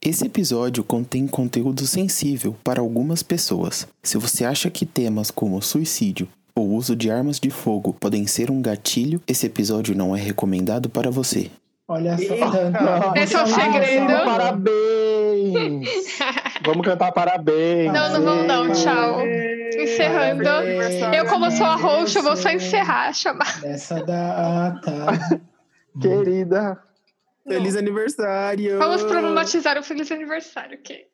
Esse episódio contém conteúdo sensível para algumas pessoas. Se você acha que temas como suicídio ou uso de armas de fogo podem ser um gatilho, esse episódio não é recomendado para você. Olha só. É só segredo. Nossa, Parabéns! Vamos cantar parabéns! Não, não vamos não, tchau. Encerrando. Eu, como sou a roxa, vou só encerrar a chamada. Essa Ah, data. Querida, Feliz aniversário! Vamos problematizar o feliz aniversário, ok?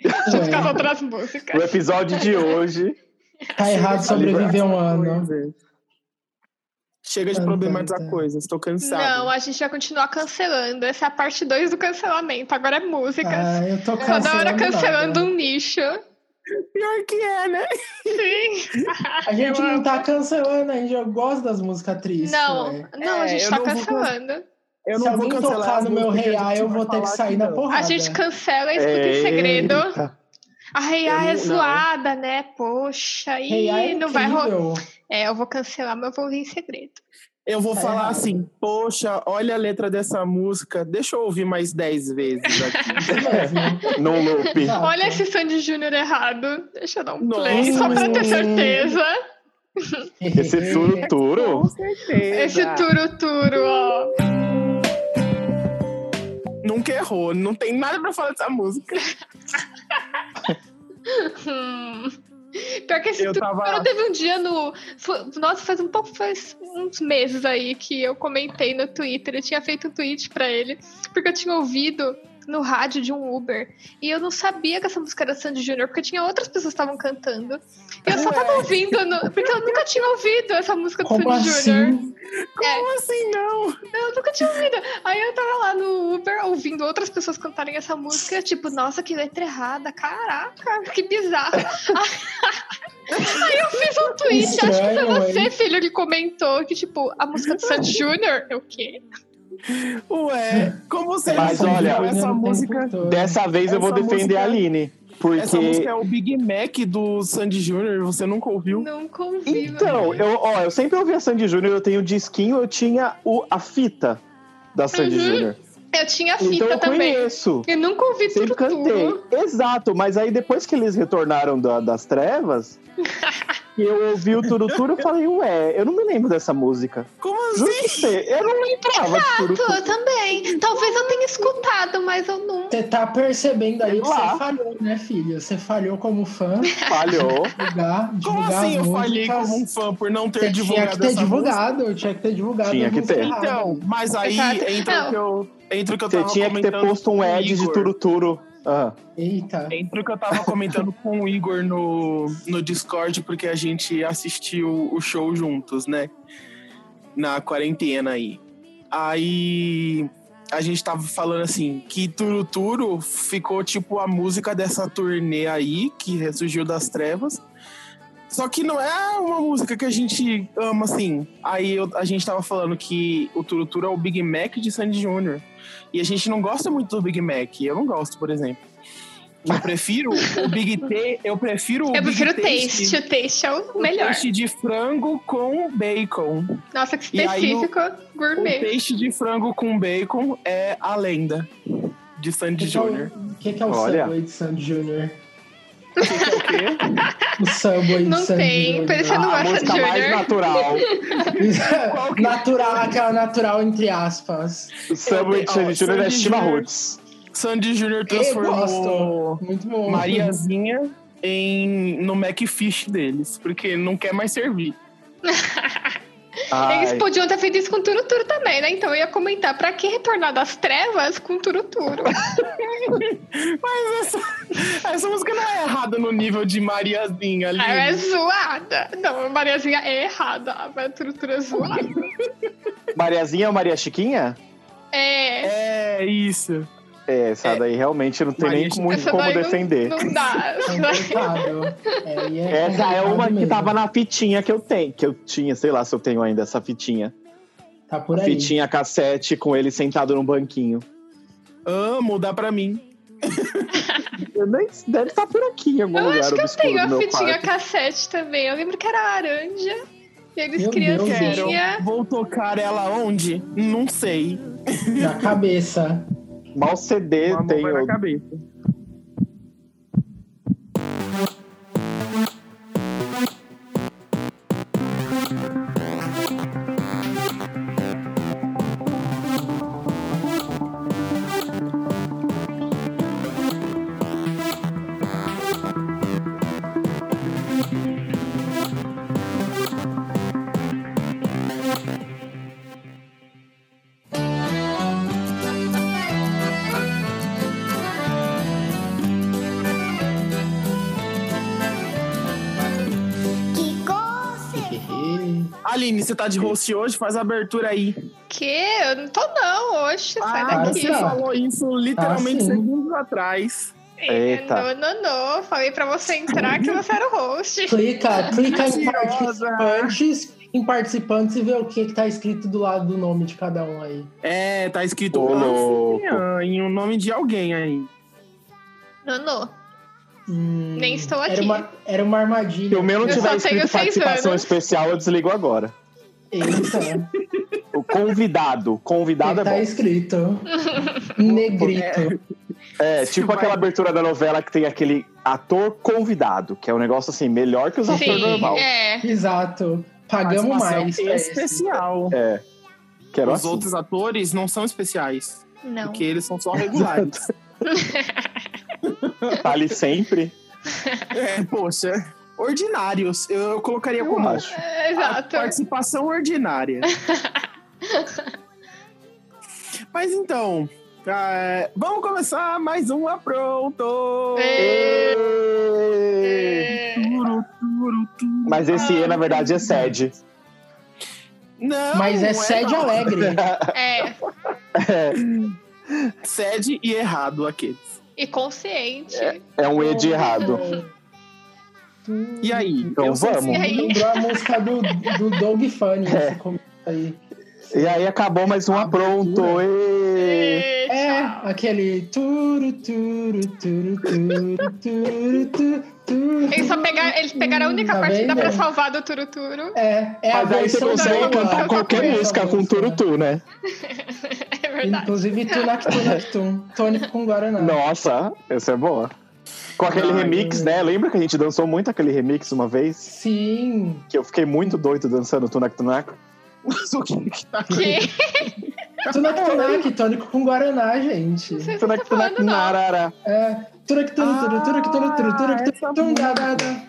Deixa eu ficar pra outras músicas. o episódio de hoje. Tá errado sobreviver um ano. Chega de Tan, tan, problematizar tan. coisas, tô cansado. Não, a gente vai continuar cancelando. Essa é a parte 2 do cancelamento. Agora é músicas. Ah, eu tô cancelando. Toda hora cancelando nada. um nicho. Pior que é, né? Sim. A gente Eu não amo. tá cancelando ainda. Eu gosto das músicas tristes. Não, né? não, a É, gente eu tá não vou can- cancelando. Eu Se não vou alguém cancelar tocar as no meu músicas que a real, gente eu vai vou ter que falar sair aqui, na não. porrada. A gente cancela e escuta em segredo. Eita. A Reiá é É. Eu não- zoada, né? Poxa, Hey, e é não vai rolar. incrível. É, eu vou cancelar, mas eu vou ouvir em segredo. Eu vou Tá falar errado. assim, poxa, olha a letra dessa música, deixa eu ouvir mais 10 vezes aqui. Mesmo. Num loop. Exato. Olha esse Sandy Júnior errado. Deixa eu dar um Nossa, play só pra mas- ter certeza. Esse é turo turo. certeza. Esse turo-turo, ó. Nunca errou, não tem nada pra falar dessa música. Hum. Pior que esse Eu turo-turo tava- teve um dia no. fu- Nossa, faz um pouco, faz uns meses aí que eu comentei no Twitter. Eu tinha feito um tweet pra ele, porque eu tinha ouvido no rádio de um Uber. E eu não sabia que essa música era Sandy Júnior, porque tinha outras pessoas que estavam cantando. E eu só tava ouvindo, no- porque eu nunca tinha ouvido essa música do Como Sandy Júnior. assim? Como assim não? Eu nunca tinha ouvido. Aí eu tava lá no Uber ouvindo outras pessoas cantarem essa música, tipo, nossa, que letra errada, caraca, que bizarro. Aí eu fiz um tweet, acho que foi Estranho, você, hein? filho, que comentou que, tipo, a música do Sandy Júnior, eu o quê? Ué, como você Mas não olha, ouviu essa Não tem um música? futuro. Dessa vez Essa eu vou defender música- a Aline. Essa música Porque. é o Big Mac do Sandy Júnior, você nunca ouviu? Nunca ouvi. Então, mano. eu, ó, eu sempre ouvi a Sandy Júnior, eu tenho o disquinho, eu tinha o, a fita da Sandy Uhum. Júnior. Eu tinha fita Então eu também. conheço. Eu nunca ouvi Sempre tudo, assim, tudo. cantei. Exato, mas aí depois que eles retornaram da- das trevas, e eu ouvi o Turuturo, eu falei, ué, eu não me lembro dessa música. Como assim? Juro pra você, eu não lembrava de Turuturo. Eu também. Talvez eu tenha escutado, mas eu não. Você tá percebendo aí que Lá. você falhou, né, filho? Você falhou como fã. Falhou. Divulgar, Como divulgar assim as eu falhei músicas. como um fã por não ter Você tinha divulgado que ter essa divulgado, tinha que ter divulgado. Tinha a que música ter. errada. Então, mas aí Exato. entra o que eu, entra o que eu Você tava tinha que ter comentando posto um com o ad de Igor. Turuturo. Ah, Eita. Entra o que eu tava comentando com o Igor no, no Discord, porque a gente assistiu o show juntos, né? Na quarentena aí. Aí a gente tava falando assim, que Turuturo ficou tipo a música dessa turnê aí, que ressurgiu das trevas. Só que não é uma música que a gente ama, assim. Aí eu- a gente tava falando que o Turuturo é o Big Mac de Sandy Júnior. E a gente não gosta muito do Big Mac. Eu não gosto, por exemplo. Eu prefiro o Big T. Eu prefiro o Eu Big prefiro o taste. O taste é o melhor. Peixe de frango com bacon. Nossa, que E aí o- específico. O Gourmet. peixe de frango com bacon é a lenda de Sandy Que que é Júnior. o- O que, que é o Olha. Subway de Sandy Júnior? O quê? O Subway de Não Sandy tem, Júnior. parece- Você não é a gosta de música mais Júnior? natural. Qual que- é? natural, aquela natural entre aspas. O Subway Eu tenho- de ó, Sandy Júnior é Sandy Shiva Júnior. Roots. Sandy Júnior gosto. transformou Muito bom. Mariazinha em, no Macfish deles, porque não quer mais servir. Eles Ai, podiam ter feito isso com o Turuturo também, né? Então eu ia comentar pra que retornar das trevas com o Turuturo. Mas essa, essa música não é errada no nível de Mariazinha ali. Ela é zoada. Não, a Mariazinha é errada. A Turuturo é zoada. Mariazinha ou Maria Chiquinha? É. É isso. É, essa daí realmente não tem Maria nem Chiquinha. muito essa como daí não- defender. Não, dá. É complicado. É, e é Essa é complicado uma que mesmo. tava na fitinha que eu tenho, que eu tinha, sei lá se eu tenho ainda essa fitinha. Tá por aí. Fitinha cassete com ele sentado num banquinho. Amo, dá pra mim. Eu nem- Deve estar por aqui em algum Eu lugar. acho que eu obscuro tenho do a meu fitinha quarto. cassete também. Eu lembro que era laranja. E eles Meu Deus, Quero. criancinha. Vou tocar ela onde? Não sei. Na cabeça. Mal CD Uma mão tem vai na o cabeça. Aline, você tá de host hoje? Faz a abertura aí. Que? Eu não tô, não. Oxe, sai Ah, daqui. você ó. falou isso literalmente Ah, sim. segundos atrás. Eita. Não, não, não. Falei pra você entrar que você era o host. Clica, clica em Mentirosa. participantes, em participantes e vê o que, que tá escrito do lado do nome de cada um aí. É, tá escrito Ô, louco. Anciã, em o nome de alguém aí. Nonô. Hum, Nem estou aqui. Era uma, era uma armadilha. Se o meu não Eu tiver só tenho escrito seis participação anos. especial, eu desligo agora. Eita, O convidado. Convidado é tá bom. escrito. Negrito. É, tipo Vai. aquela abertura da novela que tem aquele ator convidado, que é um negócio assim, melhor que os atores Sim, normal. é. Exato. Pagamos Participação mais. pra esse. especial. É. Que era Os assim. outros atores não são especiais, Não. porque eles são só regulares. Tá ali sempre, é, poxa, ordinários. Eu, eu colocaria eu como acho. É, a Exato. participação ordinária. Mas então, é, vamos começar mais um apronto. É. Ê! É. Turu, turu, turu. Mas esse E, na verdade, é sede. Não, Mas é sede não. alegre. É. é Sede e errado aqueles. E consciente. É um E de errado. E aí? Então Eu sei vamos. se- E aí? Lembrou a música do, do Doug Funny. É. esse começo aí. é. E aí acabou mais um apronto. Ê! É, É, tchau. aquele turu, turu, turu, turu, turu, turu, turu. Eles só pegar, eles pegaram a única Tá parte que bem, dá pra né? salvar do Turuturo. É, é a Mas aí você versão consegue dela. cantar qualquer Essa música com turutu, né? É verdade. Inclusive Tunactum Nactum, tônico com Guaraná. Nossa, essa é boa. Com aquele Ai, remix, né? Lembra que a gente dançou muito aquele remix uma vez? Sim, Que eu fiquei muito doido dançando Tunac Tunac. Mas o que que tá Então, Que? Tunactum Nac, tônico com Guaraná, gente. Não sei se eu Tunac tô tá falando, Tunac não. Narara. É, Tunactum, turu, turu, turu, turu, turu, essa turu, tum, da, da, da.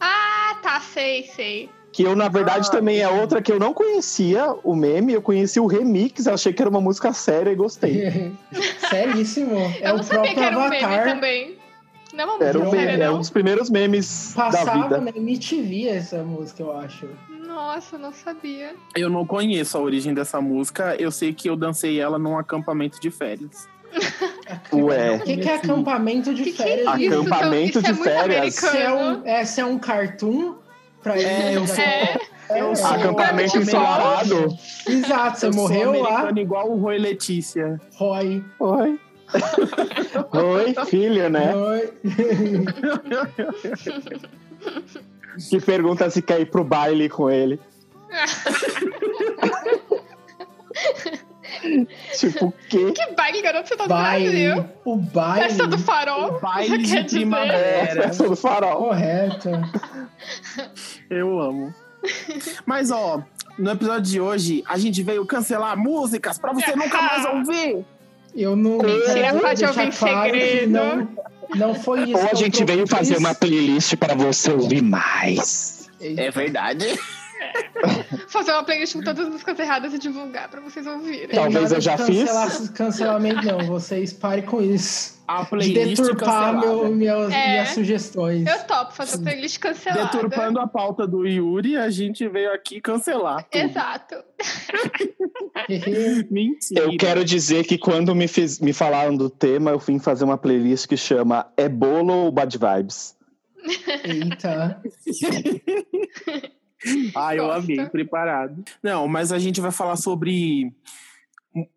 Ah, tá, sei, sei. Que eu, na verdade, Ah. também é outra que eu não conhecia o meme, eu conheci o remix, achei que era uma música séria e gostei. Seríssimo. É eu o não sabia que próprio era um meme Avatar. também. Não é uma Era um, música, meme, séria, é um não? dos primeiros memes da Passava um vida. na MTV essa música, eu acho. né? Nossa, eu não sabia. Eu não conheço a origem dessa música. Eu sei que eu dancei ela num acampamento de férias. Ué, O que, que é acampamento de Que que é férias? isso? gente? Acampamento Isso é de muito férias. Se é americano. um, é, se é um cartoon pra ele. É, eu sou- É, eu sou- Ah, acampamento Tipo, ensolarado. Exato, você Eu sou morreu lá, americano Igual o Roy Letícia. Roy. Oi. é um- Oi, filho, né? Roy. Que pergunta se quer ir pro baile com ele. tipo, o quê? que baile, garoto, você tá no Baile. Brasil. O baile. Festa do farol. Baile Você de quer dizer? É, primavera. festa do farol. Correto. Eu amo. Mas, ó, no episódio de hoje, a gente veio cancelar músicas pra você nunca mais ouvir. Eu não. Mentira, eu vou pode deixar ouvir claro que segredo. Não, não foi isso. é um Ou a que eu gente veio propus. fazer uma playlist para você ouvir mais. É, verdade. Fazer uma playlist com todas as músicas erradas e divulgar pra vocês ouvirem. tem Talvez nada eu já de fiz. cancela- Cancelamento, não. Vocês parem com isso. A De playlist deturpar cancelada. meu, minhas, É. minhas sugestões. Eu topo fazer uma playlist cancelada. Deturpando a pauta do Yuri, a gente veio aqui cancelar. É. tudo. Exato. Mentira. Eu né? quero dizer que quando me, fiz- me falaram do tema, eu vim fazer uma playlist que chama É Bolo ou Bad Vibes? Eita. Ah, eu Gosta. amei, preparado. Não, mas a gente vai falar sobre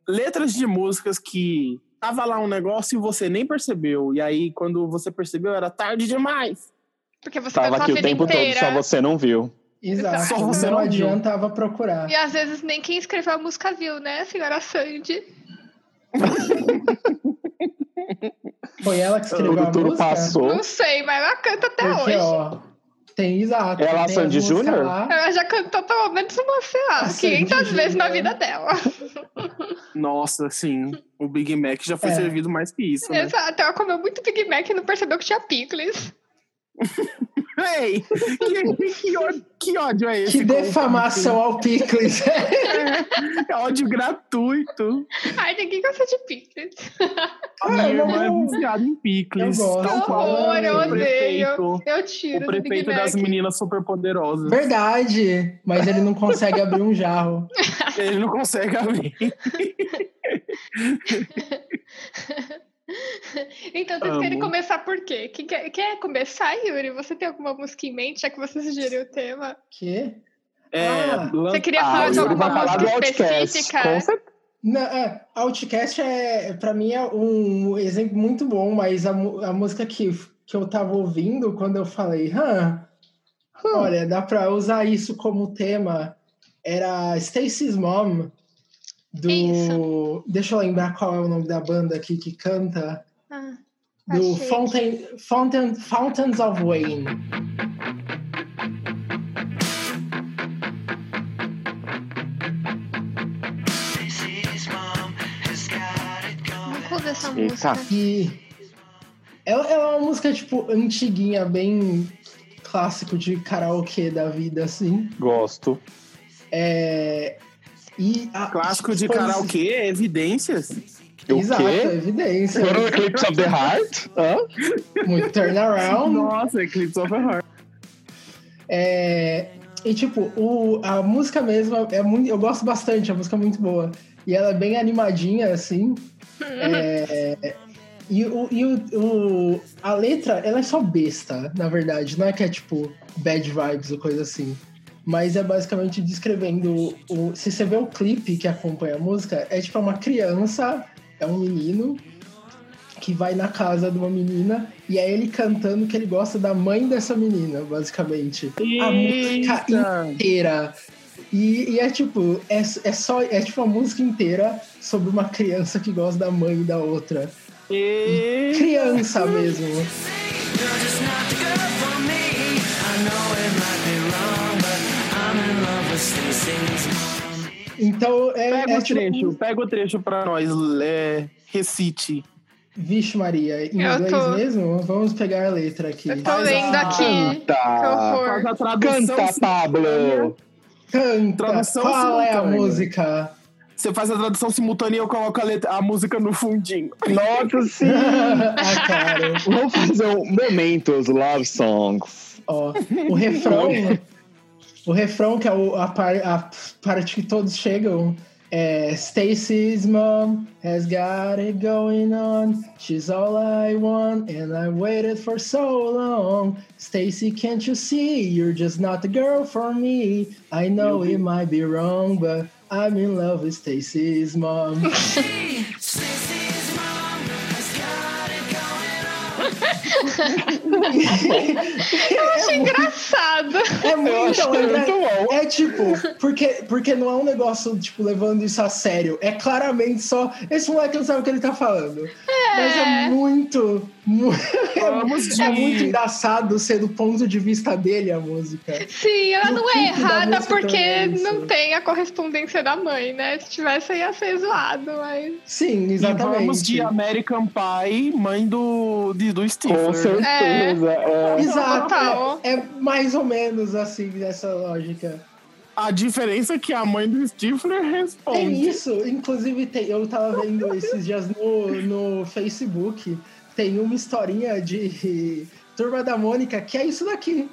letras de músicas que tava lá um negócio e você nem percebeu. E aí, quando você percebeu, era tarde demais. Porque você Tava cantou a aqui o vida tempo inteira. todo, só você não viu. Exato. Só você não não viu. adiantava procurar. E às vezes nem quem escreveu a música viu, né, senhora Sandy? Foi ela que né? escreveu a Turuturu música? passou. Não sei, mas ela canta até Porque, hoje. ó, tem exato. É lá tem Sandy a música Júnior? lá. Ela já cantou pelo menos uma, sei lá, Assim, Nossa, 500 gente, vezes na né? vida dela. Nossa, sim. O Big Mac já foi É. servido mais que isso, né? Exato, ela comeu muito Big Mac e não percebeu que tinha picles. Ei, que, que ó- que ódio é esse? Que defamação ao Pickles. É ódio gratuito. Ai, ninguém gosta de picles. A Ah, minha eu irmã não- é viciada em picles. Eu gosto. Tal qual Horror, eu o odeio. prefeito, Eu o tiro do Big prefeito Mac. das meninas superpoderosas. Verdade. Mas ele não consegue abrir um jarro. Ele não consegue abrir. Então vocês Amo. querem começar por quê? Quem quer, quer começar, Yuri? Você tem alguma música em mente, já que você sugeriu o tema? Que? É, Ah, lan- Você queria Ah, falar o de Yuri alguma vai falar música do Outcast, específica? Com certeza. Não, é, Outcast é, pra mim, é um exemplo muito bom, mas a, mu- a música que, que eu tava ouvindo quando eu falei, "Hã, olha, dá pra usar isso como tema, era Stacy's Mom, do. É Isso. Deixa eu lembrar qual é o nome da banda aqui que canta. Ah, Do achei. Fountain, Fountain, Fountains of Wayne. Nunca ouvi essa Eita. música. E ela, ela é uma música, tipo, antiguinha, bem clássico de karaokê da vida, assim. Gosto. É... E a- Clássico de foi- karaokê, evidências. O Exato, é quê? evidência. Total Eclipse of the Heart? Hã? Muito turnaround. Nossa, Eclipse of the Heart. É, e tipo, o, a música mesmo é muito. Eu gosto bastante, a música é muito boa. E ela é bem animadinha, assim. É, e o, e o, o- a letra, ela é só besta, na verdade. Não é que é tipo bad vibes ou coisa assim. Mas é basicamente descrevendo. O, se você vê o clipe que acompanha a música, é tipo uma criança, é um menino que vai na casa de uma menina e é ele cantando que ele gosta da mãe dessa menina, basicamente A música Eita. inteira. E, e é tipo, é, é só. É tipo uma música inteira sobre uma criança que gosta da mãe e da outra. E... Criança mesmo. Então é, Pega é o tipo, trecho, pega o trecho pra nós, Lé, recite. Vixe Maria, em Eu inglês tô- mesmo? Vamos pegar a letra aqui. Eu tô Faz lendo a- aqui. Que Tá. Faz horror. a tradução. Canta, Pablo. Canta. Tradução Qual é a simultânea. música? Você faz a tradução simultânea e eu coloco a, letra- a música no fundinho. Nossa, sim. Hum. ah, cara. Vamos fazer um momentos love songs. Ó, o refrão. o refrão, que é o- a, par- a parte que todos chegam, é Stacy's mom has got it going on. She's all I want, and I waited for so long. Stacy, can't you see? You're just not the girl for me. I know it might be wrong, but I'm in love with Stacy's mom. Eu achei engraçado. É muito, Eu acho que é engra- muito bom. É tipo, porque, porque não é um negócio, tipo, levando isso a sério. É claramente só. Esse moleque não sabe o que ele tá falando. Mas é muito. mu- Vamos de... é muito engraçado ser do ponto de vista dele a música. Sim, ela E o não é clipe da errada música porque também, não sim. tem a correspondência da mãe, né? Se tivesse, ia ser zoado, mas. Sim, E exatamente. vamos de American Pie, mãe do, de- do Stifler. Com certeza. é. Exato. Total. É, é mais ou menos assim, nessa lógica. A diferença é que a mãe do Stifler Tem responde. É isso, inclusive tem, eu tava vendo esses dias no, no Facebook, tem uma historinha de Turma da Mônica que é isso daqui.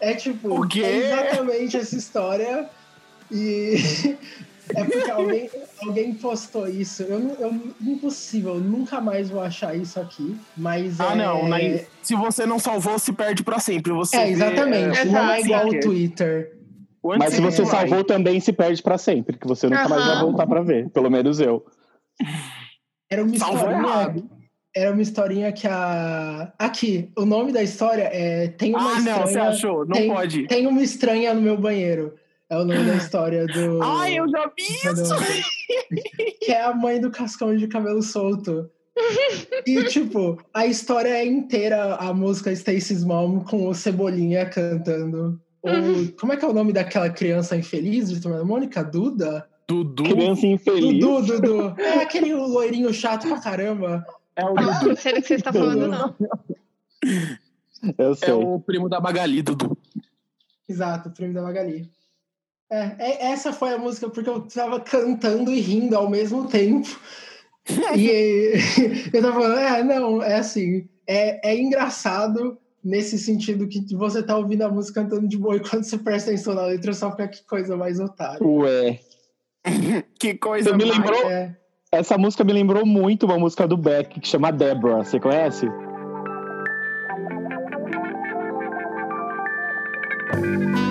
É tipo, O quê? é exatamente essa história. E é porque alguém, alguém postou isso. Eu, não- eu, impossível, eu nunca mais vou achar isso aqui. Mas Ah, é, não. na- Se você não salvou, se perde pra sempre. Você É, vê, exatamente. é, não é assim, igual que- o Twitter. o antes Mas se você e depois. salvou também, se perde pra sempre, que você nunca mais vai Aham. voltar pra ver. Pelo menos eu. Era uma Salvou historinha. errado. Era uma historinha que a. Aqui, o nome da história é. Tem uma Ah, não, você estranha. achou. Não tem, pode. Tem uma estranha no meu banheiro. É o nome da história do. Ai, eu já vi isso! que é a mãe do Cascão de cabelo solto. e, tipo, a história é inteira a música Stacy's Mom com o Cebolinha cantando. Ou, Uhum. como é que é o nome daquela criança infeliz de Turma da Mônica? Duda? Dudu. Criança infeliz. Dudu, Dudu. É aquele loirinho chato pra caramba. É o Ah, não sei do que você está falando, não. Eu É sei. um o primo da Magali, Dudu. Exato, primo da Magali. É, é- essa foi a música porque eu tava cantando e rindo ao mesmo tempo. E eu tava falando, é, não, é assim, é, é engraçado nesse sentido que você tá ouvindo a música cantando de boa e quando você presta atenção na letra só fica que coisa mais otária. Ué. Que coisa. Você me mais- lembrou? É, Essa música me lembrou muito uma música do Beck que chama Deborah. Você conhece? Uhum.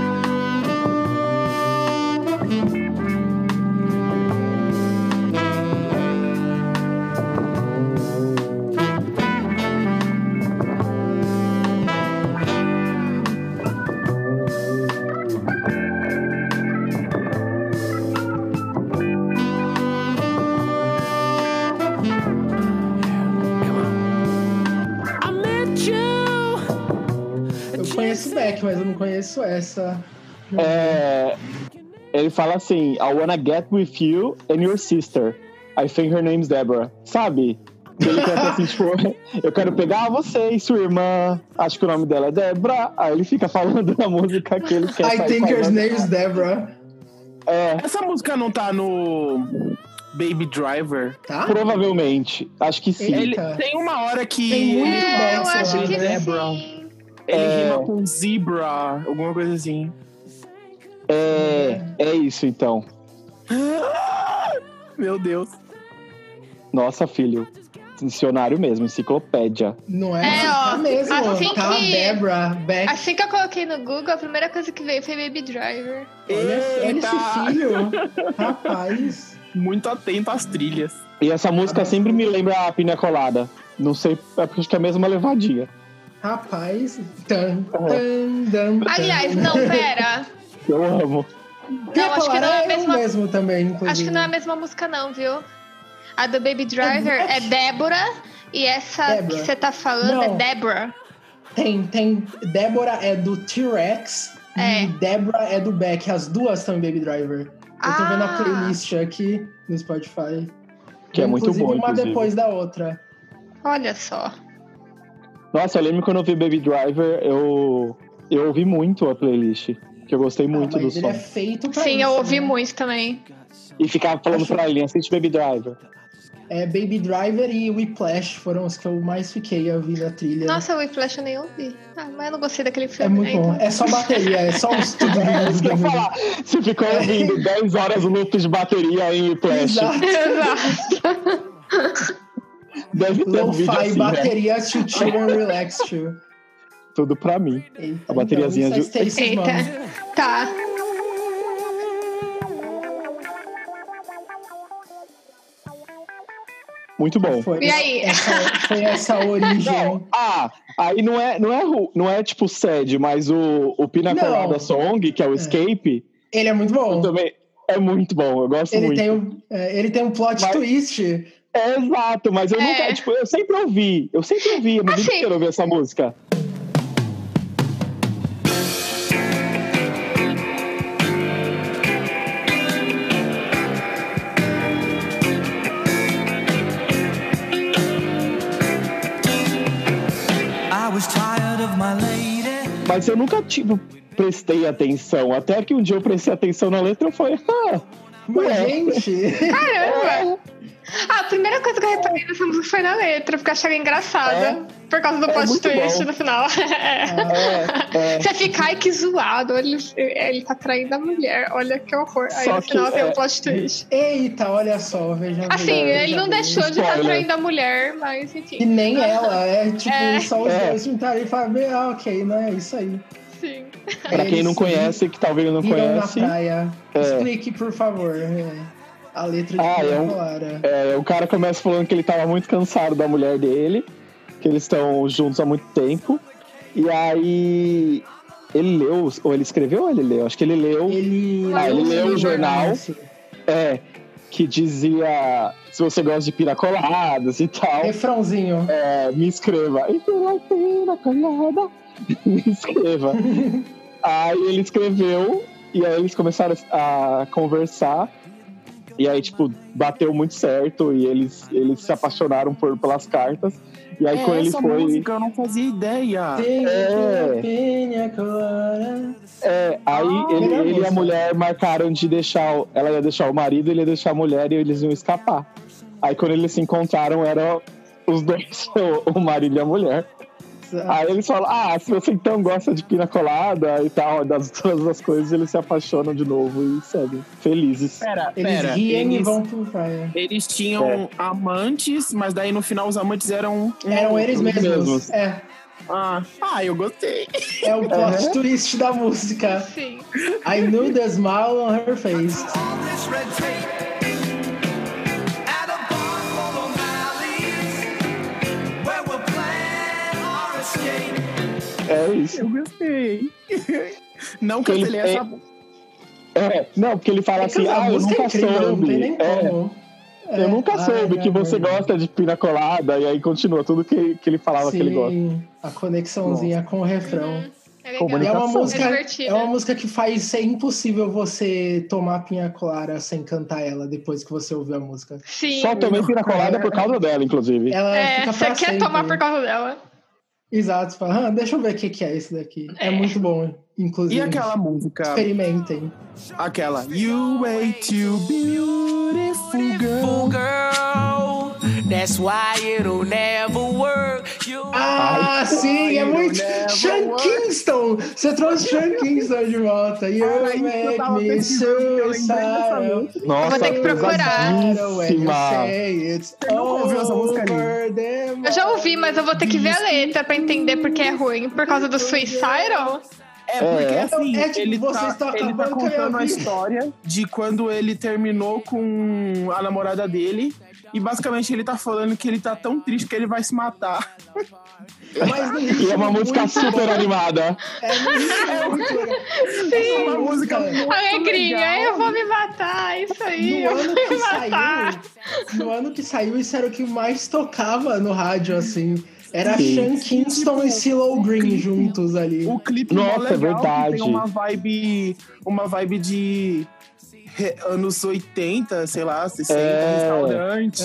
eu conheço Beck, mas eu não conheço essa. É, ele fala assim: I wanna get with you and your sister. I think her name's Deborah. Sabe? Ele canta assim, tipo, eu quero pegar você e sua irmã. Acho que o nome dela é Deborah. Aí ele fica falando da música que ele quer I sair think her falando. name is Deborah. É, Essa música não tá no Baby Driver? Tá? provavelmente. Acho que sim. Ele, Tá. tem uma hora que Tem muito ele, É, eu Beck, acho né? que né, sim. ele É. rima com zebra, alguma coisa assim. É, é isso então. Ah, Meu Deus. Nossa, filho. Dicionário mesmo, enciclopédia. Não é? É, ó, tá mesmo, assim tá? que- Deborah, Beck. Assim que eu coloquei no Google, a primeira coisa que veio foi Baby Driver. Olha, olha esse Eita! é filho, rapaz. Muito atento às trilhas. E essa música sempre me lembra a Pina Colada. Não sei, é porque acho que é a mesma levadinha. Rapaz. Tan, tan, dan, tan. Aliás, não, pera. Eu amo. Pia acho que não é a Colada o mesma- um mesmo também, inclusive. Acho que não é a mesma música, não, viu? A do Baby Driver é Débora. E essa Débora. que você tá falando Não. é Débora. Tem, tem. Débora é do T-Rex É. e Débora é do Beck. As duas são em Baby Driver. Eu tô vendo a Ah. playlist aqui no Spotify. Que é muito inclusive, bom, uma inclusive. depois da outra. Olha só. Nossa, eu lembro quando eu vi Baby Driver, eu, eu ouvi muito a playlist. Que eu gostei muito ah, do mas ele som. é feito pra Sim, isso, eu ouvi né? muito também. E ficava falando pra ele, assiste Baby Driver. É, Baby Driver e Whiplash foram os que eu mais fiquei a ouvir na trilha. Nossa, o Whiplash eu nem ouvi. Ah, mas eu não gostei daquele É filme. muito né, bom. então. É só bateria, é só os tudo. É isso que eu ia falar. Você ficou ouvindo 10 horas loop de bateria em Flash. Exato. Exato. Deve ter um Lo-fi, vídeo assim, né? bateria to chill and relax to. Tudo pra mim. A bateriazinha então, de- isso é Stacy's Eita. Mom. Tá. Muito bom. Foi E aí? Essa, foi essa a origem. Ah, aí não é, não é, ru- não é tipo sede, mas o, o Pina Não. Colada Song, que é o Escape, Ele é muito eu bom. também é muito bom, eu gosto Ele muito. tem, um, é, ele tem um plot Mas- twist. É, exato, mas eu É. nunca, tipo, eu sempre ouvi, eu sempre ouvi, eu Assim. assim. inteiro ouvi essa música. I was tired of my lady. Mas eu nunca, tipo, prestei atenção. Até que um dia eu prestei atenção na letra e eu falei, ah, Mas, Ué. gente, Caramba. Ah, a primeira coisa que eu reparei nessa música foi na letra, porque eu achei ela engraçada. É? Por causa do plot muito twist bom. no final. é, é. Você fica, ai, que zoado. Olha, Ele, ele tá traindo a mulher. Olha que horror. Aí Só no que, final tem é, um plot twist. eita, olha só, veja Assim, bem, ele veja bem. não deixou de estar Spoiler. traindo a mulher, mas E enfim. nem ela, é tipo, É. só os É. dois juntaram e falaram, bem, ah, ok, não é isso aí. Sim. Pra quem não conhece, que talvez não Irão na conhece, praia. É. Explique, por favor, é, a letra de Ah, Maria é um- Clara. é, o cara começa falando que ele tava muito cansado da mulher dele, que eles estão juntos há muito tempo. E aí Ele leu, os- ou ele escreveu ou ele leu? Acho que ele leu. Ele, Ah, ele leu leu o jornal. assim. É, que dizia se você gosta de piracoladas e tal, Refrãozinho. é, me escreva. E foi lá, piracolada, me escreva. aí ele escreveu e aí eles começaram a conversar. E aí, tipo, bateu muito certo e eles, eles se apaixonaram por, pelas cartas. E aí, É, quando ele essa foi. música eu não fazia ideia. Tem é. que pinha colada. É, Ah, aí ele, melhor ele e música. a mulher marcaram de deixar. o- Ela ia deixar o marido, ele ia deixar a mulher e eles iam escapar. Aí quando eles se encontraram, eram os dois, o, o marido e a mulher. Tá. Aí eles falam: Ah, se você então gosta de pina colada e tal, das todas as coisas, eles se apaixonam de novo e seguem felizes. Pera, Eles pera. riem e eles, vão É. pro praia. eles tinham amantes, mas daí no final os amantes eram. um Eram eles É, eles mesmos. mesmos. É. Ah, ah, eu gostei. É o plot twist da música. Sim. I knew the smile on her face. All this red tape at a bar full of alleys where we'll plan our escape. É isso. Eu gostei. Não Ele cancelei essa. É, não, porque ele fala assim: a Ah, eu música nunca é incrível, não tem soube. nem É, como. É. eu nunca Ai, soube que meu você amor. gosta de pina colada. E aí continua tudo que, que ele falava que ele Sim, gosta. A conexãozinha com o refrão. É E legal. é uma Comunicação. música, É divertida. é uma música que faz ser impossível você tomar pinha clara sem cantar ela depois que você ouviu a música. Sim. Só tomei pina colada por causa dela, inclusive. Ela É, fica você pra quer sempre. tomar por causa dela. Exato, você fala, ah, deixa eu ver o que, que é isso daqui. É, É. muito bom, inclusive. E aquela música? Experimentem. Aquela. You way too beautiful girl. Fool girl, that's why it'll never work. You Ah, sim, é you muito. never Sean work. Kingston! Você trouxe Sean Kingston de volta. You Cara, isso eu make tava me pensando, eu lembrei dessa suicidal. música. Nossa, vou ter que procurar. pesadíssima. Você nunca ouviu essa música, Eu já ouvi, mas eu vou ter que ver a letra pra entender porque é ruim. Por causa do Suicidal? É porque É. assim, É, tipo, ele, você tá, está ele tá acabando com a minha contando a vida. história de quando ele terminou com a namorada dele. E basicamente ele tá falando que ele tá tão triste que ele vai se matar. Mas E é uma música super animada. É muito, muito legal. É Sim. uma música muito Alegria, legal. eu vou me matar. Isso aí, No eu ano vou me que matar. saiu, no ano que saiu, isso era o que mais tocava no rádio, assim. Era Sim. Sean Kingston e CeeLo Green juntos ali. O clipe Nossa, mó legal, é verdade. que Tem uma vibe, uma vibe de re- anos 80, sei lá, 60, É. restaurante.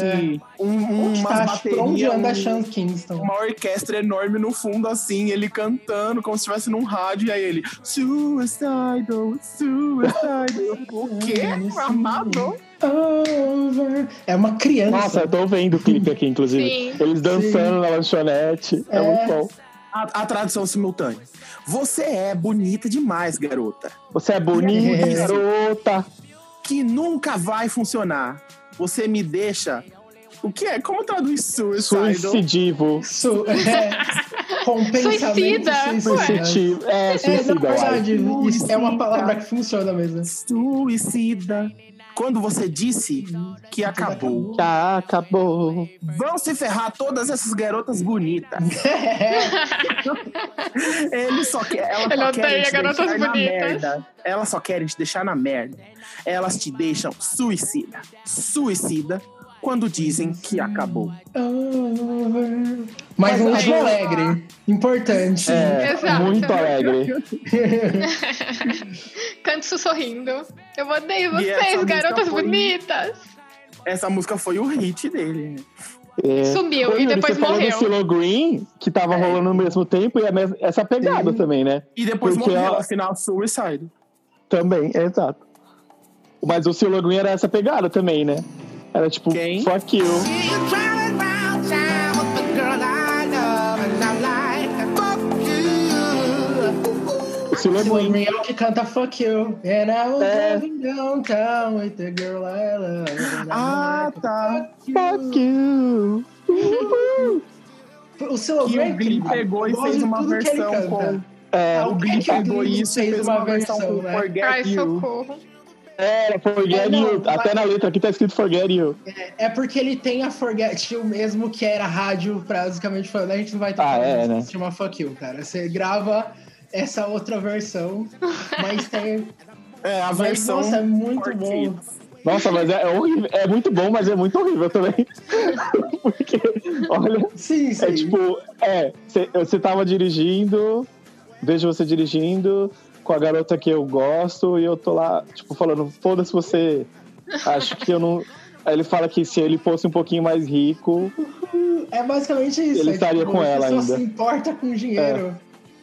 Um, um, É. Onde umas tá? Pra baterias, onde anda um- Sean tá Kingston? uma orquestra enorme no fundo, assim, ele cantando como se estivesse num rádio, e aí ele Suicidal, suicidal. Eu, oh." o quê? É, Amado? Over. É uma criança. Nossa, eu tô vendo o clipe aqui, inclusive. Sim. Eles dançando na lanchonete. É, É. muito bom. A, a tradução simultânea. Você é bonita demais, garota. Você é bonita, É. garota. Que nunca vai funcionar. Você me deixa. O que é? Como traduz suicidal? Suicidivo. Isso é com pensamento Suicida, suicida. Suicidi- É, É, na suicida, eu acho. verdade, acho. isso é uma palavra que funciona mesmo. Suicida. Quando você disse que acabou. Já acabou. Vão se ferrar todas essas garotas bonitas. Ele só quer. Ela Ele só odeia quer te garotas deixar na bonitas. merda. Elas só querem te deixar na merda. Elas te deixam suicida. Suicida quando dizem que acabou. Over. Mas um Mas é. ritmo aí- alegre. Importante. É, Exato. muito alegre. Canto sussorrindo. Eu odeio E essa vocês, música garotas foi- bonitas. Essa música foi o hit dele. É. Sumiu Ô, e Yuri, depois você falou do morreu. Silo Green, que tava rolando ao mesmo tempo, e é mes- essa pegada também, né? E depois Porque morreu, ela- afinal, suicide. Também, é, exato. Mas o Silo Green era essa pegada também, né? Era tipo, Quem? fuck you. She's running round town with the girl I love, and I'm like, fuck you. O Silo Silo Green. Green é o que canta Fuck You. And I was É. driving downtown with the girl I love. And Ah, I'm tá. like, Fuck you. O Silo Que Green o Glee pegou e eu gosto fez de uma tudo que ele versão canta. com. Ah, É, o que Glee que o pegou Glee isso e fez uma versão com né? Forget Ai, You. socorro. é, forget É, não, you. vai- Até na letra aqui tá escrito forget you. É porque ele tem a Forget You mesmo, que era rádio, basicamente falando. A gente não vai ter Ah, como é, né? se chama Fuck You, cara. Você grava essa outra versão. Mas tem. É, a Mas, versão. nossa, é muito bom. Nossa, mas é, é horrível. É muito bom, mas é muito horrível também. Porque, olha, Sim, sim. É tipo, é, você tava dirigindo, vejo você dirigindo com a garota que eu gosto e eu tô lá, tipo, falando, foda-se você, acho que eu não. Aí ele fala que se ele fosse um pouquinho mais rico, É basicamente isso. Ele é, estaria com a ela pessoa ainda. É. se importa com dinheiro.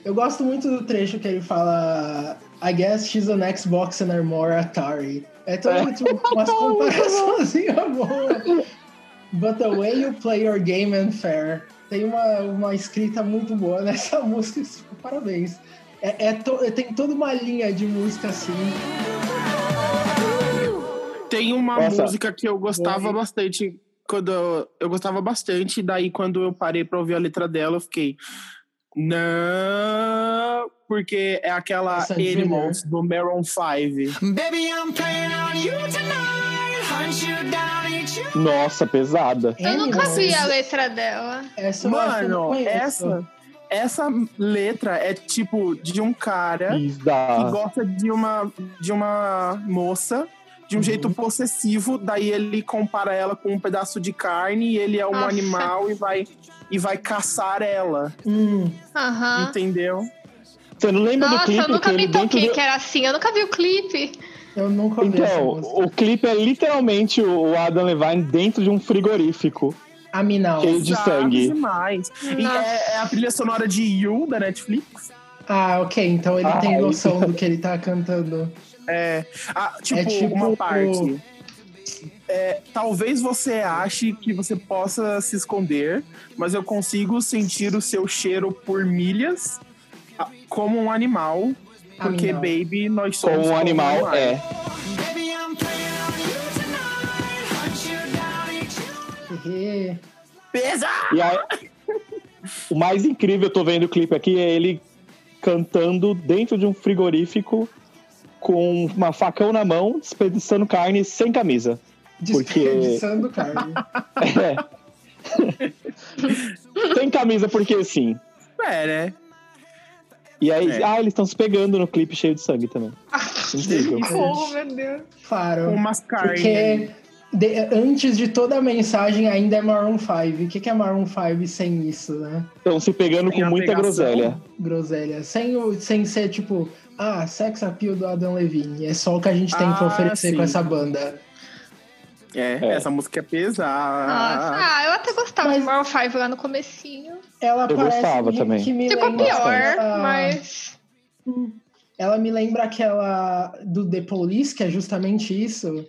Eu gosto muito do trecho que ele fala I guess she's an Xbox and I'm more Atari. É todo tipo, umas Tá comparaçãozinhas boas. But the way you play your game and fair. Tem uma, uma escrita muito boa nessa música. tipo, Parabéns. É, é to- tem toda uma linha de música assim. Tem uma Nossa. música que eu gostava Oi. bastante. Quando eu, eu gostava bastante, daí quando eu parei pra ouvir a letra dela, eu fiquei. Não, porque é aquela Essa é Junior. Animals do Maroon 5. Baby, I'm playing on you tonight. Hunt you down, eat you. nossa, pesada. É, Eu nunca Animals. vi a letra dela. Essa eu acho que eu não Mano, conheço. essa, essa letra é tipo de um É? cara que Pisa. gosta de uma, de uma moça de um jeito possessivo, daí ele compara ela com um pedaço de carne e ele é um Nossa. animal e vai, e vai caçar ela, Hum. Aham. entendeu? Você não Então, lembra do Nossa, clipe eu nunca que ele me toquei dentro do... que era assim. Eu nunca vi o clipe. Eu nunca ouvi essa Então, música. o clipe é literalmente o Adam Levine dentro de um frigorífico. Aminal. Que- de Exato, sangue. Demais. E Nossa. é, é a trilha sonora de You, da Netflix. Ah, ok. Então ele Ah, tem aí. noção do que ele tá cantando. É, a- tipo, tipo uma o- parte. É, talvez você ache que você possa se esconder, mas eu consigo sentir o seu cheiro por milhas a- como um animal. Porque, Animal. baby, nós somos. Com um como animal, animais. é. Baby, I'm playing on you tonight. Hunt you down, eat you. Hehe. Pesa! E aí, o mais incrível, eu tô vendo o clipe aqui, é ele cantando dentro de um frigorífico com uma facão na mão, desperdiçando carne sem camisa. Porque- Desperdiçando carne. É. sem camisa, porque sim. É, né? E aí, É. Ah, ah, eles estão se pegando no clipe cheio de sangue também. Incrível. Porra, meu Deus. Com Claro. umas carnes. Porque de- antes de toda a mensagem ainda é Maroon 5. O que, que é Maroon 5 sem isso, né? Estão se pegando Tem com uma muita pegação. groselha. Groselha. Sem, o- sem ser tipo, ah, sex appeal do Adam Levine. É só o que a gente tem pra Ah, oferecer sim. com essa banda. É, É. essa música é Nossa. pesada. Ah, eu até gostava Mas- do Maroon 5 lá no comecinho. Ela Eu parece gostava que, também. que me Ficou lembra pior, aquela- Ah, mas... Ela me lembra aquela do The Police, que é justamente isso.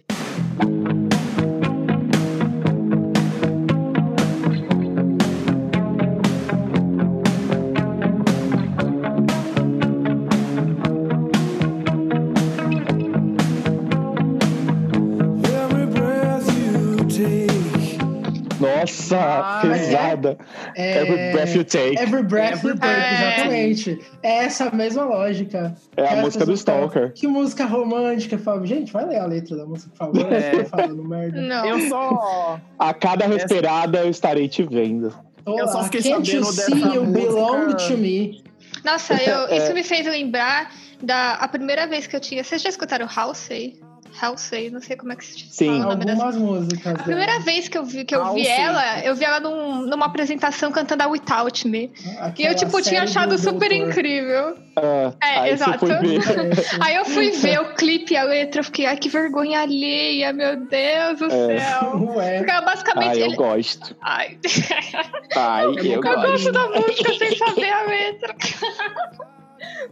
Every breath you take. Nossa, Ah, pesada. É... Every breath you take. Every Breath You Take, Every Breath. exatamente. É essa mesma lógica. É a Cara, música do pessoas falam, Stalker. Que música romântica. Eu falo, gente, vai ler a letra da música, por favor. É. É. falando merda. Não. Eu só. A cada respirada eu estarei te vendo. Olá, só fiquei Can't you sabendo see dessa you belong música- to me? Nossa, eu, É. isso me fez lembrar da a primeira vez que eu tinha... Vocês já escutaram Halsey? Halsey, não sei como é que se Sim. fala o nome dessa Algumas músicas. A primeira vez que eu vi, que eu vi Halsey. ela, eu vi ela num- numa apresentação cantando a Without Me. E eu, tipo, tinha achado super incrível. Ah, É, aí exato. você foi ver. Aí eu fui ver o clipe e a letra, eu fiquei, ai, que vergonha alheia, meu Deus do É. céu. Ué, Porque ela basicamente. Ai, eu ele- gosto. Ai, Ai, eu eu gosto gosto. da música sem saber a letra.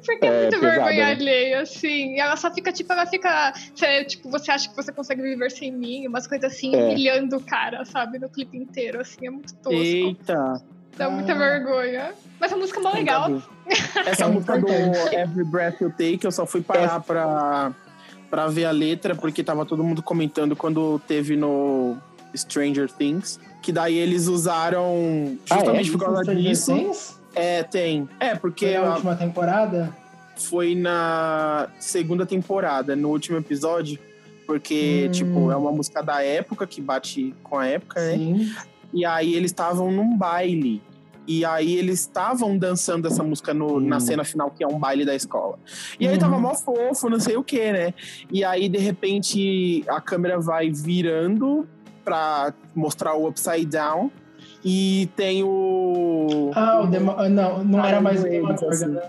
Porque é, É, muito pesado, vergonha né? alheia, assim. E ela só fica, tipo, ela fica. cê, tipo, você acha que você consegue viver sem mim? Umas coisas assim, É. humilhando o cara, sabe? No clipe inteiro, assim, é muito tosco. Eita! Dá muita Ah. vergonha. Mas a música é mó tá legal. Essa É música do importante. Every Breath You Take, eu só fui parar pra, pra ver a letra, porque tava todo mundo comentando quando teve no Stranger Things. Que daí eles usaram Ah, é? justamente por causa disso. Things? É, tem. É, porque Foi a a- última temporada? foi na segunda temporada, no último episódio. Porque, Hum. tipo, é uma música É. da época que bate com a época, né? Sim. E aí eles estavam num baile. E aí eles estavam dançando essa música no- Hum. na cena final, que é um baile da escola. E Uhum. aí tava mó fofo, não sei o que, né? E aí, de repente, a câmera vai virando pra mostrar o Upside Down. E tem o. Ah, o Demo- ah, não, não Ah, era mais o não é, Demogorgon, assim. né?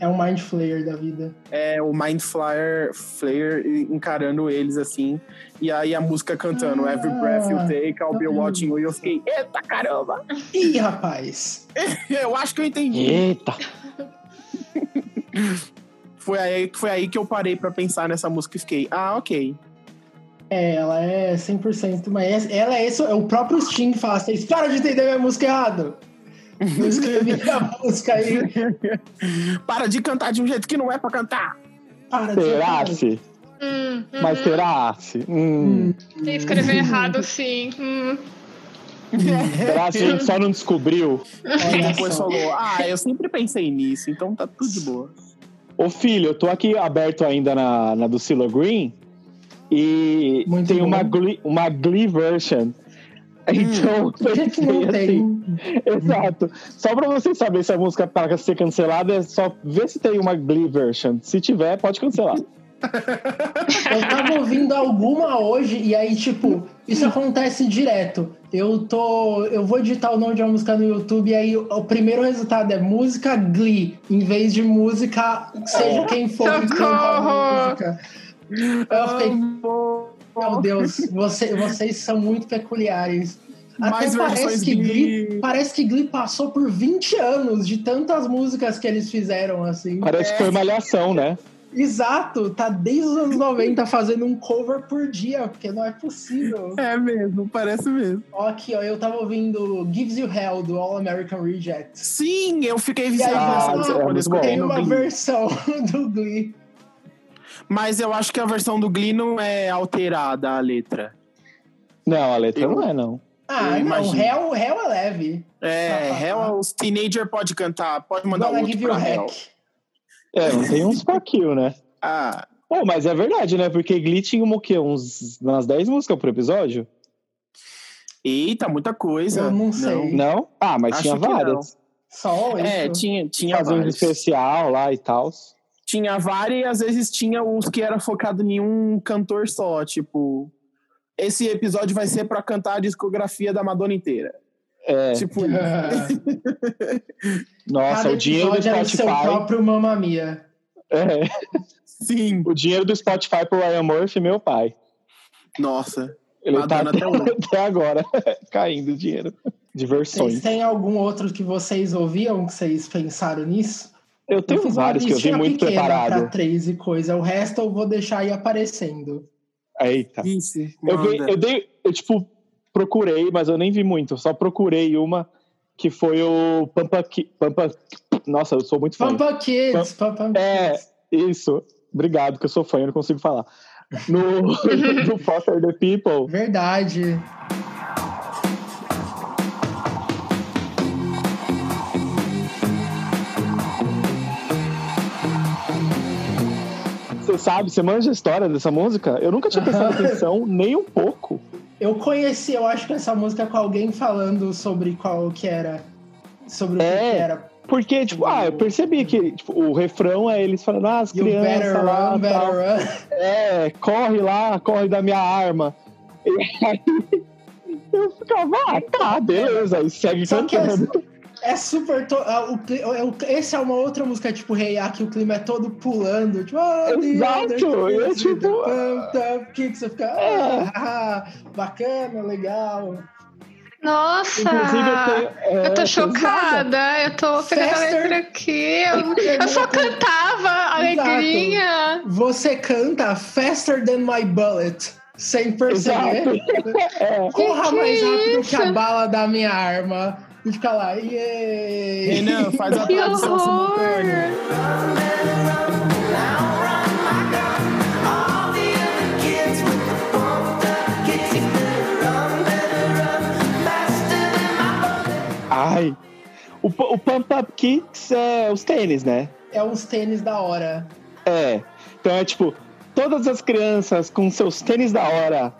É um Mind Flayer da vida. É, o Mind Flyer, Flayer encarando eles assim. E aí a música cantando Ah, Every Breath You Take, I'll Be tá. Watching You. E eu fiquei, eita caramba! Ih, rapaz! Eu acho que eu entendi. Eita! Foi aí, foi aí que eu parei pra pensar nessa música e fiquei, ah, ok. É, ela é 100%, mas ela é isso, é o próprio Sting que fala, vocês param de entender minha música é errado! Eu escrevi a música aí, Para de cantar de um jeito que não é pra cantar. para de Será-se? Hum, hum. Mas será-se? Hum. Ele Escreveu errado, sim. Hum. Será-se a gente só não descobriu? E É, Olha depois só. falou, ah, eu sempre pensei nisso, então tá tudo de boa. Ô filho, eu tô aqui aberto ainda na, na do Silo Green e Muito tem bom. Hum. uma Glee, uma Glee version. Então, Por que que não eu pensei tem? assim, exato. Só pra você saber se a música para ser cancelada, é só ver se tem uma Glee version. Se tiver, pode cancelar. Eu tava ouvindo alguma hoje e aí, tipo, isso acontece direto. Eu tô. Eu vou digitar o nome de uma música no YouTube e aí o, o primeiro resultado é música Glee, em vez de música, seja quem for que cantar a música. Aí Eu fiquei, Ah, meu Deus, você- vocês são muito peculiares. Até Mais versões parece que, Glee, Glee. parece que Glee passou por 20 anos de tantas músicas que eles fizeram, assim. Parece que foi malhação, né? Exato, tá desde os anos 90 fazendo um cover por dia, porque não é possível. É mesmo, parece mesmo. Ó, aqui, ó, eu tava ouvindo Gives You Hell do All American Rejects. Sim, eu fiquei E aí, viciado nessa ah, música quando é eu muito bom. escutei Tem no uma Glee. versão do Glee. Mas eu acho que a versão do Glee não é alterada a letra. Não, a letra Eu- não é, não. Ah, Eu não, imagino. Hell, Hell é leve. É, Ah, ah, Hell, os teenager pode cantar, pode mandar Gonna outro Give You pra Hell. Hack. É, não tem uns paquinho, né? Ah, Pô, mas é verdade, né? Porque Glee tinha o quê? Uns, umas 10 músicas por episódio? eita, muita coisa. Eu não sei. Não? Ah, mas Acho tinha que não. várias. Só É, isso. tinha, tinha Fazendo vários. especial lá e tal. Tinha várias e às vezes tinha os que era focado em um cantor só, tipo... Esse episódio vai ser pra cantar a discografia da Madonna inteira. É. Tipo, Nossa, Cada o dinheiro do episódio era o seu Spotify. próprio Mamma Mia. É, sim. o dinheiro do Spotify pro Ryan Murphy, meu pai. Nossa. Ele Madonna tá até hoje. até, até agora caindo o dinheiro. Vocês Diversões. têm algum outro que vocês ouviam que vocês pensaram nisso? Eu tenho fiz uma vários que eu vi listinha muito pequena Pra preparado. três e coisa. O resto eu vou deixar aí aparecendo. Eita. Vice, Eu, vi- manda. eu dei, eu tipo, procurei, mas eu nem vi muito. Só procurei uma que foi o Pampa. Ki- Pampa nossa, eu sou muito fã. Pampa Kids, Pampa É, Kids. isso. Obrigado, que eu sou fã, eu não consigo falar. No, no Foster the People. Verdade. Você sabe, você manja a história dessa música? Eu nunca tinha prestado atenção, nem um pouco. Eu conheci, eu acho que essa música com alguém falando sobre qual que era. Sobre o que É. que era. Porque, tipo, ah, eu percebi que tipo, o refrão é eles falando, ah, as You better crianças lá, run, better tal. run. é, corre lá, corre da minha arma. E aí eu ficava, ah, tá, beleza, e segue Só que cantando. É super. To... ah, o cli- é o- Esse é uma outra música tipo Rei A, que o clima é todo pulando. Tipo, ah, the Exato, other assim, kids eu, with tipo, É. the pumped up kicks. Você fica, ah, bacana, legal. Nossa! Inclusive, eu tenho. é, Eu tô vocês sabem? chocada, eu tô pegando a Faster. letra aqui. Eu, né? eu só cantava a Exato. alegria. Você canta Faster Than My Bullet, sem perceber. É, né? Corra Que mais que rápido que a isso? bala da minha arma. E fica lá, yay! Renan, faz a Que tradução assim. simultânea. horror! ai. O, pu- o Pump Up Kicks é os tênis, né? É uns tênis da hora. É. Então é tipo, todas as crianças com seus tênis da hora.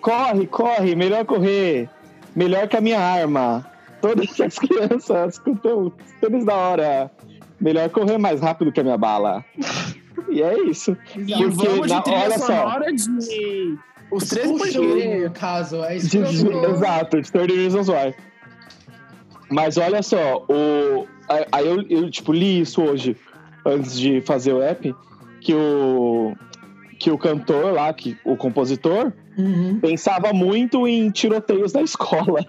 Corre, corre, melhor correr. Melhor que a minha arma. todas as crianças com teu tênis da hora. Melhor correr mais rápido que a minha bala. E é isso. E vamos na- de trilha olha só. sonora de... Os três banqueiros. Expulsou, no caso. É De- de- expulsou. exato, de 30 Reasons Why. Mas olha só, o, aí- aí eu, eu, tipo, li isso hoje, antes de fazer o app, que o, que o cantor lá, que, o compositor, Uhum. pensava muito em tiroteios na escola.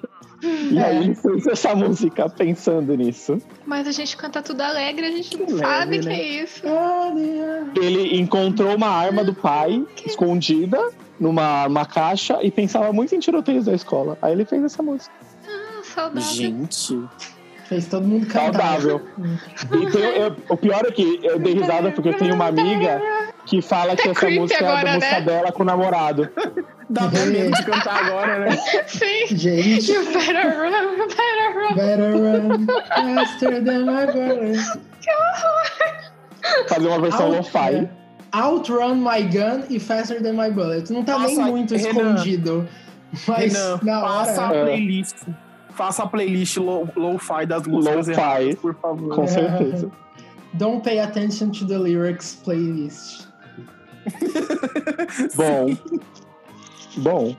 E aí É. ele fez essa música pensando nisso. Mas a gente canta tudo alegre, a gente não Leve, sabe né? que é isso. Olha. Ele encontrou uma arma do pai escondida numa uma caixa e pensava muito em tiroteios na escola. Aí ele fez essa música. Ah, saudável. Gente, Fez todo mundo Tá cantar. Saudável. E tem- eu- o pior é que eu dei risada porque eu tenho uma amiga que fala que Tá essa creepy música é agora, da música né? dela com o namorado. dá pra medo de cantar agora, né? Sim. Gente, You better run, you better run. better run faster than my gun. Fazer uma versão Out- lo-fi. Outrun my gun e faster than my bullet. Não tá nem Nossa, muito Renan. escondido. Mas Renan, na faça a hora. É. playlist. Faça a playlist lo- lo-fi das músicas Lo-fi. erradas, por favor. Com certeza. Don't pay attention to the lyrics playlist. Bom. Bom.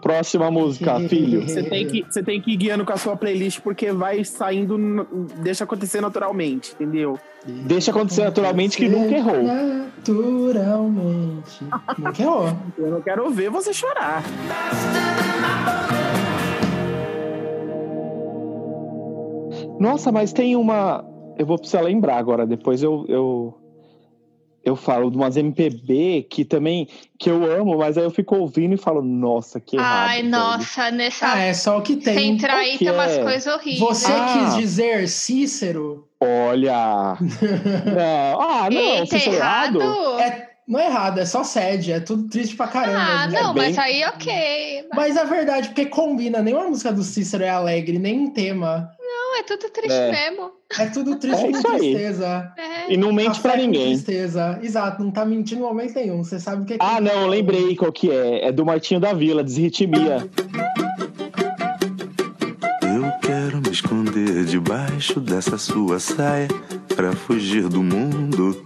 Próxima música, filho. Você tem, que, você tem que ir guiando com a sua playlist, porque vai saindo, n- deixa acontecer naturalmente, entendeu? Deixa acontecer naturalmente que nunca errou. Naturalmente. nunca errou. Eu não quero ver você chorar. Nossa, mas tem uma. Eu vou precisar lembrar agora, depois eu. eu... Eu falo de umas MPB que também que eu amo, mas aí eu fico ouvindo e falo, nossa, que errado. Ai, velho." nossa, nessa. Ah, é só o que Sem tem. entrar aí tem umas Ok. coisas horríveis. Você Ah. quis dizer Cícero? Olha! Não, Ah, não, Eita, você foi errado. É, não é errado, é só sede, é tudo triste pra caramba. Ah, né? não, bem- mas aí ok. Mas é verdade, porque combina, nenhuma música do Cícero é alegre, nem tema. Não, é tudo triste É. mesmo. É tudo triste com É isso aí. tristeza. É. E não mente Café pra com ninguém. Tristeza. Exato, não tá mentindo em momento nenhum. Você sabe o que é. Ah, que- não, eu lembrei qual que é. É do Martinho da Vila, Desritimia. Eu quero me esconder debaixo dessa sua saia pra fugir do mundo.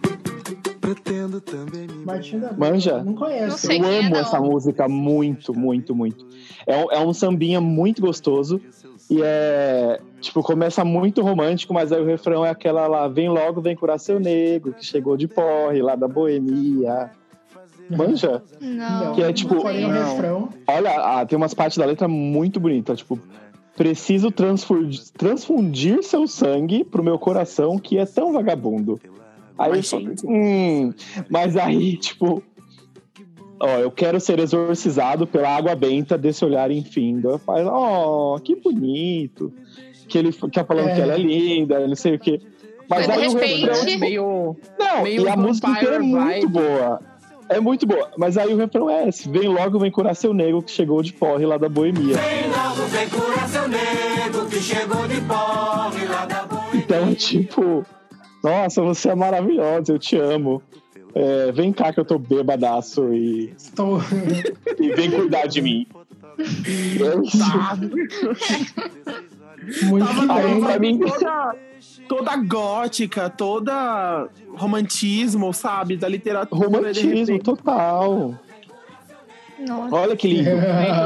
Pretendo também me. Martinho da Vila. Manja? Não conheço. Não sei. Eu quem é, amo não. essa música muito, muito, muito. É, um- é um sambinha muito gostoso. E é. Tipo, começa muito romântico, mas aí o refrão é aquela lá: vem logo, vem curar seu negro, que chegou de porre lá da boemia. Manja? Não. Que é tipo- não conheço Então, o Não. refrão. Olha, ah, tem umas partes da letra muito bonitas, tipo. Preciso transfundir, transfundir seu sangue pro meu coração que é tão vagabundo. Aí Mas, eu só, gente. hum, mas aí, tipo, ó, eu quero ser exorcizado pela água benta desse olhar infindo. Faz, ó, que bonito. Que ele que tá falando É. que ela é linda, não sei o quê. Mas, Mas de aí o repente- refrão é meio... não, Meio e a música vampire inteira é muito vibe. boa. É muito boa. Mas aí o refrão é esse: vem logo, vem curar seu nego que chegou de porre lá da boemia. Vem logo, vem curar seu nego que chegou de pobre lá da boa. Então é tipo: nossa, você é maravilhosa, eu te amo. É, vem cá que eu tô bebadaço e, Estou. e vem cuidar de mim. É isso. Tá. Muito Tava que Aí, dando bem. pra mim- toda, toda gótica, toda romantismo, sabe? Da literatura. de Romantismo repente. total. Nossa. Olha que lindo.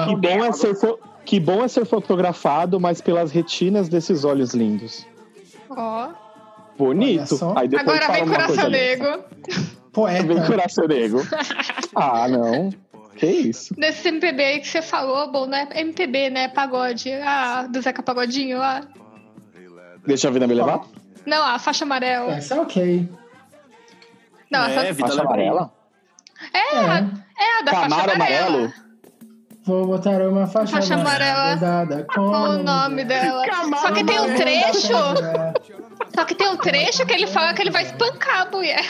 Que bom é ser, fo- que bom é ser fotografado, mas pelas retinas desses olhos lindos. Ó. Bonito. Olha só. Aí depois Agora fala vem uma coisa coração linda. negro. Vem Poeta. curar seu nego. Ah, não. Que isso? Nesse MPB aí que você falou, bom, né? MPB, né? Pagode. Ah, do Zeca Pagodinho lá. Deixa a vida me levar? Não, a faixa amarela. Essa é ok. Não, É, essa- vida Faixa leva- amarela? é, a- é a da Camaro faixa amarela. amarelo? Vou botar uma faixa, Faixa amarela. bordada com Qual o nome dela? Camaro Só que tem um amarelo. trecho. Só que tem um trecho que ele fala que ele vai espancar a mulher.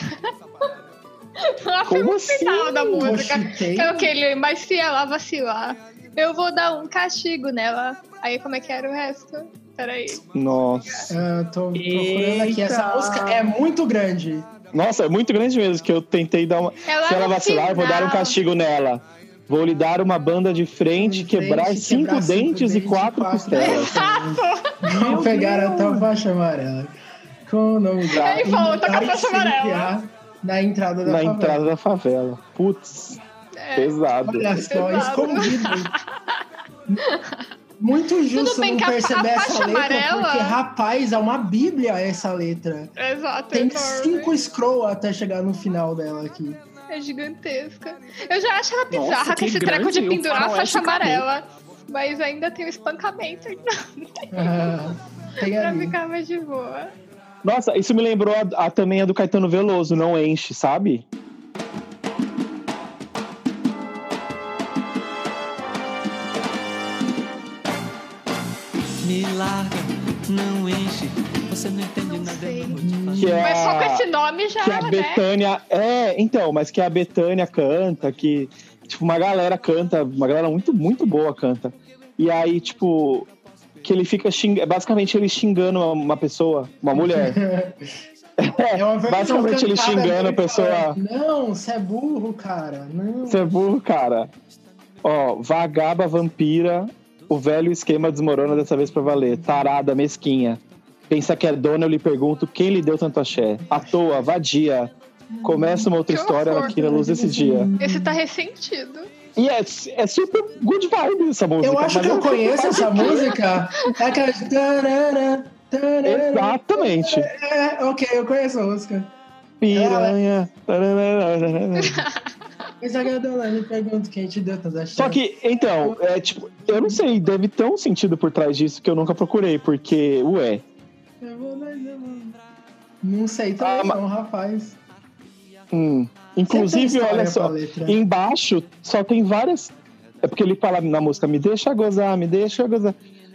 Lá Como no assim? final da música. chutei. É o que ele, mas se ela vacilar, eu vou dar um castigo nela. Aí como é que era o resto? Peraí. Nossa. Ah, tô procurando aqui. Essa Eita. música é muito grande. Nossa, é muito grande mesmo que eu tentei dar uma. É lá Se ela no vacilar, eu vou dar um final. castigo nela. Vou lhe dar uma banda de frente, quebrar, Dente, cinco, quebrar cinco dentes, e quatro costelas. Não pegar a tua faixa amarela. um Com o nome da. Aí volta Tá com a Unidade faixa amarela. CNPA Na entrada da na favela. entrada da favela. Putz, É. pesado. Olha só, Exato. escondido. Muito justo bem não que a- a perceber essa faixa letra, amarela- porque, rapaz, é uma bíblia essa letra. É, exato. é Tem enorme. cinco scroll até chegar no final dela aqui. É gigantesca. Eu já acho ela bizarra Nossa, com que esse treco grande, de o pendurar a faroeste faixa acabou. amarela. Mas ainda tem o espancamento aí Ah, tem pra ali. ficar mais de boa. Nossa, isso me lembrou a, a- também a do Caetano Veloso, não enche, sabe? Me larga, não enche. Você não entende Não nada. sei. eu não vou te falar. Que é, Uhum. Mas só com esse nome já, que a né? Betânia. É, então, mas que a Betânia canta, que, tipo, uma galera canta, uma galera muito, muito boa canta. E aí, tipo, que ele fica xingando. Basicamente, ele xingando uma, uma pessoa, uma mulher. É uma versão Basicamente, ele cantada né? xingando a dele pessoa. falando, Não, você é burro, cara. Não. Você é burro, cara. Ó, vagaba, vampira, o velho esquema desmorona dessa vez pra valer. Tarada, mesquinha. Pensa que é dona, eu lhe pergunto quem lhe deu tanto axé. À toa, vadia. Começa uma outra Que história horror. aqui na luz desse dia. Esse tá ressentido. E é, é super good vibe essa música. Eu acho mas que eu não sei conheço mais essa o quê. música. É aquela. tarara, tarara. Exatamente. É, ok, eu conheço a música. Piranha. tararara. Mas a Gadola me pergunta quem te deu toda a Só que, então, é tipo, eu não sei, deve ter um sentido por trás disso que eu nunca procurei, porque, ué. Eu vou lá, eu vou. Não sei Ah, também, mas- não, rapaz. Hum. Inclusive, Sempre tem olha história pra só, letra. embaixo só tem várias. É porque ele fala na música, me deixa gozar, me deixa gozar.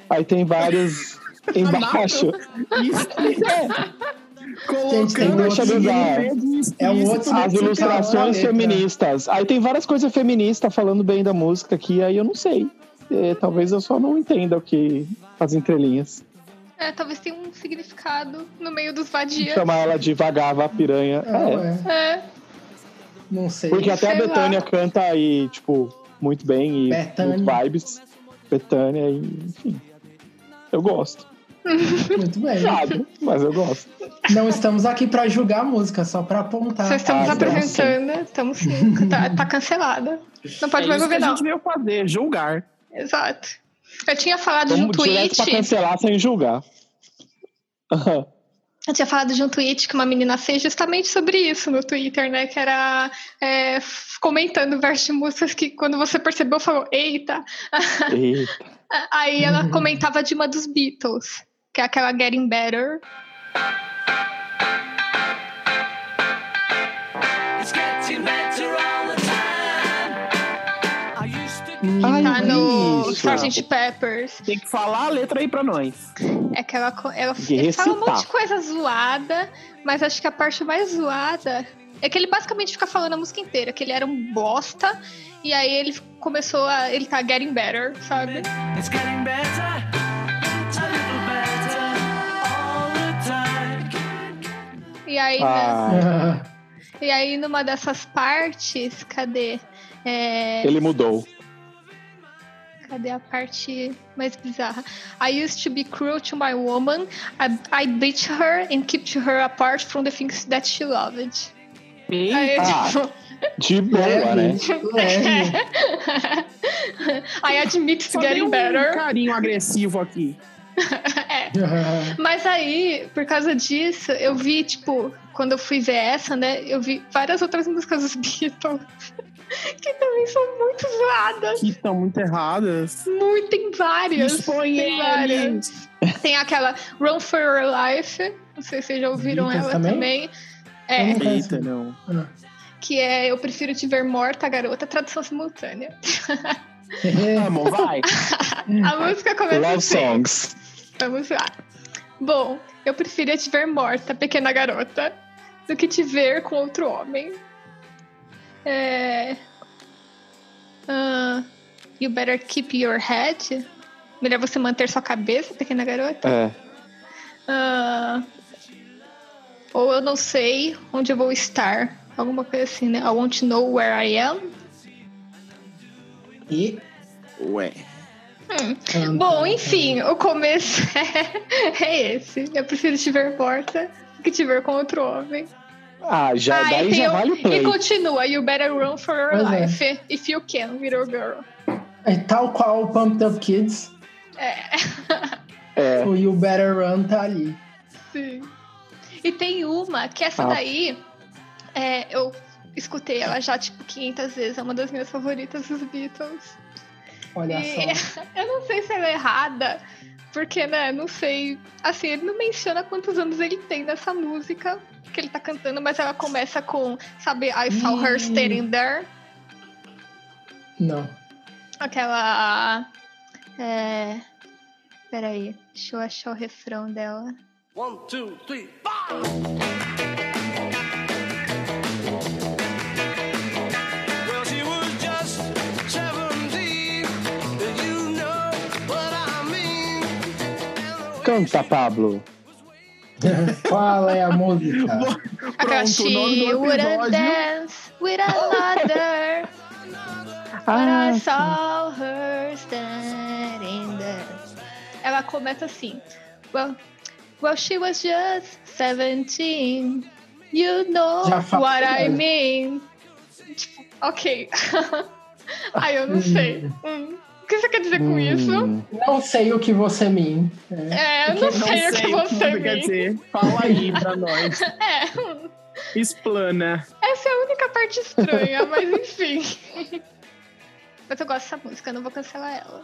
Aí tem várias embaixo. tem é, Colocando dois aqui lugar. em vez disso, É um outro isso, As Tem cada ilustrações letra. feministas. Aí tem várias coisas feministas falando bem da música aqui, aí eu não sei. É, talvez eu só não entenda o que as entrelinhas. É, talvez tenha um significado no meio dos vadias. Chamar ela de vagava piranha. Ah, É, ué, É, não sei. porque até a Sei lá. Betânia canta aí, tipo, muito bem e Bethânia. muito vibes. Betânia, e, enfim. Eu gosto. Muito bem. Errado, mas eu gosto. Não estamos aqui pra julgar a música, só pra apontar. só estamos tá, apresentando. Estamos sim. Tá, tá cancelada. Não pode é mais isso que ouvir, a não. gente veio fazer, julgar. Exato. Eu tinha falado Vamos de um direto pra tweet. cancelar sem julgar. Aham. Eu tinha falado de um tweet que uma menina fez justamente sobre isso no Twitter, né? Que era é, f- comentando versos de músicas que quando você percebeu, falou, eita! Eita. Aí ela comentava de uma dos Beatles, que é aquela Getting Better. It's getting better all the time. Ai, tá no isso. Sgt. Peppers. Tem que falar a letra aí pra nós. É que ela, co- ela De ele fala um recitar. monte de coisa zoada, mas acho que a parte mais zoada é que ele basicamente fica falando a música inteira, que ele era um bosta, e aí ele começou a. Ele tá getting better, sabe? It's getting better. A little better all the time. E aí, Ah, Ah, né, e aí numa dessas partes, cadê? É, ele mudou. Cadê a parte mais bizarra? I used to be cruel to my woman. I, I beat her and kept her apart from the things that she loved. Aí, Ah. tipo, De boa, né? leve, leve. I admit É. Só to dei getting um better. carinho agressivo aqui. Ah, Mas aí, por causa disso, eu vi, tipo, quando eu fui ver essa, né? Eu vi várias outras músicas dos Beatles. Que também são muito zoadas. Que estão muito erradas. Muito, tem várias. Expõe tem várias. eles. Tem aquela Run for Your Life. Não sei se vocês já ouviram Beatles ela também? também. É, Hum. Eita, não. que é Eu Prefiro Te Ver Morta, Garota, tradução simultânea. É. Vamos, vai. Uhum. A música começa Love assim. songs. Vamos lá. Ah, Bom, eu preferia te ver morta, pequena garota, do que te ver com outro homem. É. ah, you better keep your head. Melhor você manter sua cabeça, pequena garota. É. Ah, ou eu não sei onde eu vou estar. Alguma coisa assim, né? I won't know where I am. E Ué. Bom, enfim, né? o começo é, é esse. Eu prefiro te ver morta que te ver com outro homem. Ah, já, Ah, daí e, tem já o- vale o e play. continua. You better run for your Pois é. life if you can, little girl. é tal qual o Pumped Up Kids, É. o You Better Run tá ali. Sim. E tem uma, que essa Ah. daí, é, eu escutei ela já, tipo, 500 vezes. É uma das minhas favoritas dos Beatles. Olha E- só. Eu não sei se ela é errada, porque, né, não sei. Assim, ele não menciona quantos anos ele tem nessa música que ele tá cantando, mas ela começa com, sabe, I saw her Ih. standing there. Não. Aquela. É. Peraí, deixa eu achar o refrão dela. Well, she was just 17, and you know what I mean. Canta, Pablo. Qual é a música? Aquela Pronto, o nome do She wouldn't episódio. dance with another. But I saw her standing there. Ela começa assim. Well, well she was just 17. You know Já fala what I mesmo. mean. Tipo, ok. Ai, eu não sei. Hum, O que você quer dizer com isso? Não sei o que você me. É, eu não sei o que você quer me. dizer. Fala aí pra nós. É, Explana. essa é a única parte estranha, mas enfim. Mas eu gosto dessa música, eu não vou cancelar ela.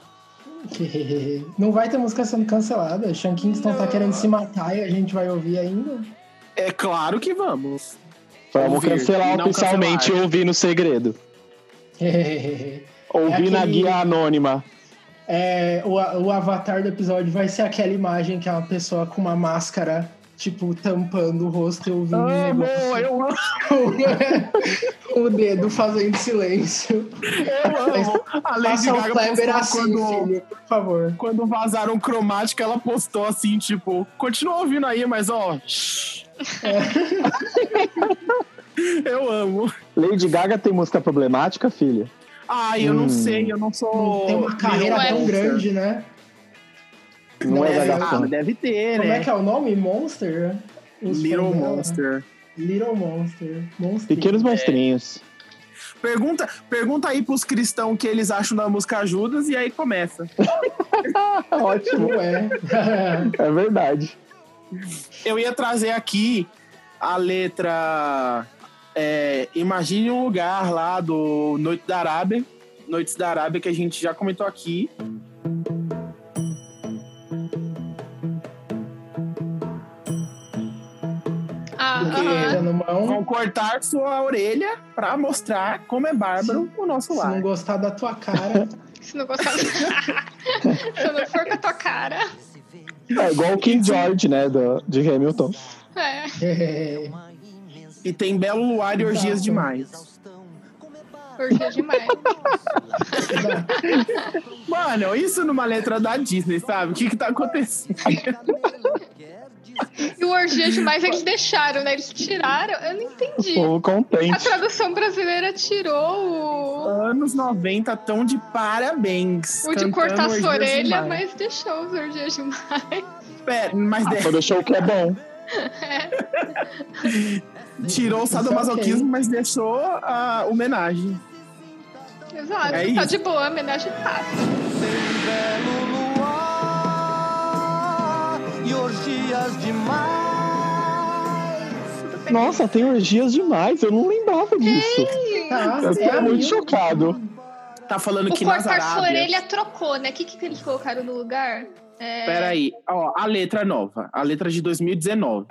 Não vai ter música sendo cancelada. Sean Kingston tá Não. querendo se matar e a gente vai ouvir ainda. É claro que vamos. Vamos Ouvir, cancelar não oficialmente e cancelar. ouvir no segredo. É Ouvir na aquele- guia anônima. É, o, a- o avatar do episódio vai ser aquela imagem que é uma pessoa com uma máscara, tipo, tampando o rosto e ouvindo um Amo, negócio eu amo, com- com o dedo fazendo silêncio. eu amo. A Lady Faça o Gaga Kleber postou assim, quando, filho, por favor. quando vazaram cromática, ela postou assim, tipo, continua ouvindo aí, mas ó. É. eu amo. Lady Gaga tem música problemática, filha? Ai, eu Hum. não sei, eu não sou. Tem uma carreira Não é tão Beyoncé. grande, né? Não, Não, é é- Gaga Ah, fã. deve ter, Como né? é que né? é o nome? Monster? Os Little fãs dela. Monster. Little Monster. Monster. é. Pequenos monstrinhos. Pergunta, pergunta aí pros cristãos o que eles acham da música Judas e aí começa. Ótimo, Não é. é verdade. Eu ia trazer aqui a letra é, Imagine um lugar lá do Noite da Arábia. Noites da Arábia que a gente já comentou aqui. Ah, Porque- aham. Tá no mão. Vão cortar sua orelha pra mostrar como é bárbaro o nosso Se não lar. gostar da tua cara, Se não gostar. Se eu não for com a tua cara. É igual o King George, né? do- de Hamilton. É. é, E tem belo luar e orgias demais. Porque é demais. Mano, isso numa letra da Disney, sabe? O que que tá acontecendo? E o orgia demais eles deixaram, né? Eles tiraram. Eu não entendi. Povo A contente. tradução brasileira tirou o, Anos 90 tão de parabéns. o de cantando cortar orgias sua orelha, demais. mas deixou os orgias demais. Pera, mas de- Só deixou o que é bom. tirou o sadomasoquismo, mas deixou a homenagem. Exato. É tá isso. de boa, a homenagem tá. passa. é Nossa, tem orgias demais. Eu não lembrava disso. tá, Eu é fiquei a muito minha. chocado. Tá falando O que nas cortar sua Arábias... orelha trocou, né? O que, que eles colocaram no lugar? É, Peraí, ó, a letra nova, a letra de 2019,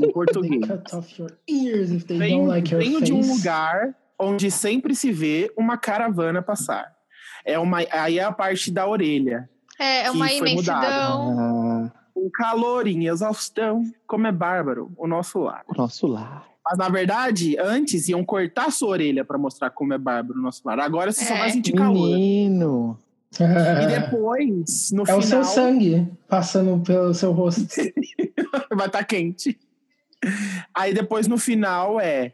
em português. Cut off your ears if they Venho, don't like your venho face. de um lugar onde sempre se vê uma caravana passar. É uma, aí é a parte da orelha. é, é uma que foi imensidão. Ah, Um calor em exaustão, como é bárbaro, o nosso lar. o nosso lar. Mas na verdade, antes iam cortar sua orelha pra mostrar como é bárbaro o nosso lar. Agora você só É. vai sentir calor. Menino. E depois, no É o seu final, sangue passando pelo seu rosto. tá vai estar quente. Aí depois no final é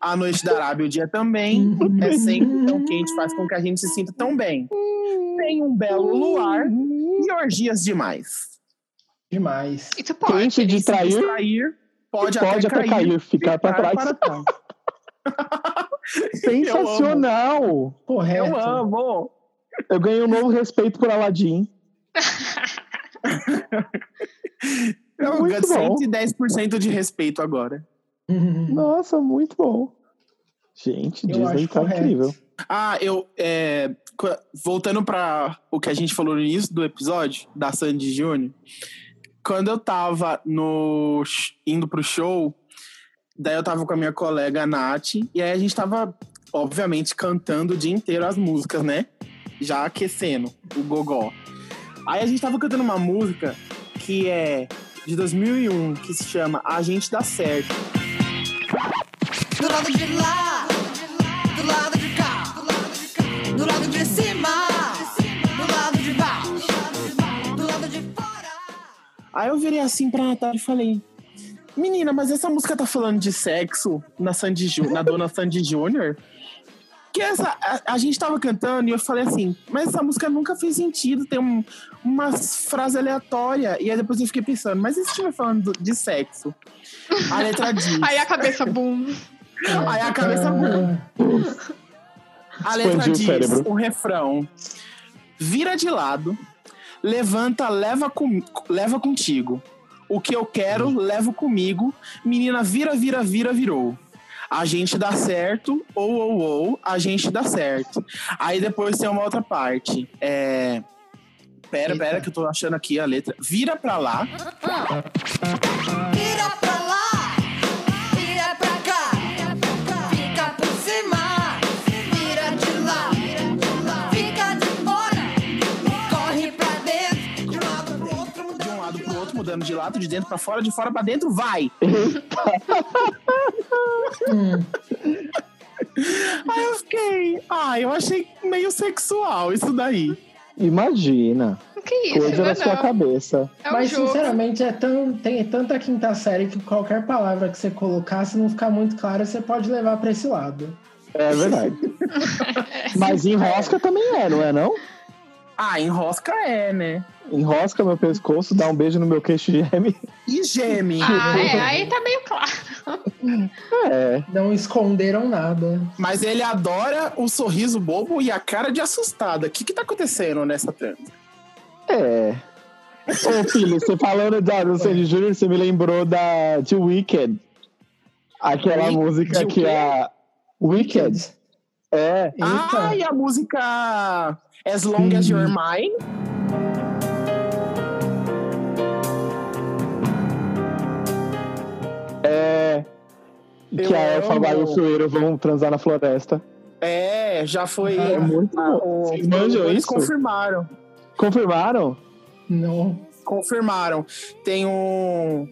A noite da Arábia, o dia também, é sempre tão quente, faz com que a gente se sinta tão bem. Tem um belo luar e orgias demais. Demais. Isso pode. Quente de trair, Trair pode, pode até cair, ficar pra trás. trás. Sensacional! Correto. Eu amo! Eu ganhei um novo respeito por Aladdin. Eu É Muito ganho bom. 110% de respeito agora. Nossa, muito bom. Gente, Eu Disney acho tá correto. incrível. Ah, eu. é, co- voltando pra o que a gente falou no início do episódio, da Sandy Júnior, quando eu tava no, sh- indo pro show, daí eu tava com a minha colega a Nath, e aí a gente tava, obviamente, cantando o dia inteiro as músicas, né? Já aquecendo o gogó. Aí a gente tava cantando uma música que é de 2001, que se chama A Gente Dá Certo. Do lado de lá, do lado de cá, do lado de cima, do lado de baixo, do lado de fora. Aí eu virei assim pra Natália e falei: Menina, mas essa música tá falando de sexo na, Sandy Ju, na dona Sandy Júnior? Que essa, a, a gente tava cantando e eu falei assim: Mas essa música nunca fez sentido, tem um, umas frases aleatórias. E aí depois eu fiquei pensando: Mas e se estiver falando do- de sexo? A letra diz. Ah. Aí a cabeça, bum. aí a cabeça muda. A letra Expandiu o diz cérebro. o refrão: vira de lado, levanta, leva, com, leva contigo. O que eu quero, Uhum. levo comigo. Menina, vira, vira, vira, virou. A gente dá certo, ou, ou, ou, a gente dá certo. Aí depois tem uma outra parte. É. Pera, pera, que eu tô achando aqui a letra. Vira pra lá, Vira pra lá, vira pra cá, fica por cima, vira de lá, fica de fora, corre pra dentro, de um lado pro outro, de um mudando lado pro outro, mudando de lado, de dentro pra fora, de fora pra dentro, vai! Aí eu fiquei, ah, eu achei meio sexual isso daí. Imagina. Que isso, Coisa né? na sua Não. cabeça. É um Mas, jogo. sinceramente, é tão, tem tanta quinta série que qualquer palavra que você colocar, se não ficar muito clara, você pode levar pra esse lado. É verdade. Mas enrosca também é, não é não? Ah, enrosca é, né? Enrosca meu pescoço, dá um beijo no meu queixo de M. E geme. Ah, é, aí tá meio claro. É. Não esconderam nada. Mas ele adora o sorriso bobo e a cara de assustada. O que que tá acontecendo nessa trama? É. Ô, filho, você falando da do Sandy Júnior, você me lembrou da de Wicked. Aquela Wi- de música o que quê? a. Wicked. Kids. É. Ah, Eita. e a música As Long As Hum. You're Mine? É. Que Eu a amo. Elfa e o Sueiro vão transar na floresta. É, já foi. Ah, É muito bom. Vocês manjam Eles isso? confirmaram. Confirmaram? Não. Confirmaram. Tem um.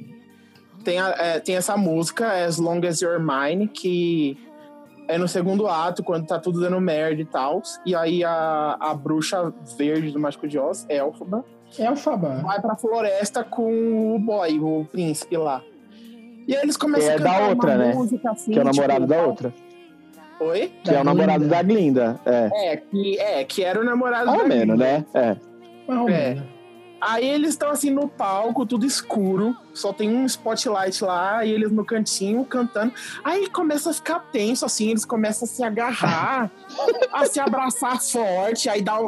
Tem, a- é, tem essa música, As Long As You're Mine, que é no segundo ato, quando tá tudo dando merda e tal. E aí a, a bruxa verde do Mágico de Oz, Elfaba, É o Fabá. vai pra floresta com o boy, o príncipe lá. E aí eles começam É a da cantar outra, uma né? música assim, Que é o tipo, namorado da outra. Oi? Que é o namorado da Glinda. É. É, que, é, que era o namorado Ao da Glinda. menos, né? É. Mais ou É. menos. Aí eles estão assim no palco, tudo escuro, só tem um spotlight lá e eles no cantinho cantando. Aí começa a ficar tenso, assim, eles começam a se agarrar, a se abraçar forte. Aí dá,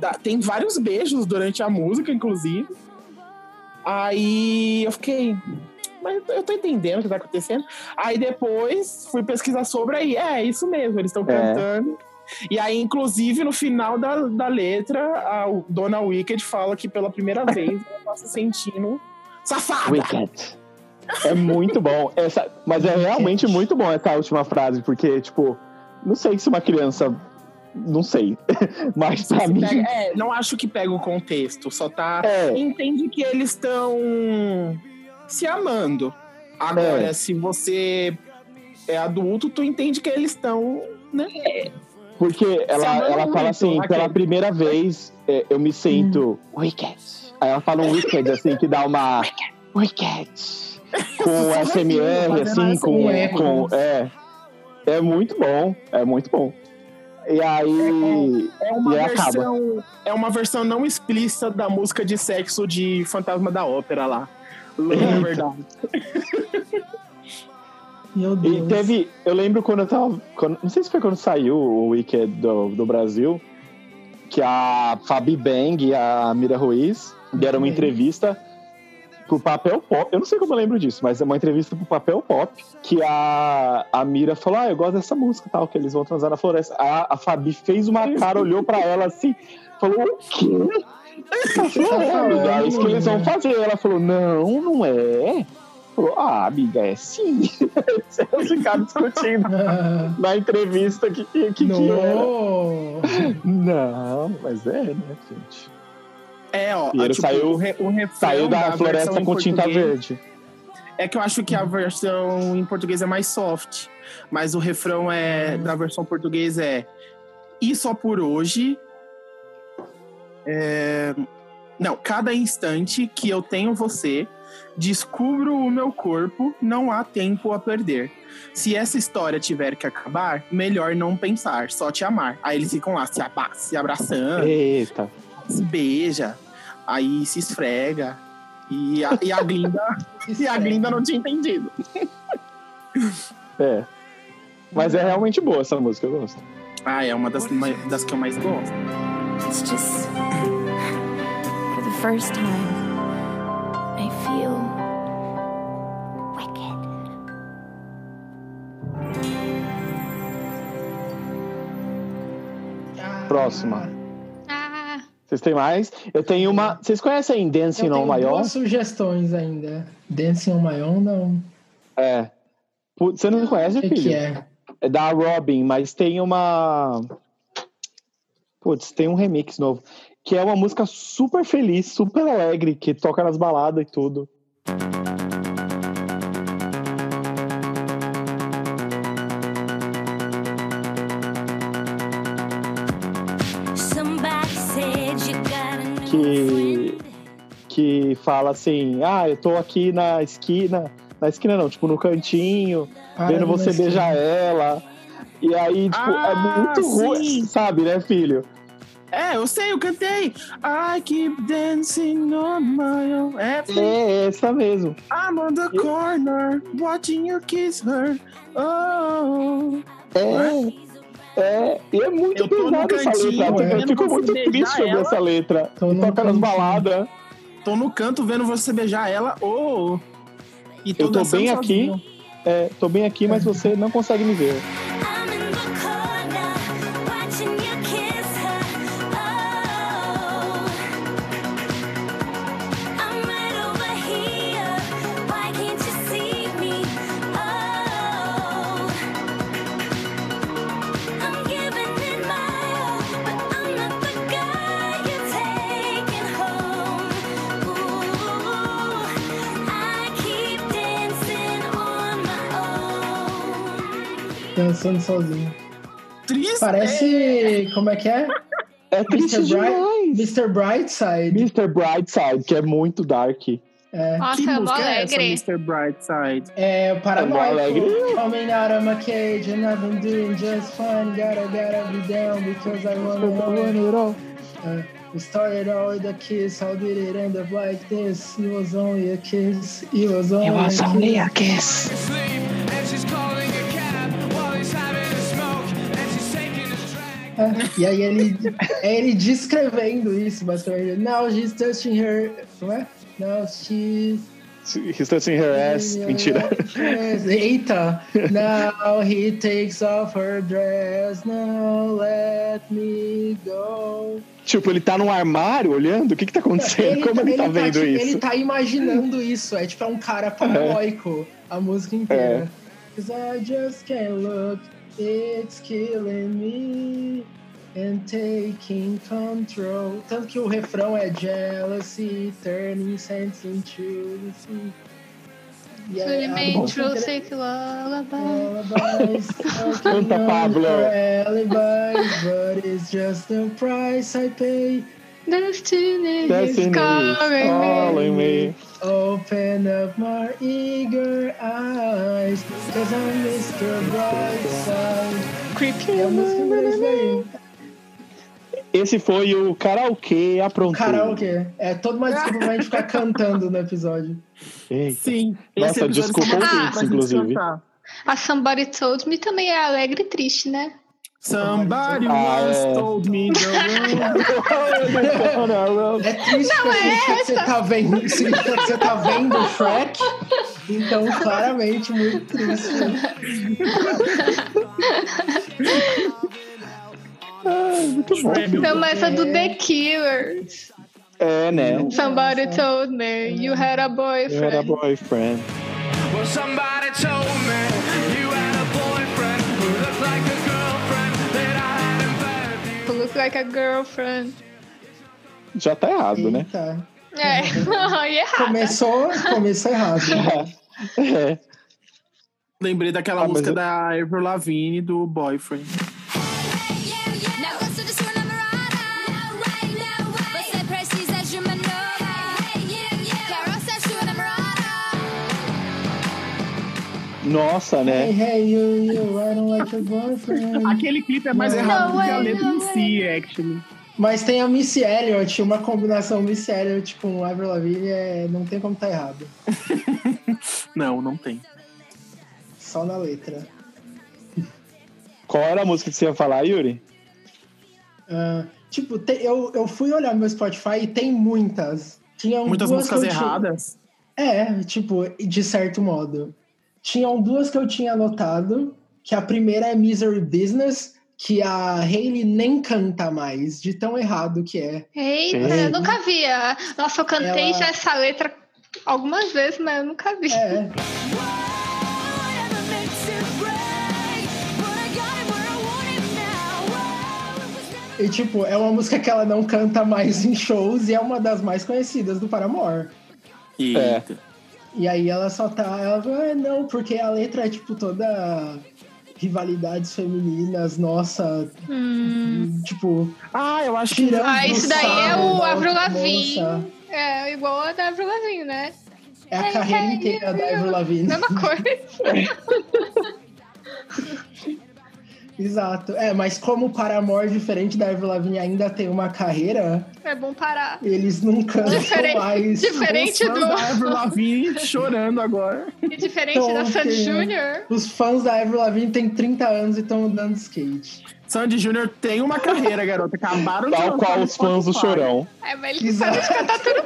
dá- tem vários beijos durante a música, inclusive. Aí eu fiquei, mas eu tô- eu tô entendendo o que tá acontecendo. Aí depois fui pesquisar sobre aí, é isso mesmo, eles estão É. cantando. E aí, inclusive, no final da, da letra, a o- Dona Wicked fala que pela primeira vez ela tá se sentindo safada. Wicked. É muito bom. Essa, mas é realmente muito bom essa última frase, porque, tipo, não sei se uma criança. Não sei. Mas pra mim. Pega- é, não acho que pega o contexto, só tá. É, Entende que eles estão se amando. Agora, É. se você é adulto, tu entende que eles estão. Né? porque ela, amando ela é muito, fala assim, Raquel. pela primeira vez é, eu me sinto Hum. wicked. Aí ela fala um wicked, assim, que dá uma. Wicked. Com Só SMR, fazendo assim, com, né? SMR. com. É. É muito bom, é muito bom. E aí. É uma, E aí versão, é uma versão não explícita da música de sexo de Fantasma da Ópera lá. Lembra, verdade. Meu Deus. E teve. Eu lembro quando eu tava. quando- não sei se foi quando saiu o Wicked do, do Brasil, que a Fabi Bang e a Mira Ruiz deram uma Bang. entrevista pro papel pop. Eu não sei como eu lembro disso, mas é uma entrevista pro papel pop que a, a Mira falou: Ah, eu gosto dessa música e tal, que eles vão transar na floresta. A, a Fabi fez uma cara, olhou pra ela assim, falou: O quê? Ela tá falou, "É, amiga, é isso que eles vão fazer. Ela falou: Não, não é. Falou, ah, amiga, é sim. Eles ficaram discutindo Ah, na entrevista que, que, que, que era. não. Não, mas é, né, gente? É, ó. E ele saiu- o re- o refrão Saiu da, versão floresta em com tinta português- verde. É que eu acho que a versão em português é mais soft. Mas o refrão é da versão português é E só por hoje. é, não, cada instante que eu tenho você, descubro o meu corpo, não há tempo a perder. Se essa história tiver que acabar, melhor não pensar, só te amar. Aí eles ficam lá se, aba- se abraçando Eita. se beija, aí se esfrega. E a, e a Glinda, e a Glinda não tinha entendido. É. Mas é realmente boa essa música, eu gosto. Ah, é uma das, ma- das que eu mais gosto. It's just for the first time I feel wicked. Próxima. Ah, Vocês têm mais? Eu tenho uma. Vocês conhecem Dancing Eu on tenho My Own? duas sugestões ainda. Dancing on my own, não. É. Putz, Você não conhece, O que, que filho? é? É da Robin, mas tem uma. Putz, tem um remix novo. Que é uma música super feliz, super alegre, que toca nas baladas e tudo. Somebody said you got a new Que- friend. Que fala assim: ah, eu tô aqui na esquina. Na esquina não, tipo, no cantinho, Para vendo de você mexer. beijar ela. E aí, tipo, Ah, é muito ruim, sim. sabe, né, filho? É, eu sei, eu cantei. I keep dancing on my own. É, É essa mesmo. I'm on the corner, watching you kiss her. Oh. É. É, e é muito Eu tô no pesada essa cantinho, letra. é. Eu fico Eu não muito consigo triste beijar sobre ela. essa letra. Tô E no toca nas cantinho. baladas. Tô no canto vendo você beijar ela. Oh. E Eu tô dançando bem aqui. sozinho. É, tô bem aqui, mas você não consegue me ver. I'm in the corner watching you kiss her. Oh, I'm right over here. Why can't you see me? Oh, I'm giving it my all, but I'm not the guy you're taking home. Ooh, I keep dancing on my own. Dançando sozinho. Triste. né? Parece. Como é que é? É triste Mr. Bright? demais. Mr. Brightside. Mr. Brightside, que é muito dark. É, Que nossa, é mó música é essa, alegre. Mr. Brightside? é É mó alegre. Paranoico. Coming out of my cage and I've been doing just fine. Gotta, gotta be down because I wanna wanna We started out with a kiss, how did it end up like this? It was only a kiss, it was only, a kiss. É, E aí ele, é ele descrevendo isso, basicamente. Now she's touching her. Como é? Now she's. He's touching her ass. Mentira. Yes. Eita! Now he takes off her dress, now let me go. Tipo, ele tá num armário olhando? O que que tá acontecendo? Como ele tá vendo tipo, isso? Ele tá imaginando isso. É tipo, é um cara paranoico a música inteira. É. 'Cause I just can't look, it's killing me and taking control. Tanto que o refrão é jealousy, turning sense into lucy. E aí, a Dreaming música true, inteira- sei que lullaby. Lullabies, Canta, Pablo. Lullabies, but it's just the price I pay. Destiny is Destiny is calling me. calling me. Open up my eager eyes, cause I missed your bright side. Creepy. É a música inglesa aí. Esse foi o karaokê aprontou. Karaokê. É toda uma desculpa pra gente ficar cantando no episódio. Eita. Sim. Nossa, esse episódio desculpa só ouvintes, pra gente inclusive. cantar. A Somebody Told Me também é alegre e triste, né? Somebody Ah, once é. told me the world. É triste porque significa que você tá vendo, significa que você tá vendo o Shrek. Então, claramente, muito triste. Né? Muito bom. Não, essa Então, do The Killers. É, né? Somebody told me you had a Eu era boyfriend. boyfriend. Well, somebody told me you had a boyfriend who looked like a girlfriend that I had in bed. You look like a girlfriend. Já tá errado, né? Eita. É, e errado. Começou, começou errado. É. Lembrei daquela Ah, mas música eu- da Avril Lavigne do Boyfriend. Não gosto de sua namorada. Você precisa de uma nova. Carol ser sua namorada. Nossa, Hey, É. né? hey, you, you, I don't like your boyfriend. Aquele clipe é mais Não. errado Não do que a é, letra não em si, actually. Mas tem a Miss Elliot, uma combinação Miss Elliot com Avril Lavigne, é, não tem como tá errado. Não, não tem. Só na letra. Qual era a música que você ia falar, Yuri? Ah, tipo, te- eu, eu fui olhar meu Spotify e tem muitas. Tinham Muitas duas músicas que eu tinha- erradas. É, tipo, de certo modo. Tinham duas que eu tinha anotado, que a primeira é Misery Business, que a Hayley nem canta mais, de tão errado que é. Eita, Sim. eu nunca via. Nossa, eu cantei Ela- já essa letra algumas vezes, mas eu nunca vi. É, Whatever makes you break. But I got it where I want it now. Whoa, it was never e tipo, é uma música que ela não canta mais em shows e é uma das mais conhecidas do Paramore. É. Eita. E aí ela só tá, ela fala, "Ah, não, porque a letra é tipo toda rivalidades femininas, nossa, tipo, Ah, eu acho que tirando Hum. Ah, isso daí é sarro o da Avril outra Lavigne. moça. É, igual a da Avril Lavigne, né? É a carreira inteira da Avril Lavigne. Mesma coisa. Exato. É, mas como o Paramore, diferente da Avril Lavigne, ainda tem uma carreira, É bom parar. eles não cantam Diferente- mais. Diferente fãs da do. Avril Lavigne chorando agora. E diferente da Então, Sandy sim. Júnior. Os fãs da Avril Lavigne têm 30 anos e estão andando de skate. Sandy Júnior tem uma carreira, garota. Acabaram de Tal lançar tá qual no os fãs do Spotify. Chorão. É, mas ele Exato. sabe de cantar tudo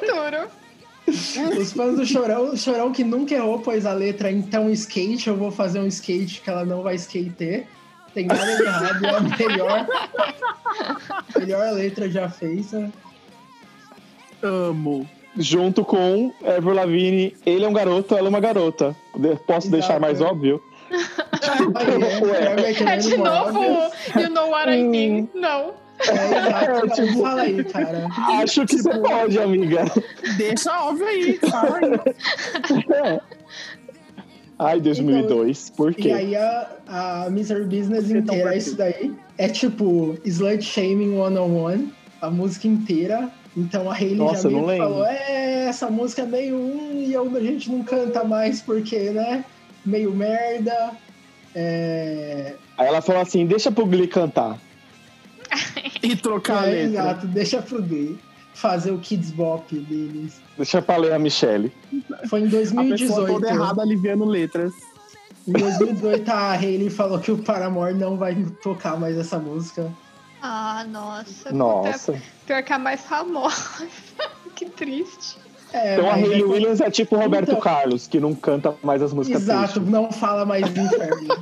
duro. Os fãs do Chorão, o Chorão que nunca errou, pois a letra é então skate, eu vou fazer um skate que ela não vai skater. Tem nada de errado, é a melhor. Melhor letra já feita. Amo. Junto com Avril Lavigne, ele é um garoto, ela é uma garota. De- Posso Exato. deixar mais óbvio? Aí, É de novo o You Know What I Hum. Mean. Não. É, exato. Fala aí, cara. Acho que Tipo, você pode, amiga. Deixa óbvio aí. Fala aí. Ai, Então, 2002, por E quê? aí a, a Misery Business Você tá tão inteira, perfeito. isso daí. É tipo Slut Shaming 101, a música inteira. Então a Hayley Nossa, já meio eu não que lembro. falou, é, essa música é meio um e eu- a gente não canta mais porque, né? Meio merda. É... Aí ela falou assim: deixa pro Glee cantar. E trocar a é, letra. exato, deixa pro gay fazer o Kids Bop deles. Deixa pra ler a Michelle. Foi em A pessoa 2018. toda errada aliviando letras. Em 2018 a Hayley falou que o Paramore não vai tocar mais essa música. Ah, nossa. Nossa. Pior que a mais famosa. que triste. É, Então a mas Hayley é- Williams é tipo o Roberto Então- Carlos, que não canta mais as músicas Exato, tristes. não fala mais do inferno.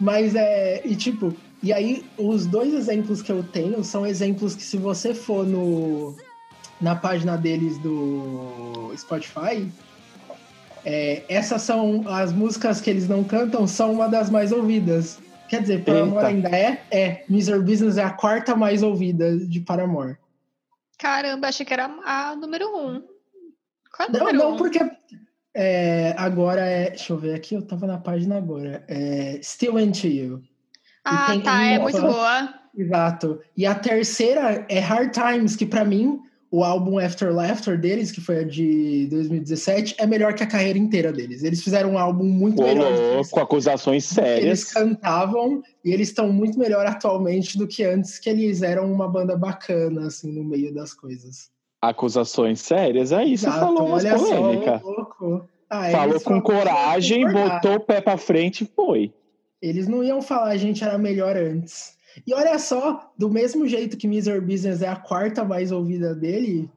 Mas é. E tipo, e aí os dois exemplos que eu tenho são exemplos que se você for no na página deles do Spotify, é, essas são as músicas que eles não cantam, são uma das mais ouvidas. Quer dizer, Paramore Eita. ainda é? É. Misery Business é a quarta mais ouvida de Paramore. Caramba, achei que era a número um. Qual é a Não, número não, um? porque é, agora é. Deixa eu ver aqui, eu tava na página agora. É, Still Into You. Ah, tem tá. É uma- muito boa. Exato. E a terceira é Hard Times, que pra mim, o álbum After Laughter deles, que foi a de 2017, é melhor que a carreira inteira deles. Eles fizeram um álbum muito Ô, melhor. louco, acusações sérias. Eles cantavam e eles estão muito melhor atualmente do que antes, que eles eram uma banda bacana, assim, no meio das coisas. Acusações sérias. Aí você Exato, falou umas olha só, polêmica. ô louco. Ah, eles falou com falavam que coragem, iam concordar. botou o pé pra frente e foi. Eles não iam falar a gente era melhor antes. E olha só, do mesmo jeito que Miser Business é a quarta mais ouvida dele,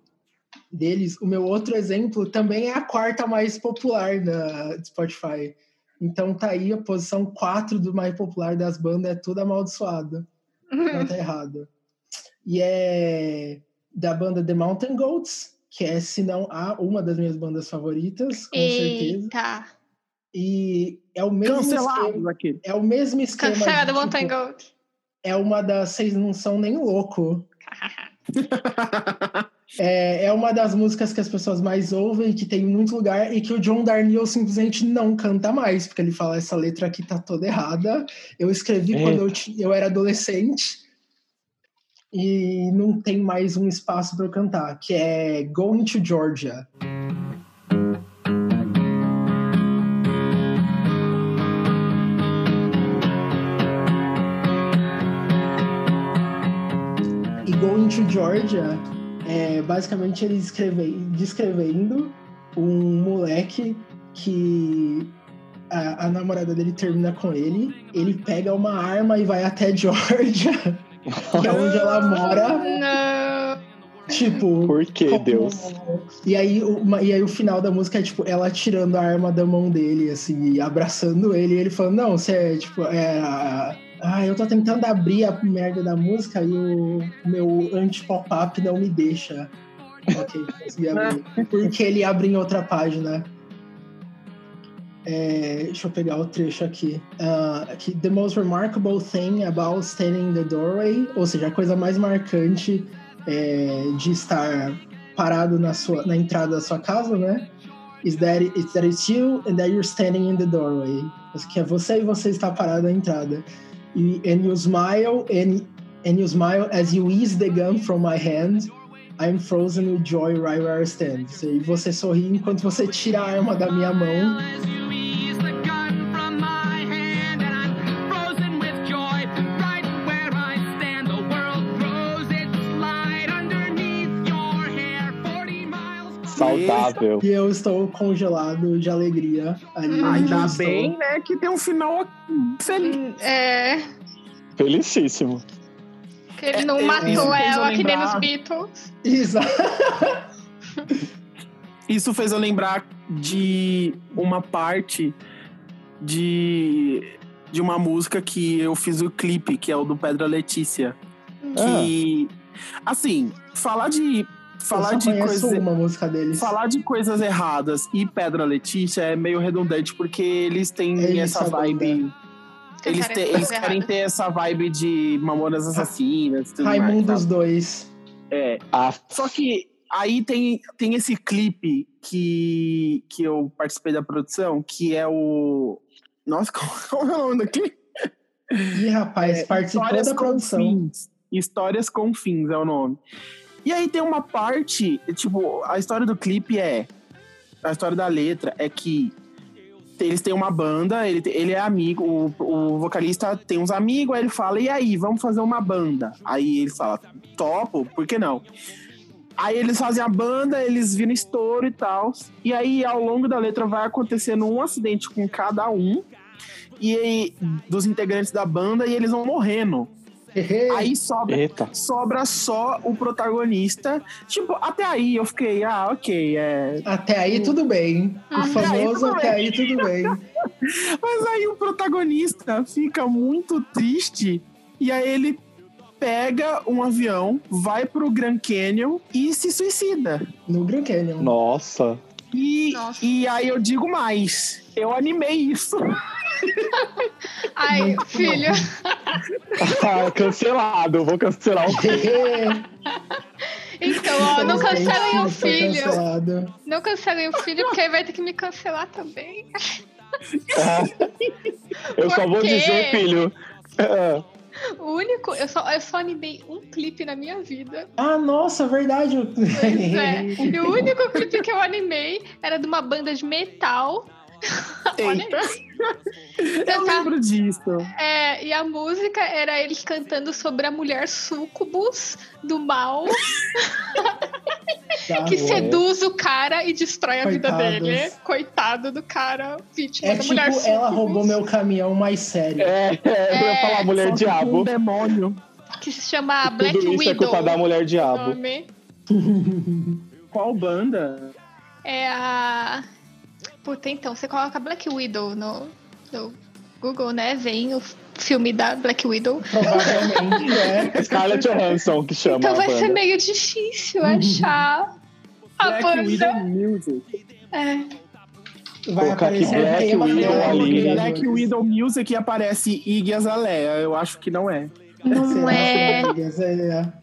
deles, o meu outro exemplo também é a quarta mais popular da Spotify. Então tá aí a posição 4 do mais popular das bandas, é tudo amaldiçoado. Não tá errado. E é da banda The Mountain Goats, que é, se não a, uma das minhas bandas favoritas, com certeza. Eita. E é o mesmo esquema- Cancelados aqui. é o mesmo esquema. Cancelado, de, Mountain tipo, Gold. É uma das. Vocês não são nem louco. é, é uma das músicas que as pessoas mais ouvem, que tem em muito lugar, e que o John Darnielle simplesmente não canta mais, porque ele fala: essa letra aqui tá toda errada. Eu escrevi Eita. quando eu, ti- eu era adolescente. E não tem mais um espaço para eu cantar, que é Going to Georgia. E Going to Georgia é basicamente ele escreve, descrevendo um moleque que a, a namorada dele termina com ele, ele pega uma arma e vai até Georgia, que é onde ela mora, Não. tipo. Por que, como- Deus? E aí, o- uma- e aí o final da música é tipo ela tirando a arma da mão dele, assim, e abraçando ele, e ele falando, não, você é tipo, é. a- Ah, eu tô tentando abrir a merda da música e o meu anti-pop-up não me deixa. Ok, consegui abrir. Porque ele abre em outra página. É, deixa eu pegar o trecho aqui. Ah, aqui. The most remarkable thing about standing in the doorway, ou seja, a coisa mais marcante é, de estar parado na, sua, na entrada da sua casa, né? Is that, is that it's you and that you're standing in the doorway. Mas Que é você e você está parado na entrada. E, and you smile and, and you smile as you ease the gun from my hand. I'm frozen with joy right where I stand. E você sorri enquanto você tira a arma da minha mão. As you ease the gun from my hand, and I'm frozen with joy. Right where I stand, the world throws its light underneath your hair. 40 miles. Saudável. E eu estou congelado de alegria ali. Uhum. Ah, onde eu Ainda estou. bem, né, que tem um final feliz. É. Felicíssimo. Que ele não eu- isso matou me fez eu ela, que nem É, lembrar. nos Beatles. Exato. Isso fez eu lembrar de uma parte de, de uma música que eu fiz o clipe, que é o do Pedra Letícia. Ah. Que, assim, falar de. Falar eu só de conheço coisa. uma música deles. Falar de coisas erradas e Pedra Letícia é meio redundante porque eles têm Eles né? essa são vibe. Eles, Cantarem te- coisa eles querem errada. ter essa vibe de Mamonas Assassinas. e tudo mais, Ah, Raimundos sabe? 2. É, Ah, só que aí tem, tem esse clipe que, que eu participei da produção, que é o. Nossa, qual, qual é o nome do clipe? Ih, rapaz, É, participou da produção. fins. Histórias com fins é o nome. E aí tem uma parte, tipo, a história do clipe é. A história da letra é que eles têm uma banda, ele, ele é amigo, o, o vocalista tem uns amigos, aí ele fala, e aí, vamos fazer uma banda. Aí ele fala, topo, por que não? Aí eles fazem a banda, eles viram estouro e tal. E aí, ao longo da letra, vai acontecendo um acidente com cada um. E aí, dos integrantes da banda, e eles vão morrendo. Aí sobra, Ah, eita. sobra só o protagonista. Tipo, até aí eu fiquei, ah, ok, é. Até aí tudo bem. O Ah, Até famoso aí, tudo até aí tudo bem. Mas aí o protagonista fica muito triste e aí ele pega um avião, vai pro Grand Canyon e se suicida. No Grand Canyon. Nossa. E, Nossa. e aí eu digo mais, eu animei isso. Ai, filho. Ah, cancelado. Vou cancelar o Então, ó, não Infelizmente, cancelem o foi filho. cancelado. Não cancelem o filho, porque aí vai ter que me cancelar também. Eu só Por vou quê? dizer, filho. ah, O único. Eu só, eu só animei um clipe na minha vida. Ah, nossa, verdade. Pois é. E o único clipe que eu animei era de uma banda de metal. Olha Eita. isso. Eu Cantava- lembro disso. é, e a música era eles cantando sobre a mulher sucubus do mal É Ah, é. que seduz o cara e destrói a vida Coitadas. dele. Coitado do cara, vítima É da tipo, mulher ela sucubus. roubou meu caminhão mais sério. É, eu ia falar mulher Só que com diabo. Um demônio. Que se chama Black Tudo isso é Widow. culpa da mulher o diabo. nome. Qual banda? É a. Puta, então, você coloca Black Widow no, no Google, né? Vem o filme da Black Widow. Provavelmente é. Scarlett Johansson que chama então a vai banda. ser meio difícil Uhum. achar a Black Widow banda. Music. É, Vai Colocar aqui É, aparecer um Black tema Widow dela no ali. né? criador. Black Widow Music e aparece Iggy Azalea. Eu acho que não é. não Será é. que Deus é?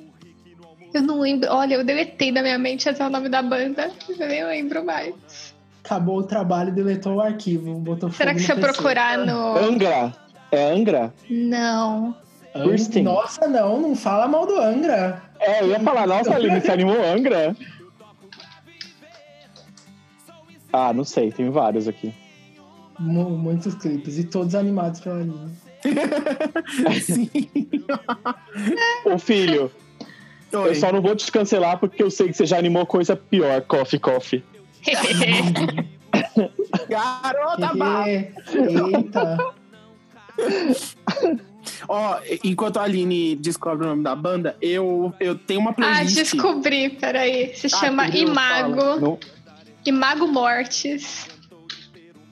Eu não lembro. Olha, eu deletei da minha mente até o nome da banda. Eu nem lembro mais. Acabou o trabalho, deletou o arquivo. Botou Será fogo que no se eu PC. procurar no. Angra? É Angra? Não. Kirsten? Nossa, não, não fala mal do Angra. É, eu ia falar, nossa, Aline, você animou Angra? Ah, não sei, tem vários aqui. Mu- muitos clipes e todos animados pela Aline. Ô filho, eu Oi. só não vou te cancelar porque eu sei que você já animou coisa pior, Coffee Coffee. Tá Uhum. Garota barra. E- Eita. Ó, enquanto a Aline descobre o nome da banda, eu, eu tenho uma ah, playlist. descobri, peraí. Se Ah, chama meu Deus, Imago. Não- Imago Mortis.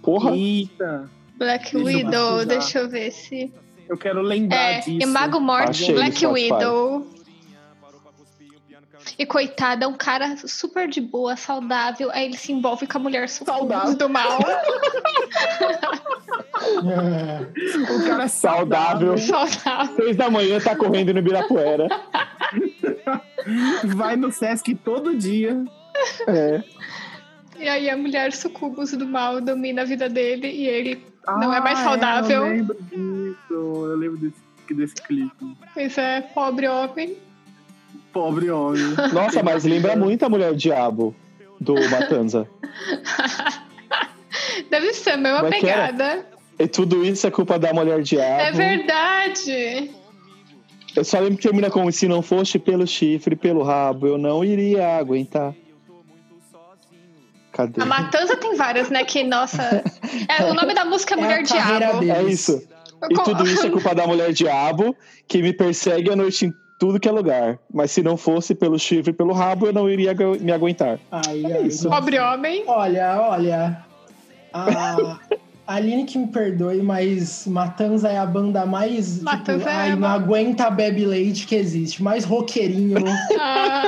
Porra, Eita, Black Deixa eu Widow, pesquisar. deixa eu ver se. eu quero lembrar É, disso. Imago Mortis, Achei no Black Spotify. Widow. E coitada, é um cara super de boa, saudável. Aí ele se envolve com a mulher saudável Saudável. do mal. É. O cara é saudável. saudável. Seis da manhã tá correndo no Birapuera. Vai no Sesc todo dia. É. E aí a mulher sucubus do mal domina a vida dele e ele. Não é mais saudável. Ah, eu lembro disso. Eu lembro desse, desse clipe. Pois é, pobre homem. Pobre homem. Nossa, mas lembra muito a Mulher Diabo do Matanza. Deve ser a mesma Como é que era? pegada. E tudo isso é culpa da Mulher Diabo. É verdade. Eu só lembro que termina com se não foste pelo chifre, pelo rabo, eu não iria aguentar. Cadê? A Matanza tem várias, né? Que, nossa. É, o nome da música é É a Mulher carreira Diabo. dele. É isso. E Com- tudo isso é culpa da mulher diabo que me persegue a noite em tudo que é lugar. Mas se não fosse pelo chifre e pelo rabo, eu não iria agu- me aguentar. Aí, É aí, isso. Pobre homem. Olha, olha. A a Aline que me perdoe, mas Matanza é a banda mais. Matanza tipo, é ai, a não ba- aguenta bebe leite que existe. Mais roqueirinho. Ah,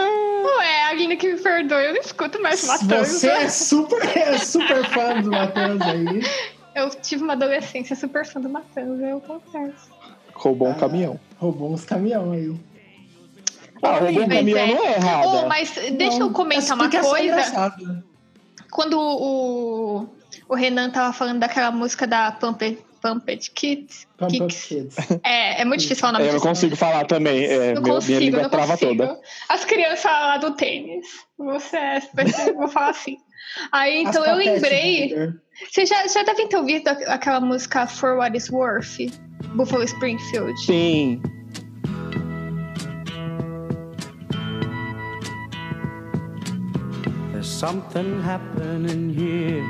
ué, alguém que me perdoe, eu não escuto mais Matanza. Você é super, é super fã do Matanza aí. Eu tive uma adolescência super fã do Matanza, eu confesso. Roubou um Ah. caminhão. Roubou uns caminhão aí. Ah, roubou um Mas caminhão é. não é errado. Oh, mas deixa Não, eu comentar essa uma explicação é coisa. engraçada. Quando o, o Renan tava falando daquela música da Pumped, Pumped Kids, Pump Up Kicks. Kids. é, é muito difícil falar o nome É, eu não disso, né? consigo falar também. Não É, meu- minha consigo, língua não trava consigo. toda. As crianças lá do tênis. Você é, eu vou falar assim. Aí então As eu patetes, lembrei. né? Vocês já, já devem ter ouvido aqu- aquela música For What Is Worth, Buffalo Springfield. Sim. There's something happening here.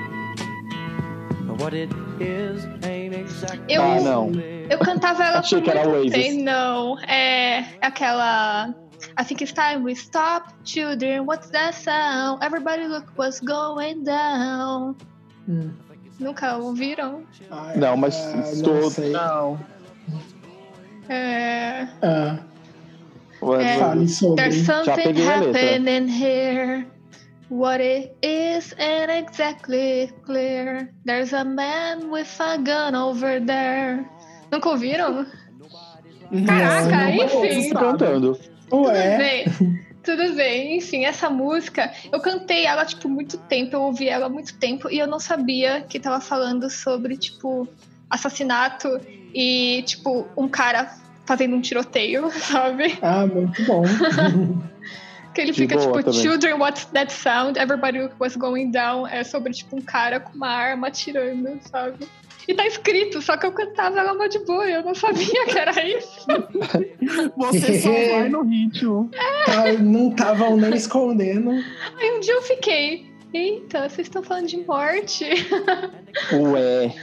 But what it is ain't exactly Eu- É. Ah, não. Eu cantava ela Achei por que era muito Oasis. tempo. Não, é aquela. I think it's time we stop, children. What's that sound? Everybody look what's going down. Hum. Nunca ouviram? Ah, Não, mas não estou- sei. Não. É. Ah, Ué, É. ué. fale sobre. There's something peguei a letra. happening here. What it is ain't exactly clear. There's a man with a gun over there. Nunca ouviram? Caraca, Uhum. não, mas enfim. Você cantando. Tudo Ué, bem. Tudo bem, enfim, essa música, eu cantei ela, tipo, muito tempo, eu ouvi ela há muito tempo e eu não sabia que tava falando sobre, tipo, assassinato e, tipo, um cara tá vendo um tiroteio, sabe? Ah, muito bom. Que ele De fica boa tipo, também. Children, what's that sound? Everybody was going down. É sobre tipo um cara com uma arma atirando, sabe? E tá escrito, só que eu cantava ela mó de boa, eu não sabia que era isso. Você só vai no ritmo. Tá, não estavam nem escondendo. Aí um dia eu fiquei, eita, vocês estão falando de morte? Ué.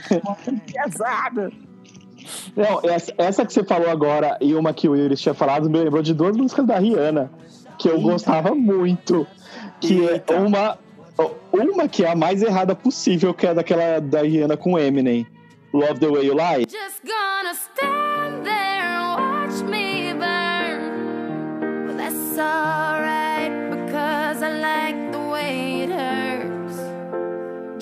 Pesada. é. Não, essa, essa que você falou agora e uma que o Iris tinha falado me lembrou de duas músicas da Rihanna que eu gostava muito. Que é uma, uma que é a mais errada possível, que é daquela da Rihanna com Eminem. Love the Way You Lie. Just gonna stand there and watch me burn. Well, that's alright because I like the way it hurts.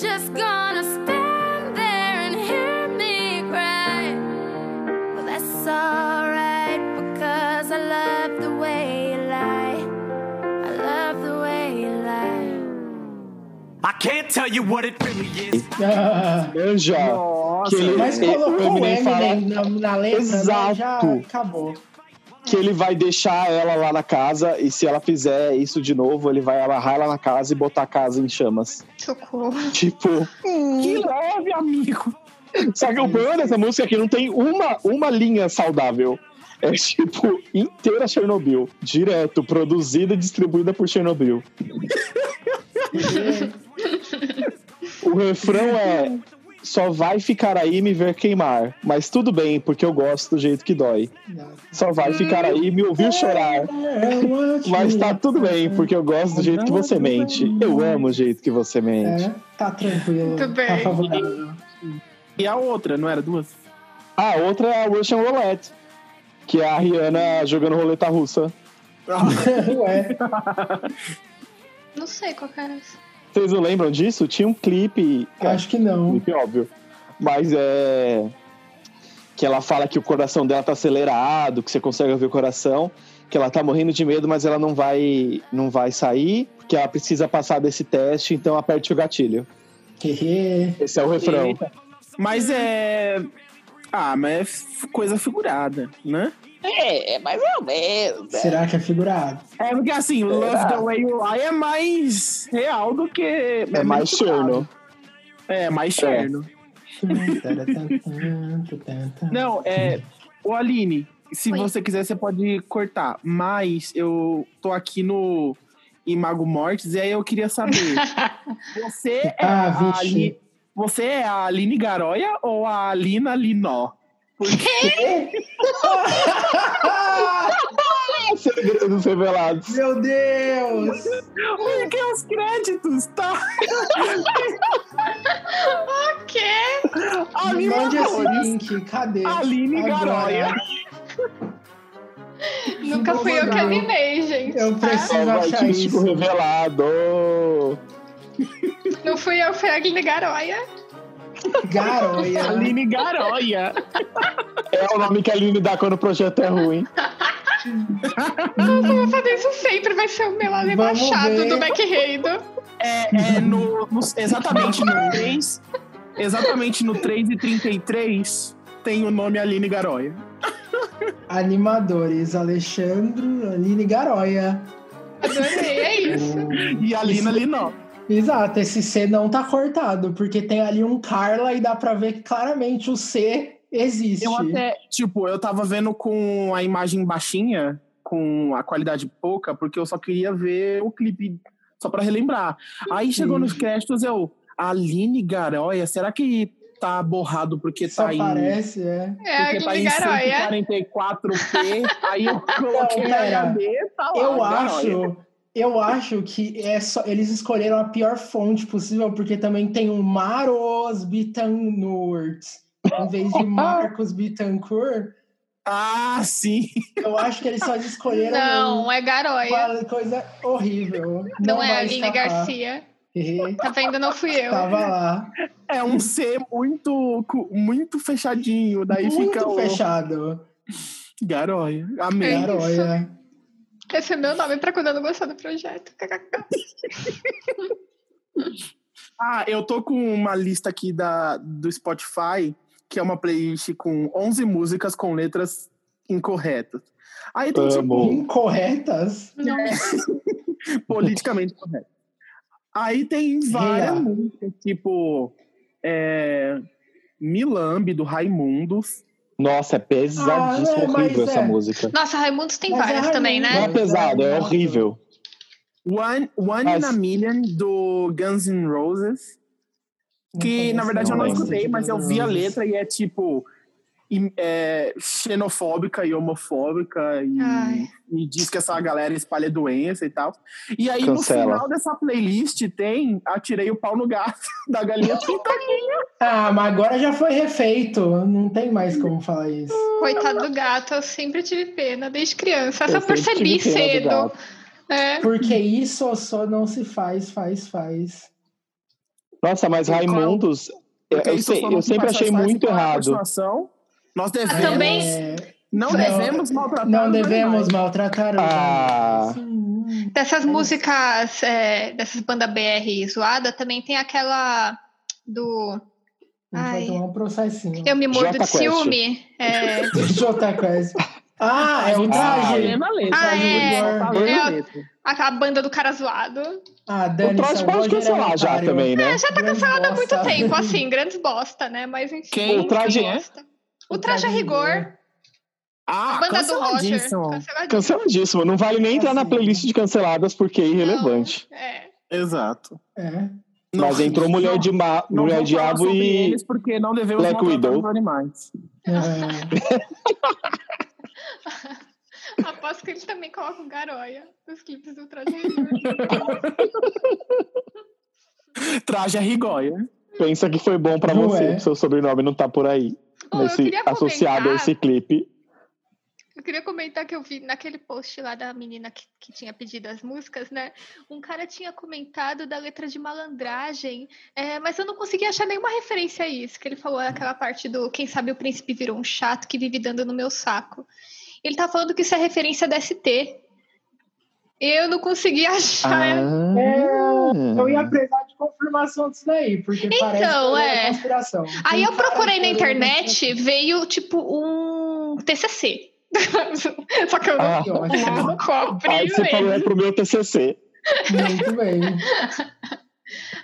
Just gonna stand there and hear me cry. Well, that's alright because I love the way you lie. I love the way you lie. I can't tell you what it really is. Eu já. Que ele- Ah, Mas colocou o o Eminem Eminem fala- na, na letra, né? já Exato. acabou. que ele vai deixar ela lá na casa e se ela fizer isso de novo, ele vai amarrar ela na casa e botar a casa em chamas. Socorro. Tipo, Que leve, amigo. só que o problema dessa música é que não tem uma, uma linha saudável. É tipo, inteira Chernobyl. Direto, produzida e distribuída por Chernobyl. o refrão é. Só vai ficar aí e me ver queimar. Mas tudo bem, porque eu gosto do jeito que dói. Só vai ficar aí e me ouvir chorar. Mas tá tudo bem, porque eu gosto do jeito que você mente. Eu amo o jeito que você mente. Tá tranquilo. Muito bem. Tá favorável. E a outra, não era duas? Ah, outra é a Russian Roulette, que é a Rihanna jogando roleta russa. Ué. Não sei qual que era essa. Vocês não lembram disso? Tinha um clipe. um Acho que não. Clipe, óbvio. Mas é. Que ela fala que o coração dela tá acelerado, que você consegue ouvir o coração, que ela tá morrendo de medo, mas ela não vai, não vai sair, porque ela precisa passar desse teste, então aperte o gatilho. Esse é o refrão. Eita. Mas é. Ah, mas é f- coisa figurada, né? É, mais ou menos. Será que é figurado? É porque assim, Love the Way You Lie é mais real do que. É, mais cherno. É, mais cherno. Não, é. Ô Aline, se você quiser, você pode cortar. Mas eu tô aqui no Imago Mortis e aí eu queria saber. você, é Ah, a vixe. Ali- você é a Aline Garoia ou a Alina Linó? Porque... Segredos revelados. Meu Deus! Porque os créditos, tá? O quê? Aline Mande assim, esse Flores. link, cadê? Aline Garoia. Nunca Vou fui eu que mandar. animei, gente. Eu tá? preciso achar artístico isso. revelado. Não fui eu, foi a Aline Garoia. Garoia. Aline Garoia. É o nome que a Aline dá quando o projeto é ruim. Nossa, Ah, eu vou fazer isso sempre, vai ser o meu machado ver. do back-rendo. É, é no, no- exatamente no 3. Exatamente no 3 e 33 tem o nome Aline Garoia. Animadores, Alexandre, Aline Garoia. Adorei, é isso. E a Lina Esse- Linó. Exato, esse C não tá cortado, porque tem ali um Carla e dá pra ver que claramente o C existe. Eu até, tipo, eu tava vendo com a imagem baixinha, com a qualidade pouca, porque eu só queria ver o clipe, só pra relembrar. Aí chegou nos créditos, eu, Aline Garoia, será que tá borrado porque Só tá em. aparece, é. É a porque tá Aline em Garoia. 144p, aí eu coloquei Não, na pera. HD, tá lá, Eu Garoia. acho, eu acho que é só, eles escolheram a pior fonte possível, porque também tem um Maros Bittencourt, em vez de Marcos Bittencourt. Ah, sim! Eu acho que eles só escolheram Não, um- é Garoia. uma coisa horrível. Não, é a vai Aline escapar. Garcia. Hehe. Tá vendo? Não fui eu. Tava lá. É um C muito, cu- muito fechadinho. Daí Muito fica o... fechado. Garoia. Amei. É isso. Garoia. Esse é meu nome pra quando eu não gostar do projeto. Ah, eu tô com uma lista aqui da, do Spotify, que é uma playlist com 11 músicas com letras incorretas. Aí tem tipo, Amo. Incorretas? politicamente correto. Aí tem várias músicas, tipo é, Milambe, do Raimundos. Nossa, é pesadíssimo, Ah, é, mas horrível essa é. música. Nossa, Raimundos tem Mas é várias também, né? Não é pesado, é horrível. One, One in a Million, do Guns N' Roses. Que, na verdade, eu não não lembro. escutei, mas eu vi a letra e é, tipo, im- é, xenofóbica e homofóbica. E, Ai. e diz que essa galera espalha doença e tal. E aí, Cancela. no final dessa playlist, tem Atirei o Pau no Gato, da Galinha Então, Pintadinha. Ah, mas agora já foi refeito. Não tem mais como falar isso. Coitado do gato, eu sempre tive pena, desde criança. Eu Eu só sempre percebi tive pena do cedo. gato. É. Porque isso só não se faz, faz, faz. Nossa, mas Raimundos, eu, Porque eu isso sei- só eu não se sempre faz, achei faz, faz, muito faz, faz, errado. continuação. Nós devemos. Ah, também- Não Não. devemos maltratar. É, Não os devemos animais. maltratar os Ah. Dessas músicas, é, dessas bandas BR zoada, também tem aquela do. A gente vai Ai, tomar um processinho. eu me mordo Jota de Quest. ciúme. É, Jota Quest. Ah, Tá é o traje. Ah, é. Traje É Rigor. a, a banda do cara zoado. Ah, Dani, O traje essa voz pode era cancelar já otário. também, né? É, já tá cancelado há muito bosta. tempo, assim, grandes bosta, né? Mas enfim. Quem? O traje é? bosta. O traje a É. rigor. Ah, a banda do Roger. canceladíssimo. Canceladíssimo. Canceladíssimo, não vale nem entrar na Assim. playlist de canceladas porque é irrelevante. É. Exato. É. Mas entrou Mulher, de Ma- Não mulher vou falar Diabo sobre e eles porque não devemos Black maltratar Widow. os animais. É. Aposto que ele também coloca um garoia nos clipes do traje a rigor. Traje a rigóia. Pensa que foi bom pra Não você, é. que seu sobrenome não tá por aí. Oh, eu nesse- queria associado comentar- a esse clipe. Eu queria comentar que eu vi naquele post lá da menina que, que tinha pedido as músicas, né? Um cara tinha comentado da letra de malandragem, é, mas eu não consegui achar nenhuma referência a isso. Que ele falou aquela parte do quem sabe o príncipe virou um chato que vive dando no meu saco. Ele tá falando que isso é referência da ST. Eu não consegui achar. Ah, É, eu ia precisar de confirmação disso daí, porque parece Então, que é é. conspiração. Aí eu procurei na que eu não internet, veio tipo um TCC. Só que eu não, Ah. não né? Aí comprei. você falou é mesmo. pro meu TCC. Muito bem.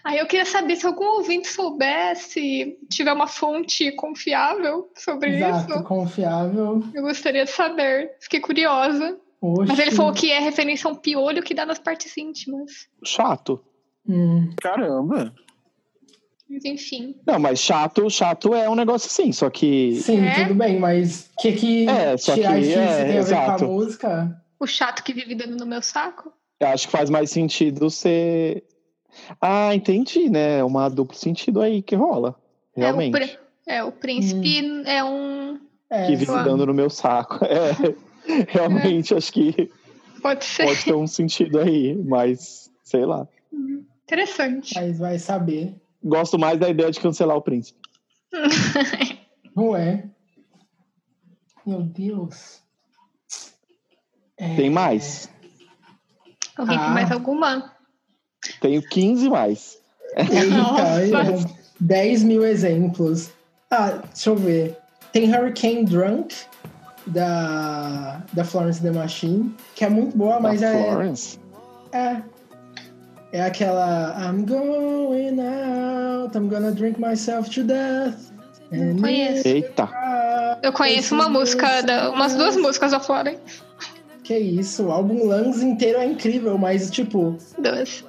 Aí eu queria saber se algum ouvinte soubesse, tiver uma fonte confiável sobre Exato, isso. confiável. Eu gostaria de saber. Fiquei curiosa. Oxi. Mas ele falou que é referência a um piolho que dá nas partes íntimas. Chato. Hum. Caramba. Mas enfim. Não, mas chato, chato é um negócio assim, só que. Sim, É? tudo bem, mas o que que É, só tirar que isso é, tem a ver exato. com a música? O chato que vive dando no meu saco? é Eu acho que faz mais sentido ser. Ah, entendi, né? É uma duplo sentido aí que rola. Realmente. É o, pr- é, o príncipe é um. Que vive dando no meu saco. É, realmente, acho que Pode ser. pode ter um sentido aí, mas sei lá. Interessante. Mas vai saber. Gosto mais da ideia de cancelar o príncipe. Não é. Meu Deus. É. Tem mais. Eu ri Ah. mais alguma? Tenho 15 mais. Eita, 10 mil exemplos. Ah, deixa eu ver. Tem Hurricane Drunk, da, da Florence The Machine, que é muito boa, mas Da é, Florence? é. É aquela. I'm going out, I'm gonna drink myself to death. and conheço. Eita. Eu conheço uma música, da- umas duas músicas da Flora. Que isso, o álbum Lungs inteiro é incrível, mas tipo. Duas.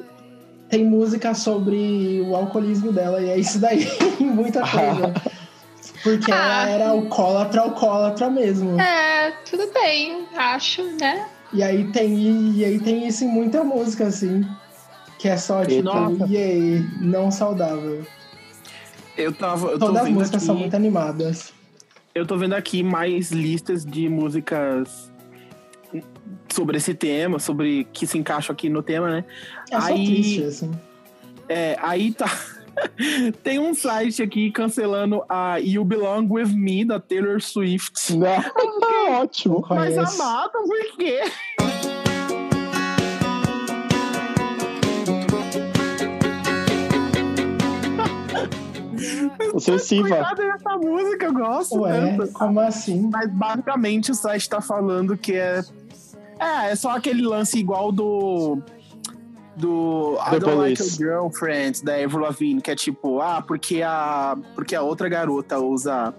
Tem música sobre o alcoolismo dela, e é isso daí, muita coisa. Ah. Porque ela era alcoólatra, alcoólatra mesmo. É, tudo bem, acho, né? E aí tem, e aí tem isso em muita música, assim. Que é só, tipo, Nossa. e aí, não saudável. Eu tava. Eu tô Todas as vendo músicas aqui, são muito animadas. Eu tô vendo aqui mais listas de músicas sobre esse tema, sobre que se encaixam aqui no tema, né? É só triste, assim. É, aí tá. Tem um site aqui cancelando a You Belong With Me da Taylor Swift. Ótimo. Mas Conheço. amado, por quê? Obsessiva. Cuidado dessa música, eu gosto Ué, tanto. como assim? Mas basicamente o site tá falando que é. É, é só aquele lance igual do. Do The I Don't Like Your Police. Girlfriend, da Avril Lavigne, que é tipo, ah, porque a, porque a outra garota usa,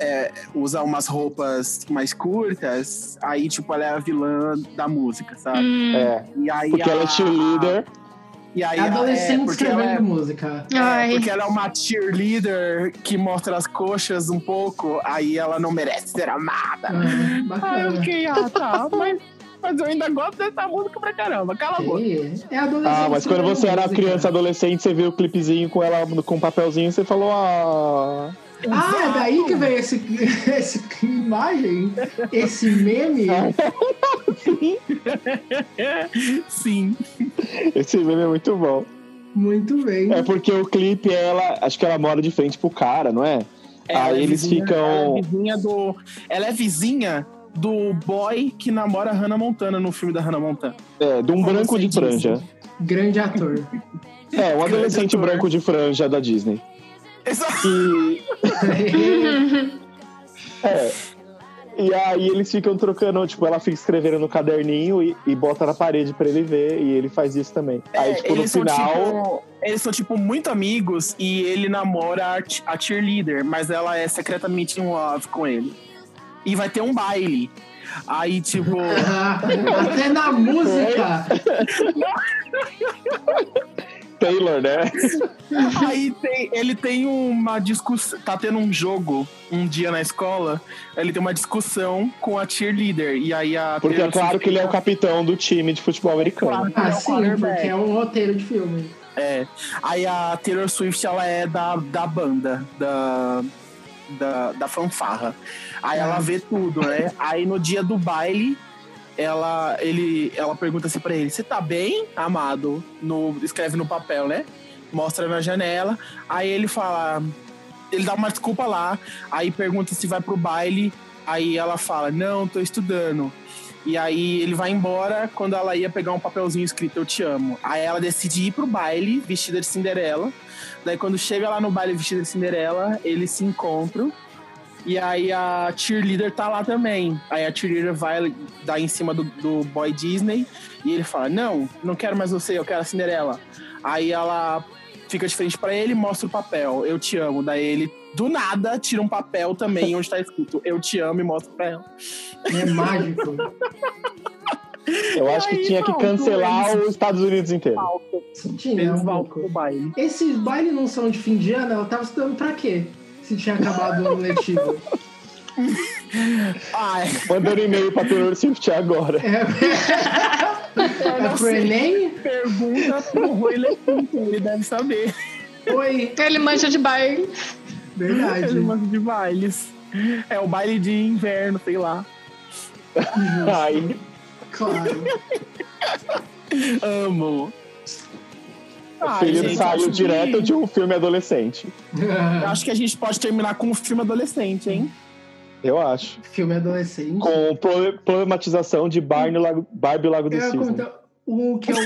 é, usa umas roupas mais curtas, aí, tipo, ela é a vilã da música, sabe? Hum. É. E aí Porque ela é a- cheerleader. E aí, Adolescente é, porque ela escrevendo é- música. é, Ai. porque ela é uma cheerleader que mostra as coxas um pouco, aí ela não merece ser amada. Ah, Aí eu bacana. fiquei, ah, tá, mas, mas eu ainda gosto dessa música pra caramba. Cala a boca. É, é adolescente. Ah, mas quando você era escrevendo criança, adolescente, você viu o clipezinho com ela no- com um papelzinho, você falou, ah. música. Ah, é daí que veio esse, essa imagem, esse meme. É. Sim. Esse meme é muito bom. Muito bem. É porque o clipe, ela. Acho que ela mora de frente pro cara, não é? Ela é Aí eles vizinha- Ela é, ficam. vizinha do, ela é vizinha do boy que namora a Hannah Montana no filme da Hannah Montana. É, de um Como branco você de disse. franja. Grande ator. É, um adolescente ator. branco de franja da Disney. Exato. E. É. E aí eles ficam trocando, tipo, ela fica escrevendo no caderninho e, e bota na parede pra ele ver, e ele faz isso também. aí, É, tipo, no eles são, final. tipo, eles são, tipo, muito amigos e ele namora a che- a cheerleader, mas ela é secretamente em love com ele. E vai ter um baile. Aí, tipo. Ah, Até na música. Taylor, né? Aí tem, ele tem uma discussão. Tá tendo um jogo um dia na escola. Ele tem uma discussão com a cheerleader. E aí a. Porque é claro que ele é tipo- o capitão do time de futebol americano. Claro. Ah, É o sim, quarterback. porque é um roteiro de filme. É. Aí a Taylor Swift, ela é da, da banda, da, da, da fanfarra. Aí ela vê tudo, né? Aí no dia do baile, ela, ele, ela pergunta assim pra ele: Você tá bem, amado? No, escreve no papel, né? Mostra na janela. Aí ele fala: Ele dá uma desculpa lá. Aí pergunta se vai pro baile. Aí ela fala: Não, tô estudando. E aí ele vai embora quando ela ia pegar um papelzinho escrito Eu te amo. Aí ela decide ir pro baile vestida de Cinderela. Daí quando chega lá no baile vestida de Cinderela, eles se encontram. E aí a cheerleader tá lá também. Aí a cheerleader vai dar em cima do, do boy Disney e ele fala: Não, não quero mais você, eu quero a Cinderela. Aí ela fica de frente pra ele e mostra o papel: Eu te amo. Daí ele, do nada, tira um papel também onde tá escrito Eu te amo e mostra pra ela. É mágico. Eu acho que Aí, tinha que não, cancelar eles- os Estados Unidos inteiro. Tinha Eles um vão pro pouco. baile. Esses bailes não são de fim de ano, ela tava estudando pra quê? Se tinha acabado o ano letivo. Ah, é. Mandando e-mail pra Taylor Swift agora. É, é pro Enem? Pergunta pro Rui Lefunto, ele deve saber. Oi, Então Ele manja de baile. verdade. Ele manda de bailes. É o baile de inverno, sei lá. Ai, Claro. Amo. o Ai, filho gente, saiu acho direto que- de um filme adolescente. Acho que a gente pode terminar com um filme adolescente, hein? Eu acho. Filme adolescente. Com pro- problematização de Barney Lago, Barbie Lago do Eu ia Cisne. contar É, um que eu,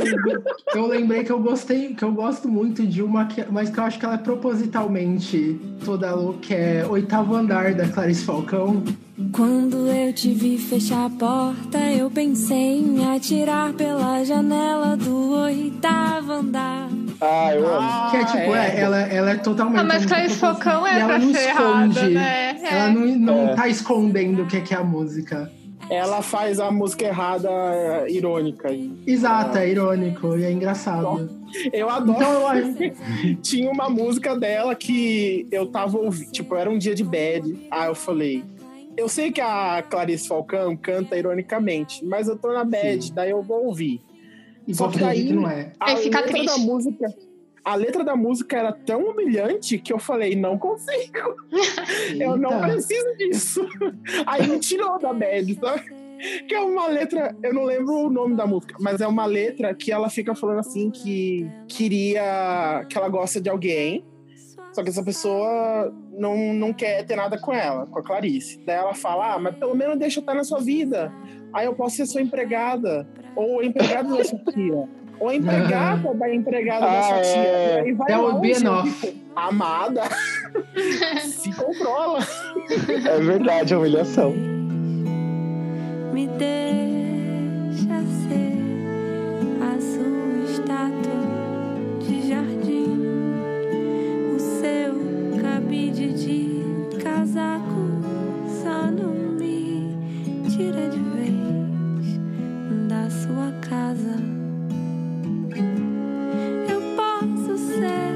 que eu lembrei que eu gostei, que eu gosto muito de uma, que- mas que eu acho que ela é propositalmente toda louca, que é Oitavo Andar, da Clarice Falcão. Quando eu te vi fechar a porta, eu pensei em atirar pela janela do oitavo andar. Ah, eu amo. Que é tipo, é, ela, ela é totalmente. Ah, mas muito Clarice proposital. Falcão é E ela pra não ser errada, esconde. né? É. Ela não, não É. tá escondendo o que é, que é a música. Ela faz a música errada é, irônica. Exato, é irônico e é engraçado. Eu adoro. eu acho que Tinha uma música dela que eu tava ouvindo. Tipo, era um dia de bad. Aí eu falei. Eu sei que a Clarice Falcão canta ironicamente, mas eu tô na bad, daí eu vou ouvir. E Só vou que fingir daí- que não é. A Aí fica letra triste. da música. A letra da música era tão humilhante que eu falei, não consigo, eu não Eita. preciso disso. Aí me tirou da bad, sabe? Que é uma letra, eu não lembro o nome da música, mas é uma letra que ela fica falando assim que queria que ela gosta de alguém, só que essa pessoa não, não quer ter nada com ela, com a Clarice. Daí ela fala, ah, mas pelo menos deixa eu estar na sua vida. Aí eu posso ser sua empregada, ou empregado da sua tia. ou a empregada Aham. da empregada Ah, da sua tia. é. E aí vai É o longe, Bienoff. tipo, amada. Se controla. É verdade, é humilhação. Me deixa ser a sua estátua de jardim, o seu cabide de casaco. Só não me tira de vez da sua casa. Eu posso ser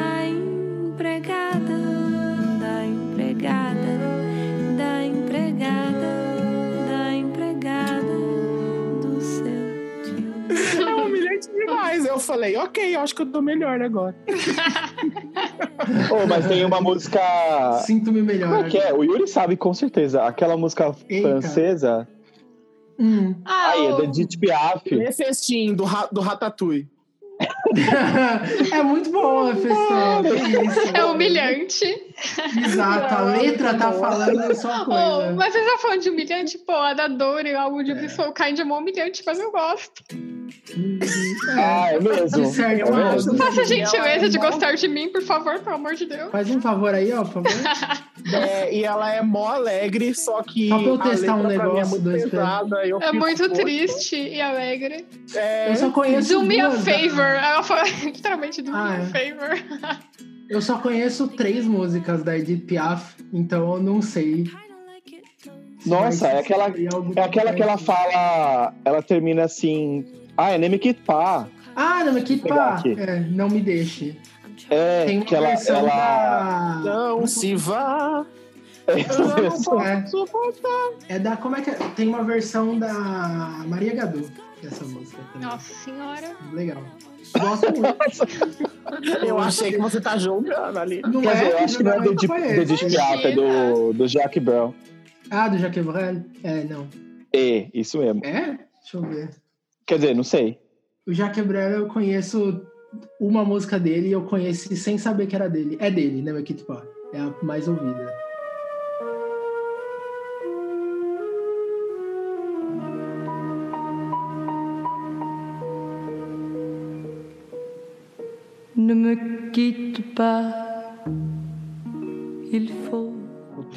a empregada da empregada da empregada da empregada do seu. É humilhante demais. Eu falei, ok, eu acho que eu tô melhor agora. Ô, mas tem uma música. Sinto-me melhor. Ah. Como é que é? O Yuri sabe com certeza. Aquela música Eita. francesa. Hum. Ah, Aí, é da Edith Piaf. é Festim do, ra- do Ratatouille. é muito boa, Ah, pessoal. É humilhante. Exato, a letra tá falando só coisa. Oh, mas vocês já falando de humilhante, pô, a da Dory, o álbum de é. Soul Kind é mó humilhante, mas eu gosto. Ah, é mesmo. De certo, tá- É mas- mesmo. Faça a gentileza de mó- gostar de mim, por favor, pelo amor de Deus. Faz um favor aí, ó, por favor. É, e ela é mó alegre, só que. Só pra eu a testar um letra pra mim negócio, é muito dois pesada. Eu É fico, muito né? "Poxa, triste e alegre. É, Eu só conheço do me a duas da- favor. Ela fala literalmente do Ah, me a é. favor. Eu só conheço três músicas da Edith Piaf, então eu não sei. Nossa, é aquela, é aquela que ela fala. Ela termina assim. Ah, é Nemikipa. Ah, não, mas que Pegar pá! aqui. É, não me deixe. É, Tem uma que ela. versão ela... da... Não se vá. Essa versão. É. suportar. tá? É da. Como é que é? Tem uma versão da Maria Gadu dessa música também. Nossa senhora. Legal. Gosto muito. Eu achei que você tá jogando ali. Não Quer dizer, eu é? acho que não é do eu Edith conheço. do Edith Piaf, é do, do Jack Brown. Ah, do Jacques Brel? É, não. É, isso mesmo. É? Deixa eu ver. Quer dizer, não sei. O Jacques Brel eu conheço uma música dele e eu conheci sem saber que era dele. É dele, né, meu Kid Pá? É a mais ouvida. Ne me quitte pas, il faut.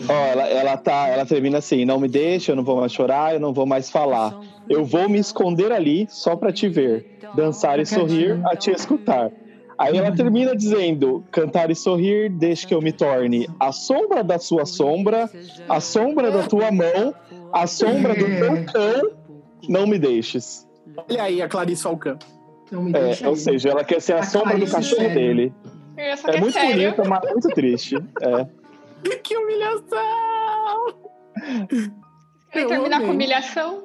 Ó, ela, ela, tá, ela termina assim: não me deixa, eu não vou mais chorar, eu não vou mais falar. Eu vou me esconder ali só pra te ver, dançar e sorrir, a te escutar. Aí ela termina dizendo: cantar e sorrir, deixe que eu me torne a sombra da sua sombra, a sombra da tua mão, a sombra do É. teu cão, não me deixes. Olha aí a Clarice Falcão. Não Então, me deixa É, ou aí. seja, ela quer ser a A sombra do Clarice cachorro Lispector. dele. Eu só É que é muito sério. bonita, mas muito triste. É. Que humilhação! Quer Eu terminar com amei. humilhação?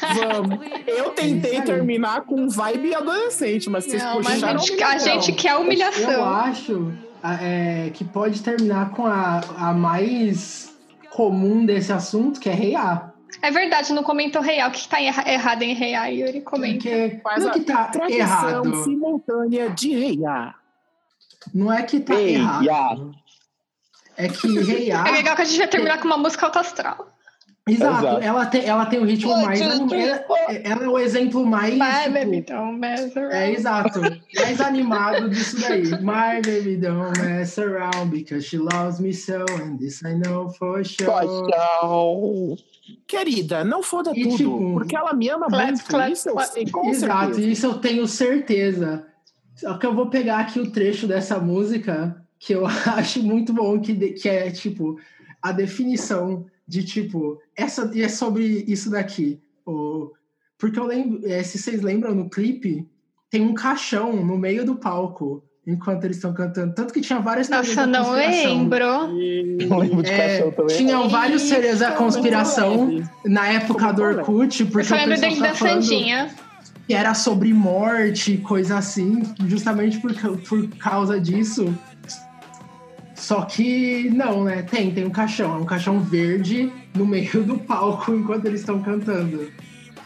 Vamos. Eu tentei terminar com vibe adolescente, mas vocês Não, mas puxaram a gente, a gente quer Eu humilhação. acho a- é, que pode terminar com a, a mais comum desse assunto, que é rei A. É verdade, não comentou real. O que tá em erra- errado em real? Yuri comenta. Porque Faz não é a que tá tradução errado. simultânea de reiar. Não é que tá Ei, errado. ya. É que rei A. É legal que a gente vai terminar com uma música autoastral. Exato, Exato. Ela, tem, ela tem o ritmo mais. Ela, ela é o exemplo mais. Vai, tipo, então, baby, don't mess É, around. exato. Mais animado disso daí. My baby don't mess around because she loves me so and this I know for sure. Tchau. Querida, não foda E, tudo, tipo, porque ela me ama clap, muito. clap, isso eu clap. sei com Exato, certeza. isso eu tenho certeza. Só que eu vou pegar aqui o trecho dessa música que eu acho muito bom, que, de- que é tipo a definição de tipo, essa e é sobre isso daqui. O- porque eu lembro, eh, se vocês lembram no clipe, tem um caixão no meio do palco enquanto eles estão cantando. Tanto que tinha várias teorias Nossa, eu da não conspiração. lembro. Não lembro de É, cachorro também. tinham vários teorias da Isso, conspiração muito é leve. na época do Orkut, Eu porque só o lembro pessoal dele tá falando dançandinha. que era sobre morte, coisa assim, justamente por, ca- por causa disso. Só que não, né? Tem, tem um caixão, é um caixão verde no meio do palco enquanto eles estão cantando.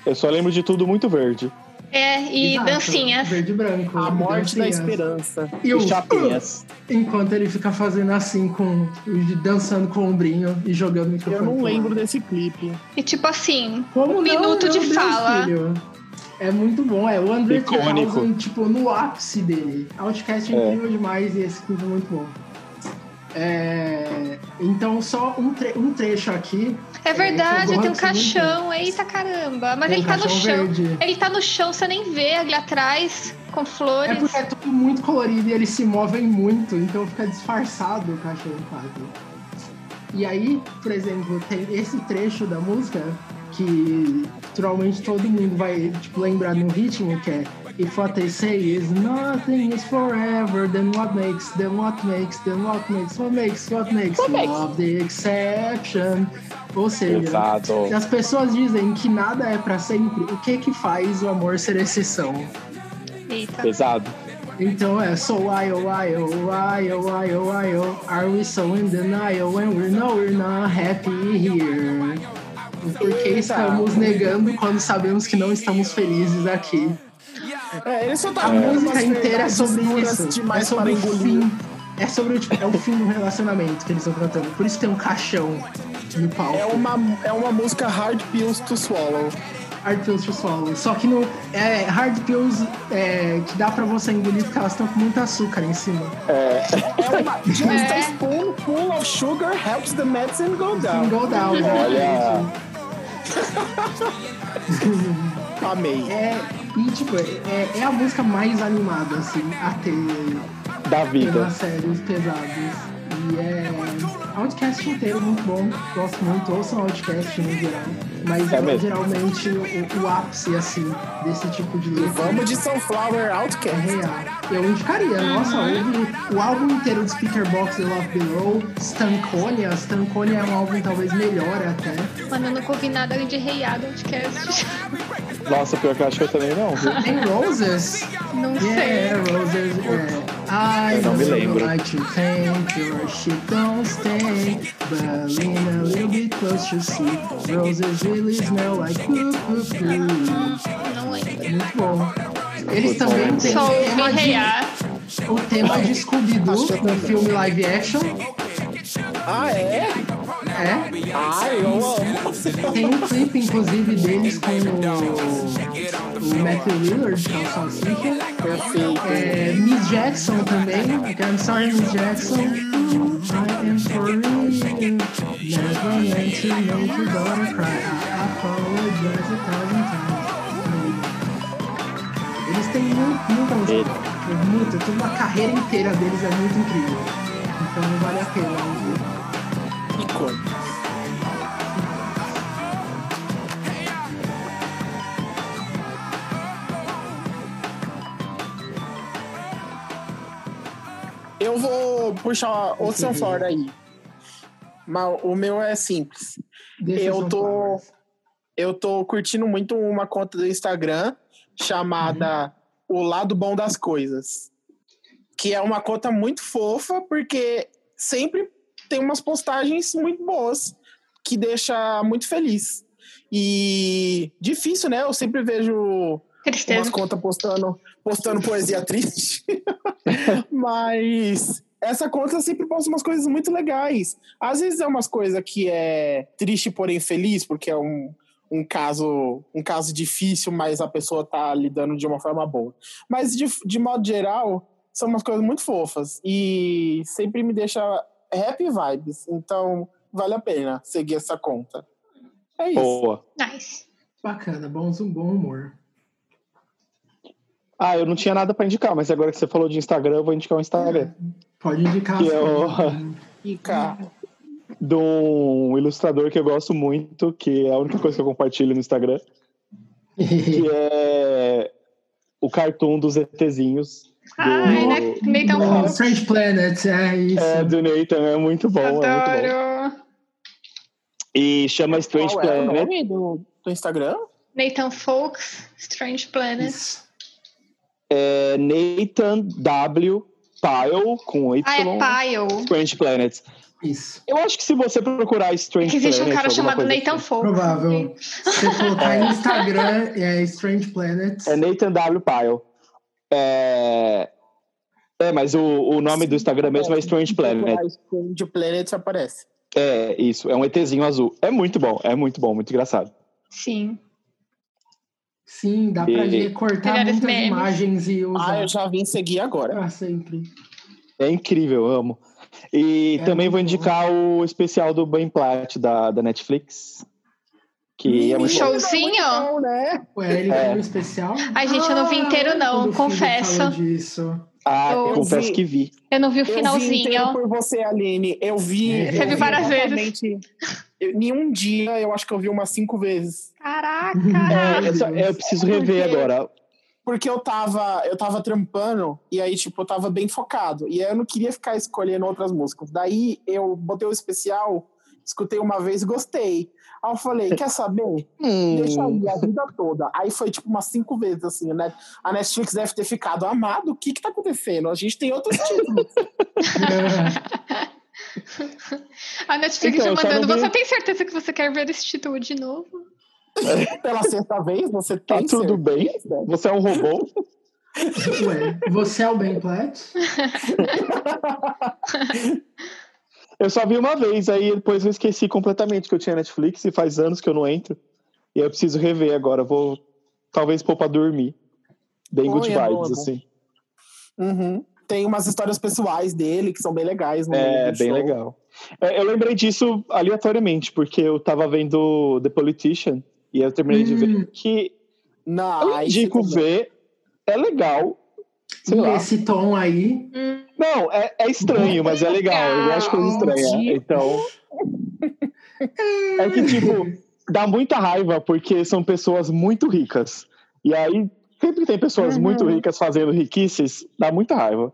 Eu só lembro de tudo muito verde. É, e Exato, dancinhas. Verde e branco. A morte da dancinhas. esperança. E o chapinhas. enquanto ele fica fazendo assim com dançando com o ombrinho e jogando o microfone. Eu não pro lembro lado. desse clipe. É, E tipo assim, Como um não, minuto meu de Deus, fala. filho? É muito bom, é. O André Icônico. tipo, no ápice dele. Outcast é É. incrível demais e esse clipe é muito bom. É, então, só um, tre- um trecho aqui. É verdade, eu tem um gosto caixão, eita caramba. Mas Tem ele um tá no caixão chão. verde. Ele tá no chão, você nem vê ali atrás, com É flores. porque é tudo muito colorido e eles se movem muito, então fica disfarçado o cachorro quase. E aí, por exemplo, tem esse trecho da música que naturalmente todo mundo vai tipo, lembrar no ritmo, que é If what they say is nothing is forever, then what makes, then what makes, then what makes, what makes, what makes, What makes? love the exception. Ou seja, Exato. se as pessoas dizem que nada é pra sempre, o que que faz o amor ser exceção? Eita. Pesado. Então é so why oh why oh why oh why oh why oh are we so in denial when we know we're not happy here? Porque estamos negando quando sabemos que não estamos felizes aqui. É, ele só tá A com umas música inteira é verdades sobre duras isso. Demais é sobre para o engolir. fim. É sobre o, tipo, é o fim do relacionamento que eles estão cantando. Por isso tem um caixão no palco. É uma, é uma música Hard Pills to Swallow. Hard Pills to Swallow. Só que no, é Hard Pills é, que dá pra você engolir porque elas estão com muito açúcar em cima. É uma just a spoonful of sugar helps the medicine go down. Go down. Ah. Olha. Amei. É, e tipo, é, é a música mais animada, assim, a ter Da vida. temas sérios, pesados. E é. Outcast inteiro, muito bom. Gosto muito, ouçam Outcast no geral. Mas É eu, mesmo. geralmente o, o ápice, assim, desse tipo de letra. Vamos de Sunflower É Outcast. real. Eu indicaria, nossa, ouve o álbum inteiro de Speakerbox The Love Below, Stanconia. Stanconia é um álbum talvez melhor até. Mano, eu nunca ouvi nada de reiado podcast. Nossa, pior que eu acho que eu também não. viu? Tem Roses? Não Yeah, sei. Roses, yeah. I Eu não me would lembro. Like to thank your shit don't stay, but lean a little bit close to see. Roses really smell like poo poo poo. Não lembro. Muito bom. Eles também têm o Só ouvi tema reiar. de, o tema de Scooby-Doo no filme live action. é Ah, é? É. Ai, eu amo. Tem um clipe, inclusive, deles com o, o Matthew Lillard, que é o Salsicha. É, Miss Jackson também. I'm sorry, Miss Jackson. I am for real. Never meant to make your daughter cry. I apologize a thousand times. Eles têm muito, muita música. Muita, toda uma carreira inteira deles é muito incrível. Então vale a pena. né? Eu vou puxar o Sunflower aí. Mas o meu é simples. Deixa eu os tô eu tô curtindo muito uma conta do Instagram chamada O Lado Bom das Coisas, que é uma conta muito fofa porque sempre tem umas postagens muito boas que deixa muito feliz. E difícil, né? Eu sempre vejo umas Tristeza. contas postando, postando poesia triste. Mas essa conta sempre posta umas coisas muito legais. Às vezes é umas coisas que é triste, porém feliz, porque é um, um caso um caso difícil, mas a pessoa tá lidando de uma forma boa. Mas de, de modo geral, são umas coisas muito fofas e sempre me deixa happy vibes. Então, vale a pena seguir essa conta. É isso. Boa. Nice. Bacana, bons, um bom humor. Ah, eu não tinha nada pra indicar, mas agora que você falou de Instagram, eu vou indicar o Instagram. Pode indicar. Que é as- o E, cara, de um ilustrador que eu gosto muito, que é a única coisa que eu compartilho no Instagram, que é o cartoon dos ETzinhos. Ai, né? Meio tão Bom, fofo. Strange Planet, é isso. É, do Nathan, é muito bom, é muito bom. Adoro. E chama Strange qual é o Planet. nome do, do Instagram? Nathan Folks, Strange Planet. É Nathan W. Pyle, com Y. Ah, é Pyle. Strange Planet. Isso. Eu acho que se você procurar É Strange que existe um Planet, cara alguma chamado coisa assim. Nathan Folks. Provável. Se você colocar no Instagram, é Strange Planet. É Nathan W. Pyle. É, é mas o, o nome do Instagram mesmo é Strange Planet. De Tipo, Planet aparece. É, isso. É um ETzinho azul. É muito bom, é muito bom, muito engraçado. Sim. Sim, dá pra E- recortar Melhores muitas memes. imagens e usar Ah, eu já vim seguir agora. pra sempre. É incrível, eu amo. E É também vou muito indicar o especial do Ben Platt da, da Netflix. Que é Um muito bom. showzinho? Não, né? Ué, ele É. ganhou um especial? Ai, gente, eu não vi inteiro, não, quando o Phoebe confesso. falou disso. Ah, Eu confesso vi. que vi. então Eu não vi o Eu vi inteiro finalzinho. por você, Aline. Eu Uhum. vi. Você eu viu vi várias novamente. Eu, em um dia, eu acho que eu vi umas cinco vezes. Caraca! É, eu, só- eu preciso rever Porque- agora. Porque eu tava, eu tava trampando e aí, tipo, eu tava bem focado. E aí eu não queria ficar escolhendo outras músicas. Daí eu botei o especial, escutei uma vez e gostei. Aí eu falei, quer saber? Hum. Deixa aí a vida toda. Aí foi tipo umas cinco vezes assim, né? A Netflix deve ter ficado amado. O que que tá acontecendo? A gente tem outros títulos. A Netflix Então, já eu só não mandando. vi- Você tem certeza que você quer ver esse título de novo? né? Pela sexta vez, você Tá tem tudo bem? certeza? Você é um robô? Ué, você é o Ben Platt? Eu só vi uma vez, aí depois eu esqueci completamente que eu tinha Netflix e faz anos que eu não entro. E eu preciso rever agora. Vou talvez pôr pra dormir. Bem Põe, good é bom, vibes, é bom. assim. Uhum. Tem umas histórias pessoais dele que são bem legais. né? no meio É, do bem show. legal. É, eu lembrei disso aleatoriamente, porque eu tava vendo The Politician e eu terminei de Hum. ver que Não, eu aí indico você- ver, é legal. Sei e lá. esse tom aí. Hum, Não, é, é estranho, mas é legal. Eu gosto de coisa Um estranha. Então. É que, tipo, dá muita raiva porque são pessoas muito ricas. E aí, sempre que tem pessoas muito Uhum. ricas fazendo riquices, dá muita raiva.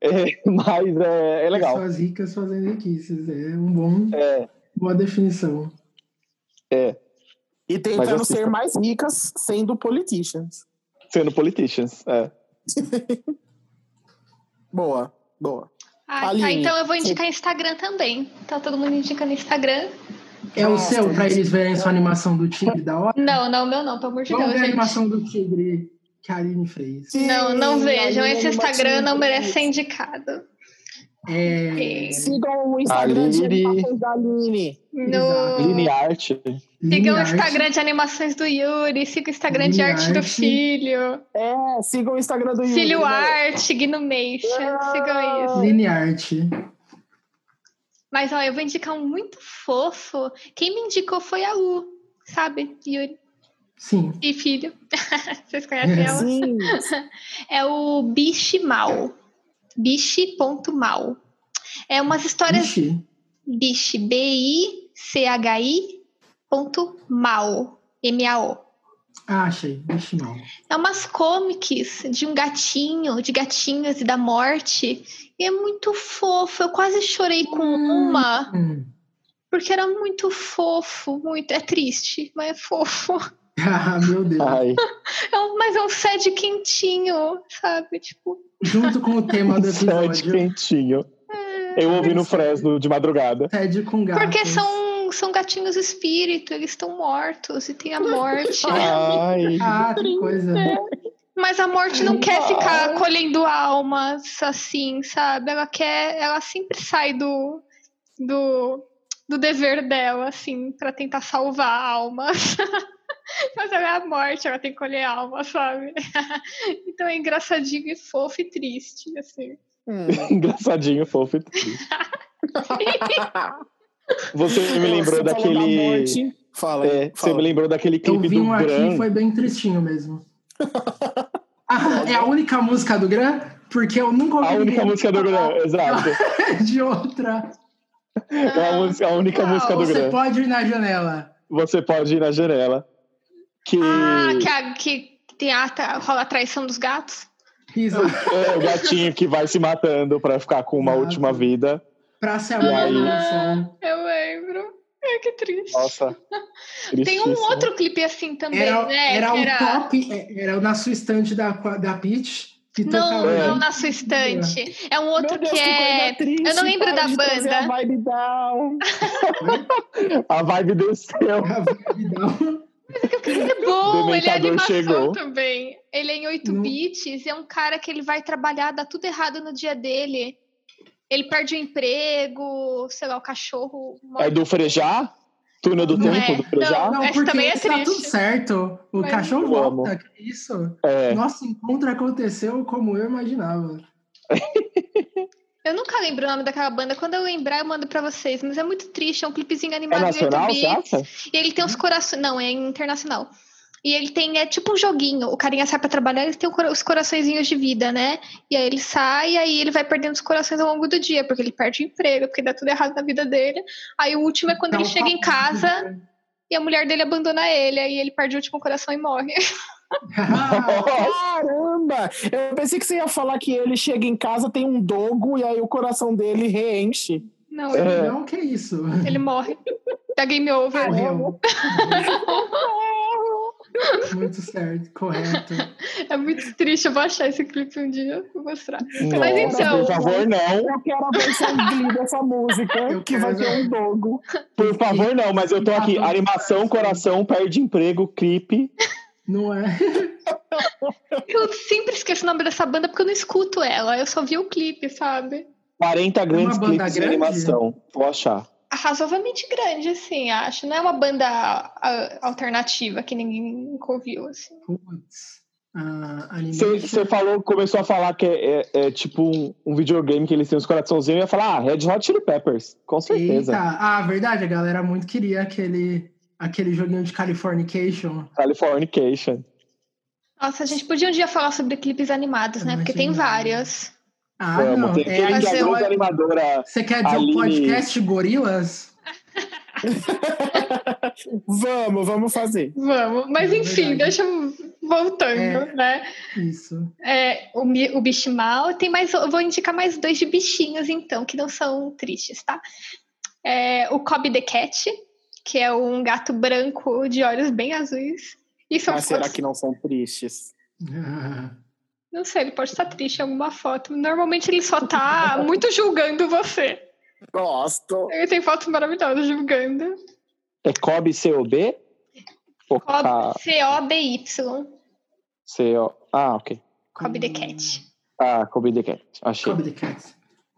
É, mas é, é legal. Pessoas ricas fazendo riquices. É um bom, É, boa definição. E Mas tentando assista. ser mais ricas sendo politicians. sendo politicians. É. Boa, boa. Ah, tá, Aline, então eu vou indicar Instagram também. Tá todo mundo indicando Instagram. É o seu, pra eles verem sua animação do tigre da hora? Não, não, meu não, pelo amor de Vamos Deus, ver a gente. animação do tigre que a Aline fez. Não, não Sim, vejam. Aline Esse Instagram não Matinho. merece ser indicado. É, Sigam o Instagram de Aline. animações da Aline. No... Uhum. Line Art. Sigam o Line Instagram de animações do Yuri, siga o Instagram de Linear arte do Arte. filho, É, sigam o Instagram do Yuri. filho né? arte, Gnomation, sigam isso. Art. Line Art. Mas ó, eu vou indicar um muito fofo. Quem me indicou foi a U, sabe? Yuri Sim. e filho. Vocês conhecem ela? Sim. É o Biche Mal. Biche.mal. É umas histórias Ixi, Biche, B-I-C-H-I ponto mal, M-A-O. ah, achei. Ixi, não. É umas comics de um gatinho, de gatinhos e da morte. E é muito fofo. Eu quase chorei com uma, Hum. porque era muito fofo, muito. É triste, mas é fofo. Ah, meu Deus. Ai, É um- mas é um sad quentinho, sabe? Tipo, Junto com o tema do sede episódio, é quentinho. Eu ouvi é no Fresno de madrugada. Ted com gato. porque são, são gatinhos espírito, eles estão mortos e tem a morte. Ai, Ah, que coisa. Mas a morte não quer ficar colhendo almas assim, sabe? Ela quer, ela sempre sai do do, do dever dela assim para tentar salvar almas. Mas ela é a morte, ela tem que colher almas, sabe? então é engraçadinho e fofo e triste, assim. Hum. engraçadinho, fofo. e triste. Você me lembrou Você falou da daquele. morte. Fala, É, você fala. me lembrou daquele Eu clipe vi do um aqui Gran. e foi bem tristinho mesmo. Ah, é a única música do Gran? Porque eu nunca ouvi A única ninguém música do Gran, exato. de outra. É a, música- a única Não, música do Você Gran. pode ir na janela. Você pode ir na janela. Que. Ah, que, a, que tem a, tá, rola a traição dos gatos? Isso. É o gatinho que vai se matando pra ficar com uma Exato. última vida. Pra se E amar aí? no som. Eu lembro. Ai, que triste. Nossa. né? tem um tristíssimo. outro clipe assim também, Era, né? era que o top, é, era o na sua estante da, da Peach. Que Não, tocava. não na sua estante. É um outro Meu Deus, que é. coisa triste, eu não lembro para da de trazer banda. A vibe down. A vibe desceu. Não. Ele é bom, ele é Dementador animação chegou. também. Ele é em 8 Não. Hum. bits e é um cara que ele vai trabalhar, dá tudo errado no dia dele. Ele perde o emprego, sei lá, o cachorro. É morre. do Frejá? Túnel do Não Tempo, é. do Frejá. Não, Não, Essa porque também é isso tá triste. tudo certo. O Mas- cachorro Eu volta, amo. que isso? É. Nosso encontro aconteceu como eu imaginava. É Eu nunca lembro o nome daquela banda. Quando eu lembrar, eu mando pra vocês. Mas é muito triste. É um clipezinho É animado em 8 nacional, você bits. acha? E ele Uhum. tem uns corações. Não, é internacional. E ele tem, é tipo um joguinho. O carinha sai pra trabalhar, ele tem o cora- os coraçõezinhos de vida, né? E aí ele sai, e aí ele vai perdendo os corações ao longo do dia, porque ele perde o emprego, porque dá tudo errado na vida dele. Aí o último é quando Dá ele um chega em tá. papo de casa e a mulher dele abandona ele, aí ele perde o último coração e morre. Ah, Caramba! Eu pensei que você ia falar que ele chega em casa, tem um dogo e aí o coração dele reenche. Não, ele, É. Não, que isso? ele morre. Dá game over. Correu. Muito certo, correto. É muito triste, eu vou achar esse clipe um dia, vou mostrar. Mas Nossa, então, por favor, não. Eu quero a versão glee dessa música, Eu que vai quero. ter um dogo. Por favor, não, mas eu tô aqui. Tá bom. Animação, coração, perde emprego, clipe. Não é? eu sempre esqueço o nome dessa banda porque eu não escuto ela, eu só vi o clipe, sabe? 40 grandes banda clipes de grande? animação. Vou achar. Razoavelmente grande, assim, acho. Não é uma banda ah, alternativa que ninguém nunca ouviu, assim. Putz. Ah, animation. Você falou, começou a falar que é, é- é tipo um, um videogame que eles têm os coraçãozinhos. Eu ia falar, ah, Red Hot Chili Peppers. Com certeza. Eita. Ah, verdade, a galera muito queria aquele, aquele joguinho de Californication. Californication. Nossa, a gente podia um dia falar sobre clipes É animados, né? Porque tem Imagina. vários. Ah, Vamos. não. Tem É, aquele que mas a eu- grande você, animadora. você quer dizer Aline- o podcast Gorilas? Vamos, vamos fazer. Vamos, mas É enfim, verdade. deixa eu voltando, É. né? Isso. É, o, mi- o bicho mal. Tem mais, eu vou indicar mais dois de bichinhos, então, que não são tristes, tá? É, o Cobb the Cat, que é um gato branco de olhos bem azuis. E são Mas Ah, será fotos- que não são tristes? Ah, Não sei, ele pode estar triste em alguma foto. Normalmente ele só tá muito julgando você. Gosto. Ele tem fotos maravilhosas julgando. É Cobb C-O-B? Ou K- Cobb- C-O-B-Y. C-O... Ah, ok. Cobb the Cat. Ah, Cobb the Cat. Achei. Cobb the Cat.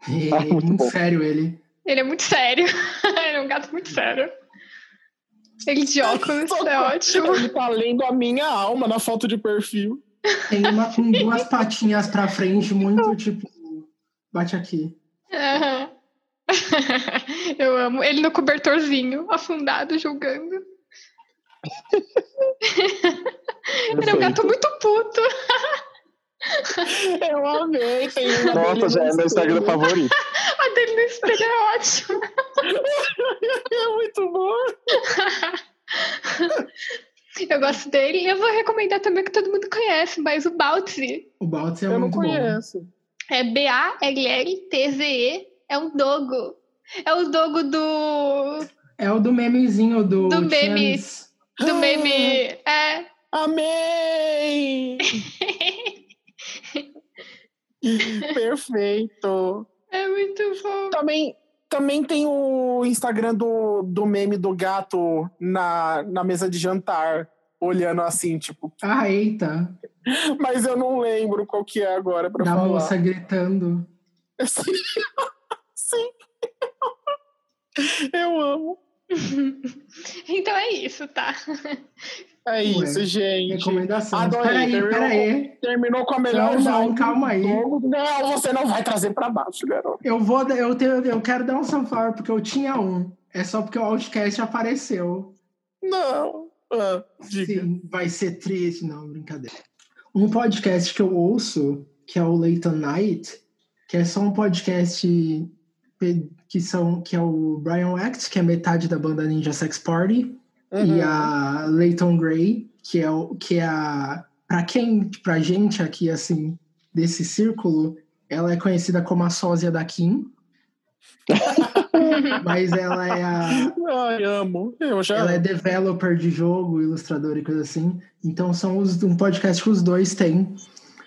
E, Ah, muito É, muito bom. sério ele. Ele é muito sério. ele é um gato muito sério. Ele de óculos, é ótimo. Ele tá lendo a minha alma na foto de perfil. Tem uma com duas patinhas pra frente, muito tipo. Bate aqui. Aham. Eu amo. Ele no cobertorzinho, afundado, julgando. Ele é um gato muito puto. Eu amei. Tem uma Nossa, dele já é no meu Instagram espelho. favorito. A dele no espelho é ótima. É muito bom. Eu gosto dele. E Eu vou recomendar também que todo mundo conhece, mas o Baltzy. O Baltz é Eu não muito bom. conheço. É B-A-L-L-T-Z-E. É um dogo. É o dogo do, É o do memezinho do. Do meme. Chaves. do meme. É. Amei! Perfeito. É muito bom. Também, também tem o Instagram do, do meme do gato na, na mesa de jantar, olhando assim, tipo. Ah, eita. Mas eu não lembro qual que é agora pra da falar. moça gritando. Sim. Sim. Eu amo. Então é isso, tá? É isso, né? gente. Recomendação. Adorei, Peraí, terminou. peraí. Terminou com a melhor Não, não, vibe calma do aí. jogo. Não, você não vai trazer pra baixo, garoto. Eu vou. dar- Eu, tenho, eu quero dar um sunflower porque eu tinha um. É só porque o Outcast apareceu. Não. Ah, diga. Sim, vai ser triste. Não, brincadeira. Um podcast que eu ouço, que é o Late on Night, que é só um podcast pe- que, são, que é o Brian Act, que é metade da banda Ninja Sex Party. Uhum. e a Leighton Gray, que é o que é a para quem, pra gente aqui assim, desse círculo, ela é conhecida como a sósia da Kim. Mas ela é a, Ai, amo. Eu já. ela é developer de jogo, ilustradora e coisa assim. Então são os- um podcast que os dois têm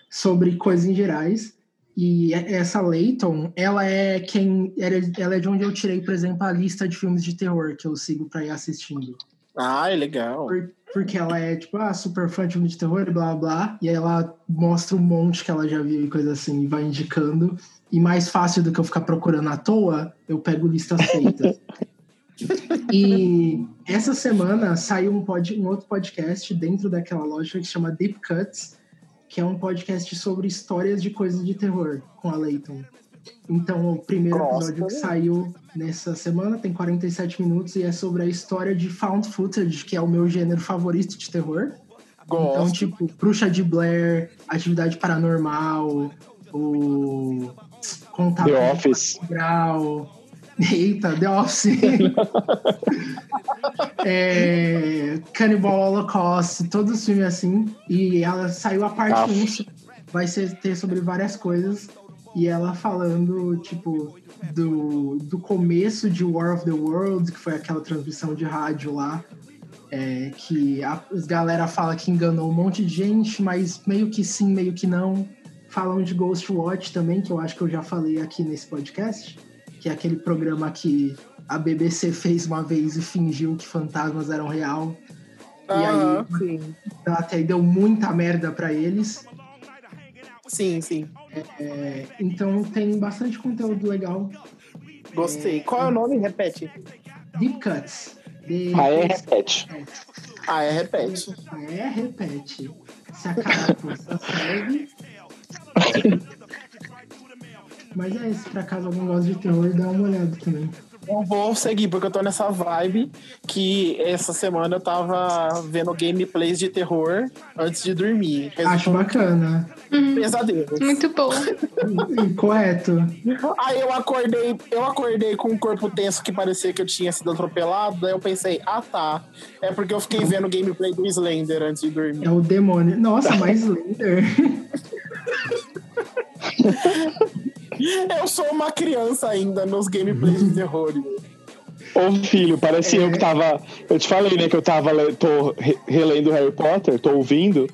sobre coisas em gerais. E e- essa Leighton, ela é quem era- ela é de onde eu tirei, por exemplo, a lista de filmes de terror que eu sigo para ir assistindo. Ai, legal. Por- porque ela é, tipo, ah, super fã de filme de terror e blá blá blá. E aí ela mostra um monte que ela já viu e coisa assim, e vai indicando. E mais fácil do que eu ficar procurando à toa, eu pego listas feitas. e Essa semana saiu um, pod, um outro podcast dentro daquela lógica que chama Deep Cuts, que é um podcast sobre histórias de coisas de terror com a Leighton. Então, o primeiro episódio que saiu nessa semana tem 47 minutos e é sobre a história de found footage, que é o meu gênero favorito de terror. Então, tipo, bruxa de Blair, atividade paranormal, o contato The Office. grau. Eita, The Office. é, Cannibal Holocaust, todos os filmes assim. E ela saiu a parte Aff. 1, vai ser, ter sobre várias coisas. E ela falando, tipo, do, do começo de War of the Worlds, que foi aquela transmissão de rádio lá. é, que a as galera fala que enganou um monte de gente, mas meio que sim, meio que não. Falam de Ghostwatch também, que eu acho que eu já falei aqui nesse podcast, que é aquele programa que a BBC fez uma vez e fingiu que fantasmas eram real. E aí, Aham, sim. então, até aí deu muita merda pra eles. Sim, sim. então tem bastante conteúdo legal. Gostei. Qual é o nome? Repete. Deep Cuts. De- Ah, é, repete. Ah, é, repete. Ah, é, repete. Se a carapuça segue. Mas é isso, pra caso algum gosta de terror, dá uma olhada também. Eu vou seguir, porque eu tô nessa vibe que essa semana eu tava vendo gameplays de terror antes de dormir. Acho bacana. Pesadelo. Muito bom. Correto. Aí eu acordei, eu acordei com um corpo tenso que parecia que eu tinha sido atropelado. Daí eu pensei, ah tá. É porque eu fiquei vendo gameplay do Slender antes de dormir. É o demônio. Nossa, mais Slender. Eu sou uma criança ainda nos gameplays de terror. Ô filho, parece eu que tava. Eu te falei, né, que eu tava le- tô re- relendo Harry Potter, tô ouvindo,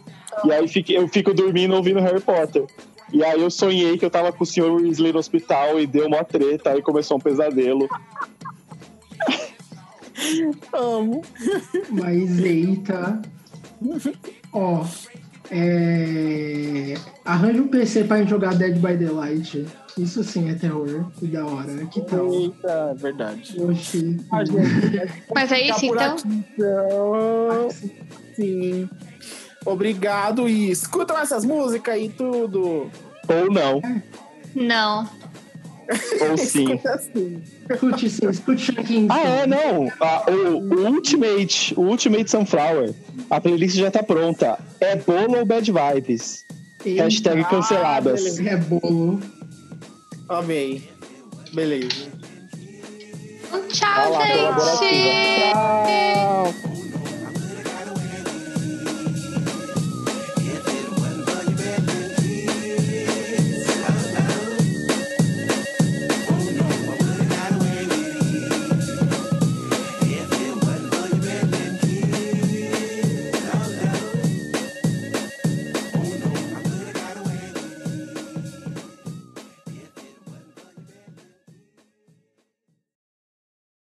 e aí fiquei- eu fico dormindo ouvindo Harry Potter. E aí eu sonhei que eu tava com o senhor Weasley no hospital e deu uma treta, aí começou um pesadelo. Amo. Mas eita. Ó. É... Arranja um PC pra gente jogar Dead by Daylight. Isso sim é terror. Que da hora. Que tal? Eita, é verdade. Oxi. Mas é isso, então? então. Sim. Obrigado e escutam essas músicas e tudo. Ou não. Não. Ou sim. Escuta assim. sim. Escute sim, escute Shaquinho. Ah, é, não. Ah, o, o Ultimate, o Ultimate Sunflower. A playlist já tá pronta. É bolo ou bad vibes? Hashtag canceladas. É bolo. Amei. Beleza. Tchau, gente!